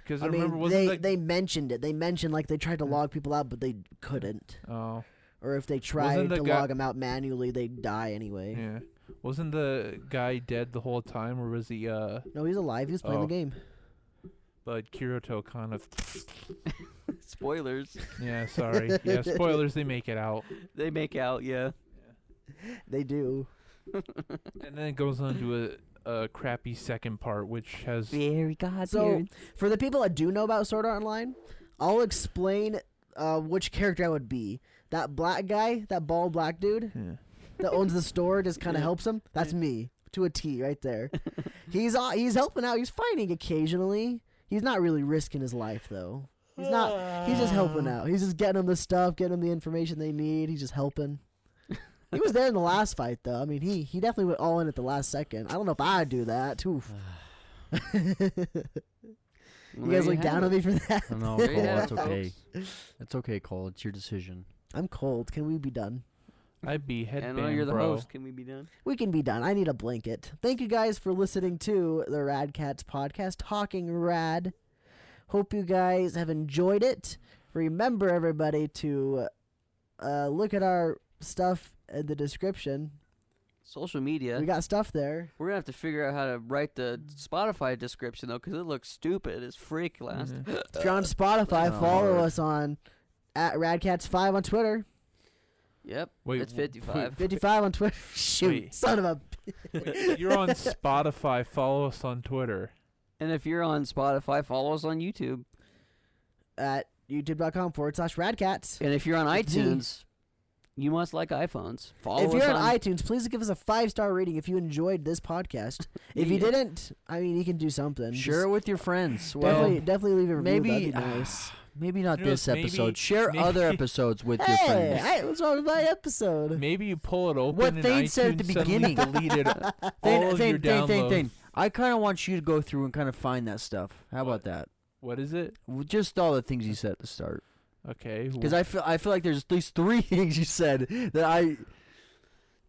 Speaker 3: Because I,
Speaker 5: I
Speaker 3: remember
Speaker 5: mean,
Speaker 3: wasn't
Speaker 5: they
Speaker 3: like
Speaker 5: they mentioned it. They mentioned like they tried to
Speaker 3: Mm.
Speaker 5: log people out, but they couldn't.
Speaker 3: oh
Speaker 5: Or if they tried
Speaker 3: the
Speaker 5: to
Speaker 3: guy-
Speaker 5: log them out manually, they'd die anyway.
Speaker 3: yeah, wasn't the guy dead the whole time, or was he uh?
Speaker 5: No, he's alive. He was playing
Speaker 3: Oh.
Speaker 5: the game.
Speaker 3: But Kirito kind of
Speaker 2: Spoilers.
Speaker 3: yeah. Sorry, yeah. Spoilers. They make it out,
Speaker 2: They make out. Yeah.
Speaker 5: They do.
Speaker 3: and then it goes on to a a crappy second part, which has
Speaker 2: Very God.
Speaker 5: So, for the people that do know about Sword Art Online, I'll explain uh, which character I would be. That black guy, that bald black dude.
Speaker 3: yeah.
Speaker 5: that owns the store just kind of helps him. That's me to a T right there. he's uh, he's helping out. He's fighting occasionally. He's not really risking his life though. He's not. He's just helping out. He's just getting them the stuff, getting them the information they need. He's just helping. he was there in the last fight though. I mean, he he definitely went all in at the last second. I don't know if I'd do that. Oof. you guys look down on me for that.
Speaker 4: I don't know,
Speaker 3: Oh,
Speaker 2: There you
Speaker 4: Cole.
Speaker 2: have
Speaker 4: That's
Speaker 2: it,
Speaker 4: okay. It's okay, Cole. It's your decision.
Speaker 5: I'm cold. Can we be done?
Speaker 3: I behead
Speaker 2: And uh,
Speaker 3: bang,
Speaker 2: you're the
Speaker 3: bro.
Speaker 2: host. Can we be done?
Speaker 5: we can be done. I need a blanket. Thank you guys for listening to the Rad Cats podcast, Talking Rad. Hope you guys have enjoyed it. Remember, everybody, to uh, look at our stuff in the description.
Speaker 2: Social media.
Speaker 5: We got stuff there.
Speaker 2: We're gonna have to figure out how to write the Spotify description though, 'cause it looks stupid as freak last.
Speaker 5: If you're on
Speaker 2: Uh,
Speaker 5: Spotify,
Speaker 4: Oh,
Speaker 5: follow
Speaker 4: Lord.
Speaker 5: us on at Radcats5 on Twitter,
Speaker 2: Yep.
Speaker 3: Wait,
Speaker 2: it's
Speaker 3: wh- wait,
Speaker 2: 55.
Speaker 5: 55 on Twitter. Shoot,
Speaker 3: Wait.
Speaker 5: son of a.
Speaker 3: Wait, you're on Spotify. Follow us on Twitter.
Speaker 2: and if you're on Spotify, follow us on YouTube.
Speaker 5: At youtube.com forward slash radcats.
Speaker 2: And if you're on
Speaker 5: It's me.
Speaker 2: iTunes, you must like iPhones. Follow
Speaker 5: if you're
Speaker 2: us
Speaker 5: on,
Speaker 2: on
Speaker 5: iTunes, please give us a five star rating if you enjoyed this podcast. if you
Speaker 2: Yeah.
Speaker 5: didn't, I mean, you can do something.
Speaker 4: Share it with your friends.
Speaker 5: Just
Speaker 4: Well,
Speaker 5: definitely, definitely leave a review.
Speaker 4: maybe
Speaker 5: That'd be nice.
Speaker 4: maybe not
Speaker 3: You know,
Speaker 4: this episode.
Speaker 3: maybe-
Speaker 4: Share
Speaker 3: maybe-
Speaker 4: other episodes with your
Speaker 5: hey,
Speaker 4: friends.
Speaker 5: I, what's wrong with my episode?
Speaker 3: Maybe you pull it open.
Speaker 4: What
Speaker 3: and
Speaker 4: Thane said at the
Speaker 3: iTunes suddenly
Speaker 4: beginning.
Speaker 3: deleted
Speaker 4: Thane,
Speaker 3: all of
Speaker 4: Thane,
Speaker 3: your
Speaker 4: Thane, Thane,
Speaker 3: downloads.
Speaker 4: Thane. I kind of want you to go through and kind of find that stuff. How about
Speaker 3: What?
Speaker 4: that?
Speaker 3: What is it?
Speaker 4: W- Just all the things you said at the start.
Speaker 3: Okay.
Speaker 4: Because I feel I feel like there's at least three things you said that I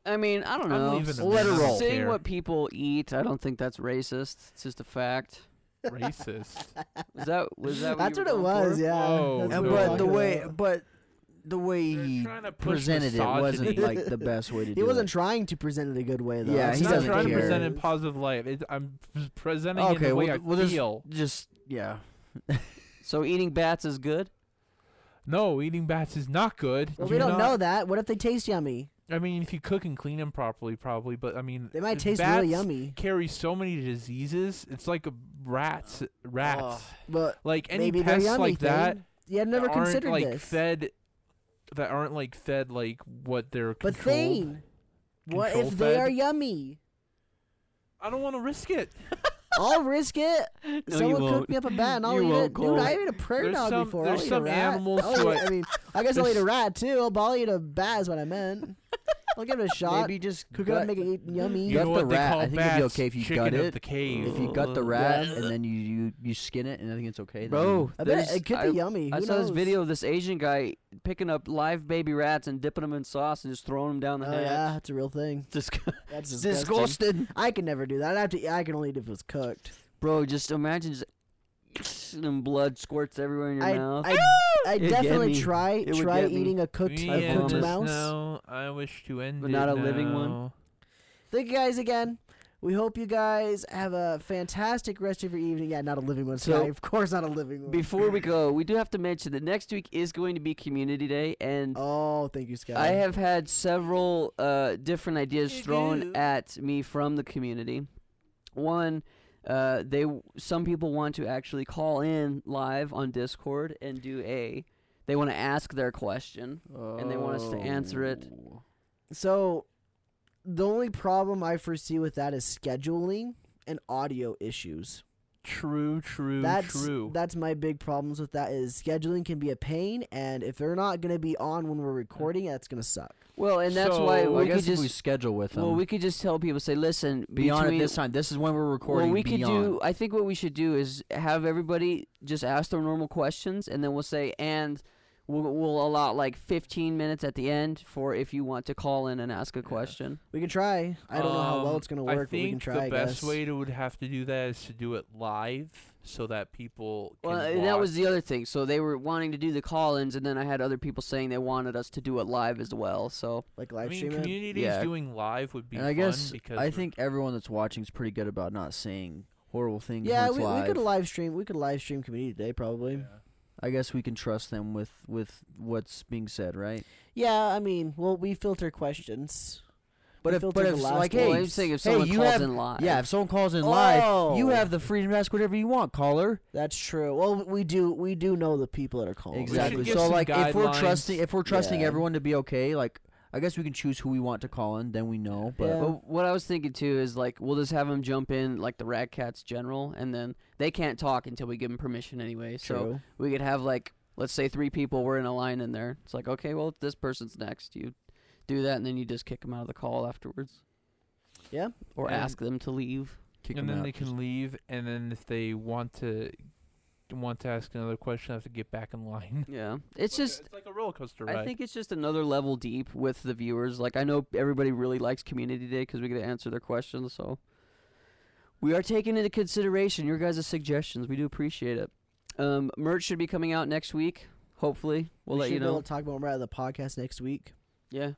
Speaker 2: I mean, I don't
Speaker 3: I'm
Speaker 2: know.
Speaker 3: leaving
Speaker 2: S-
Speaker 4: it Let it roll.
Speaker 2: Saying
Speaker 3: Care.
Speaker 2: what people eat, I don't think that's racist. It's just a fact.
Speaker 3: racist.
Speaker 2: Was that was that?
Speaker 5: That's
Speaker 2: you
Speaker 5: what
Speaker 2: were going
Speaker 5: it was,
Speaker 2: for?
Speaker 5: yeah.
Speaker 3: Whoa,
Speaker 5: That's
Speaker 3: no.
Speaker 4: And
Speaker 5: what we're
Speaker 4: but the
Speaker 5: talking
Speaker 4: way,
Speaker 5: about.
Speaker 4: but the way
Speaker 3: They're
Speaker 4: he
Speaker 3: trying to push
Speaker 4: presented it wasn't
Speaker 3: misogyny.
Speaker 4: like the best way to do
Speaker 5: He
Speaker 4: it.
Speaker 5: wasn't trying to present it a good way, though.
Speaker 4: Yeah,
Speaker 5: It's
Speaker 4: he
Speaker 3: I'm
Speaker 5: just
Speaker 3: not
Speaker 4: doesn't
Speaker 3: trying to
Speaker 4: care.
Speaker 3: present it in positive light. It, I'm p- presenting it in
Speaker 4: Okay,
Speaker 3: the way
Speaker 4: well,
Speaker 3: I
Speaker 4: well, there's-
Speaker 3: feel.
Speaker 4: Just yeah.
Speaker 2: So eating bats is good.
Speaker 3: No, eating bats is not good.
Speaker 5: Well,
Speaker 3: Do
Speaker 5: we don't
Speaker 3: not-
Speaker 5: know that. What if they taste yummy?
Speaker 3: I mean, if you cook and clean them properly, probably. But I mean,
Speaker 5: They might
Speaker 3: the
Speaker 5: taste
Speaker 3: bats
Speaker 5: really yummy,
Speaker 3: Carry so many diseases. It's like a rats. Rats.
Speaker 5: but
Speaker 3: Like any
Speaker 5: maybe they're
Speaker 3: pests
Speaker 5: yummy.
Speaker 3: like that.
Speaker 5: Thane. yeah, I've never
Speaker 3: that aren't,
Speaker 5: considered
Speaker 3: like
Speaker 5: this.
Speaker 3: fed. That aren't like fed like what they're
Speaker 5: but
Speaker 3: controlled.
Speaker 5: Thane, what
Speaker 3: control
Speaker 5: if they
Speaker 3: fed.
Speaker 5: are yummy?
Speaker 3: I don't want to risk it.
Speaker 5: I'll risk it.
Speaker 2: No,
Speaker 5: Someone
Speaker 2: you
Speaker 5: cooked
Speaker 2: won't.
Speaker 5: me up a bat and I'll
Speaker 2: You
Speaker 5: eat
Speaker 2: won't,
Speaker 5: it. Dude,
Speaker 2: Cole.
Speaker 5: I ate a prairie
Speaker 3: There's
Speaker 5: dog
Speaker 3: some-
Speaker 5: before.
Speaker 3: there's
Speaker 5: I'll eat
Speaker 3: some
Speaker 5: a rat.
Speaker 3: animals
Speaker 5: I'll
Speaker 3: who
Speaker 5: eat-
Speaker 3: are-
Speaker 5: I mean, I guess I'll eat a
Speaker 3: there's-
Speaker 5: rat too. I'll, but I'll eat a bat is what I meant. I'll give it a shot.
Speaker 4: Maybe just
Speaker 5: Cook it
Speaker 4: gut,
Speaker 5: up, make it eat yummy.
Speaker 3: You
Speaker 4: Gut
Speaker 3: know
Speaker 4: the
Speaker 3: what they
Speaker 4: rat.
Speaker 3: call
Speaker 4: I think
Speaker 3: bats?
Speaker 4: it'd be okay if you
Speaker 3: Chicken
Speaker 4: gut
Speaker 3: of
Speaker 4: it.
Speaker 3: the cave.
Speaker 4: If you gut the
Speaker 2: Yeah.
Speaker 4: rat and then you you, you skin it, and I think it's okay. then
Speaker 2: Bro,
Speaker 5: I bet
Speaker 2: there's-
Speaker 5: it, it could
Speaker 2: I-
Speaker 5: be yummy.
Speaker 2: I
Speaker 5: Who
Speaker 2: saw
Speaker 5: knows?
Speaker 2: this video of this Asian guy picking up live baby rats and dipping them in sauce and just throwing them down the
Speaker 5: Oh
Speaker 2: hatch.
Speaker 5: yeah, that's a real thing.
Speaker 2: Disg-
Speaker 5: That's
Speaker 4: you-
Speaker 5: disgusting. I can never do that. I'd have to. I can only do if it was cooked.
Speaker 2: Bro, just imagine just and blood squirts everywhere in your
Speaker 5: I
Speaker 2: mouth.
Speaker 5: I, I
Speaker 2: It'd get
Speaker 5: definitely
Speaker 2: me.
Speaker 5: try
Speaker 2: It would
Speaker 5: try
Speaker 2: get me.
Speaker 5: eating a cooked
Speaker 3: We
Speaker 5: a
Speaker 3: end
Speaker 5: cooked
Speaker 3: this
Speaker 5: mouse.
Speaker 3: now. I wish to end
Speaker 2: But
Speaker 3: it
Speaker 2: not a living one?
Speaker 3: now.
Speaker 5: Thank you guys again. We hope you guys have a fantastic rest of your evening. Yeah, not a living one. Sorry,
Speaker 2: So-
Speaker 5: of course not a living one.
Speaker 2: Before we go, we do have to mention that next week is going to be Community Day, and
Speaker 5: Oh, thank you, Scott.
Speaker 2: I have had several uh, different ideas thrown at me from the community. One, uh, they w- some people want to actually call in live on Discord and do a. They want to ask their question. And they want us to answer it.
Speaker 4: Oh.
Speaker 5: So the only problem I foresee with that is scheduling and audio issues.
Speaker 3: True, true,
Speaker 5: That's
Speaker 3: true.
Speaker 5: that's my big problems with that is scheduling can be a pain and if they're not going to be on when we're recording, that's going to suck.
Speaker 2: Well, and that's why
Speaker 3: So,
Speaker 4: Well, Oh, I
Speaker 2: we could
Speaker 4: guess if
Speaker 2: just
Speaker 4: we schedule with them.
Speaker 2: well we could just tell people say listen
Speaker 4: beyond it
Speaker 2: between-
Speaker 4: this time. This is when we're recording.
Speaker 2: Well, we could
Speaker 4: beyond.
Speaker 2: do. I think what we should do is have everybody just ask their normal questions, and then we'll say, and we'll, we'll allow like 15 minutes at the end for if you want to call in and ask a question.
Speaker 5: We can try. I don't know how well
Speaker 3: Um,
Speaker 5: it's going to work,
Speaker 3: I
Speaker 5: but we can
Speaker 3: think
Speaker 5: try,
Speaker 3: the
Speaker 5: I
Speaker 3: best
Speaker 5: guess.
Speaker 3: way to would have to do that is to do it live, so that people. Can
Speaker 2: Well, and that was
Speaker 3: watch.
Speaker 2: the other thing. So they were wanting to do the call-ins, and then I had other people saying they wanted us to do it live as well. So
Speaker 5: like
Speaker 3: I
Speaker 5: live
Speaker 3: mean,
Speaker 5: streaming.
Speaker 3: communities
Speaker 2: Yeah.
Speaker 3: doing live would be
Speaker 4: And I
Speaker 3: fun
Speaker 4: guess
Speaker 3: because
Speaker 4: I
Speaker 3: we're-
Speaker 4: think everyone that's watching is pretty good about not saying horrible things. when
Speaker 5: Yeah,
Speaker 4: it's
Speaker 5: we, we
Speaker 4: live.
Speaker 5: could live stream. We could live stream community today probably.
Speaker 4: I guess we can trust them with with what's being said, right?
Speaker 5: Yeah, I mean, well, we filter questions.
Speaker 4: But
Speaker 5: We
Speaker 4: if
Speaker 5: filter
Speaker 4: but
Speaker 5: the
Speaker 4: if
Speaker 5: last
Speaker 4: like
Speaker 5: one.
Speaker 4: hey,
Speaker 2: well, I'm saying if
Speaker 4: hey,
Speaker 2: someone
Speaker 4: you
Speaker 2: calls
Speaker 4: have-
Speaker 2: in live,
Speaker 4: yeah, if someone calls in live, you
Speaker 5: Oh.
Speaker 4: have the freedom to ask whatever you want, caller.
Speaker 5: That's true. Well, we do we
Speaker 4: Oh.
Speaker 5: do know the people that are calling.
Speaker 3: Exactly.
Speaker 4: Exactly.
Speaker 3: give
Speaker 4: So
Speaker 3: some
Speaker 4: like if we're
Speaker 3: guidelines.
Speaker 4: trusting if we're trusting
Speaker 5: Yeah.
Speaker 4: everyone to be okay, like I guess we can choose who we want to call in. Then we know. But
Speaker 5: Yeah.
Speaker 2: Well, what I was thinking too is like we'll just have them jump in like the Rat Cats general, and then they can't talk until we give them permission anyway. So
Speaker 5: True.
Speaker 2: we could have like let's say three people were in a line in there. It's like okay, well this person's next. You do that, and then you just kick them out of the call afterwards.
Speaker 5: Yeah.
Speaker 2: Or
Speaker 3: And-
Speaker 2: ask them to leave.
Speaker 1: Kick them
Speaker 3: and then
Speaker 1: out.
Speaker 3: they can leave, and then if they want to want to ask another question, I have to get back in line.
Speaker 2: Yeah. It's just
Speaker 3: it's like a roller coaster ride.
Speaker 2: I think it's just another level deep with the viewers. Like I know everybody really likes Community Day because we get to answer their questions. So we are taking into consideration your guys' suggestions. We do appreciate it. Um, merch should be coming out next week. Hopefully, we'll
Speaker 5: we
Speaker 2: let
Speaker 5: should
Speaker 2: you
Speaker 5: be able
Speaker 2: know.
Speaker 5: to talk about more out of the podcast next week.
Speaker 2: yeah.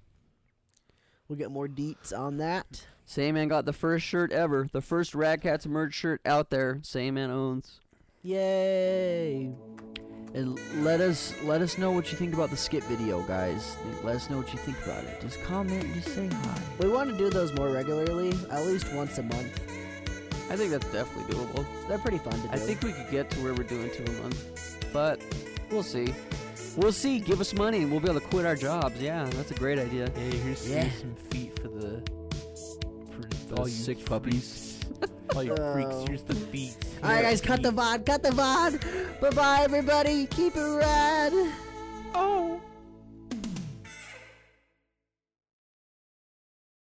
Speaker 5: We'll get more deets on that.
Speaker 2: Sandman got the first shirt ever, the first Rad Cats merch shirt out there. Sandman owns.
Speaker 5: Yay!
Speaker 4: and let us let us know what you think about the skip video, guys. Let us know what you think about it. Just comment. and Just say hi.
Speaker 5: We want to do those more regularly, at least once a month.
Speaker 2: I think that's definitely doable.
Speaker 5: They're pretty fun to do.
Speaker 2: I think we could get to where we're doing two a month, but we'll see. We'll see. Give us money, and we'll be able to quit our jobs. Yeah, that's a great idea.
Speaker 3: Hey, here's
Speaker 5: Yeah.
Speaker 3: here's some feet for the for
Speaker 1: The
Speaker 3: all you
Speaker 1: sick
Speaker 3: freaks.
Speaker 1: puppies.
Speaker 3: all you
Speaker 5: Oh.
Speaker 3: freaks. Here's the feet.
Speaker 5: All right, guys, cut the VOD, cut the VOD. Bye bye, everybody. Keep it rad.
Speaker 3: Oh.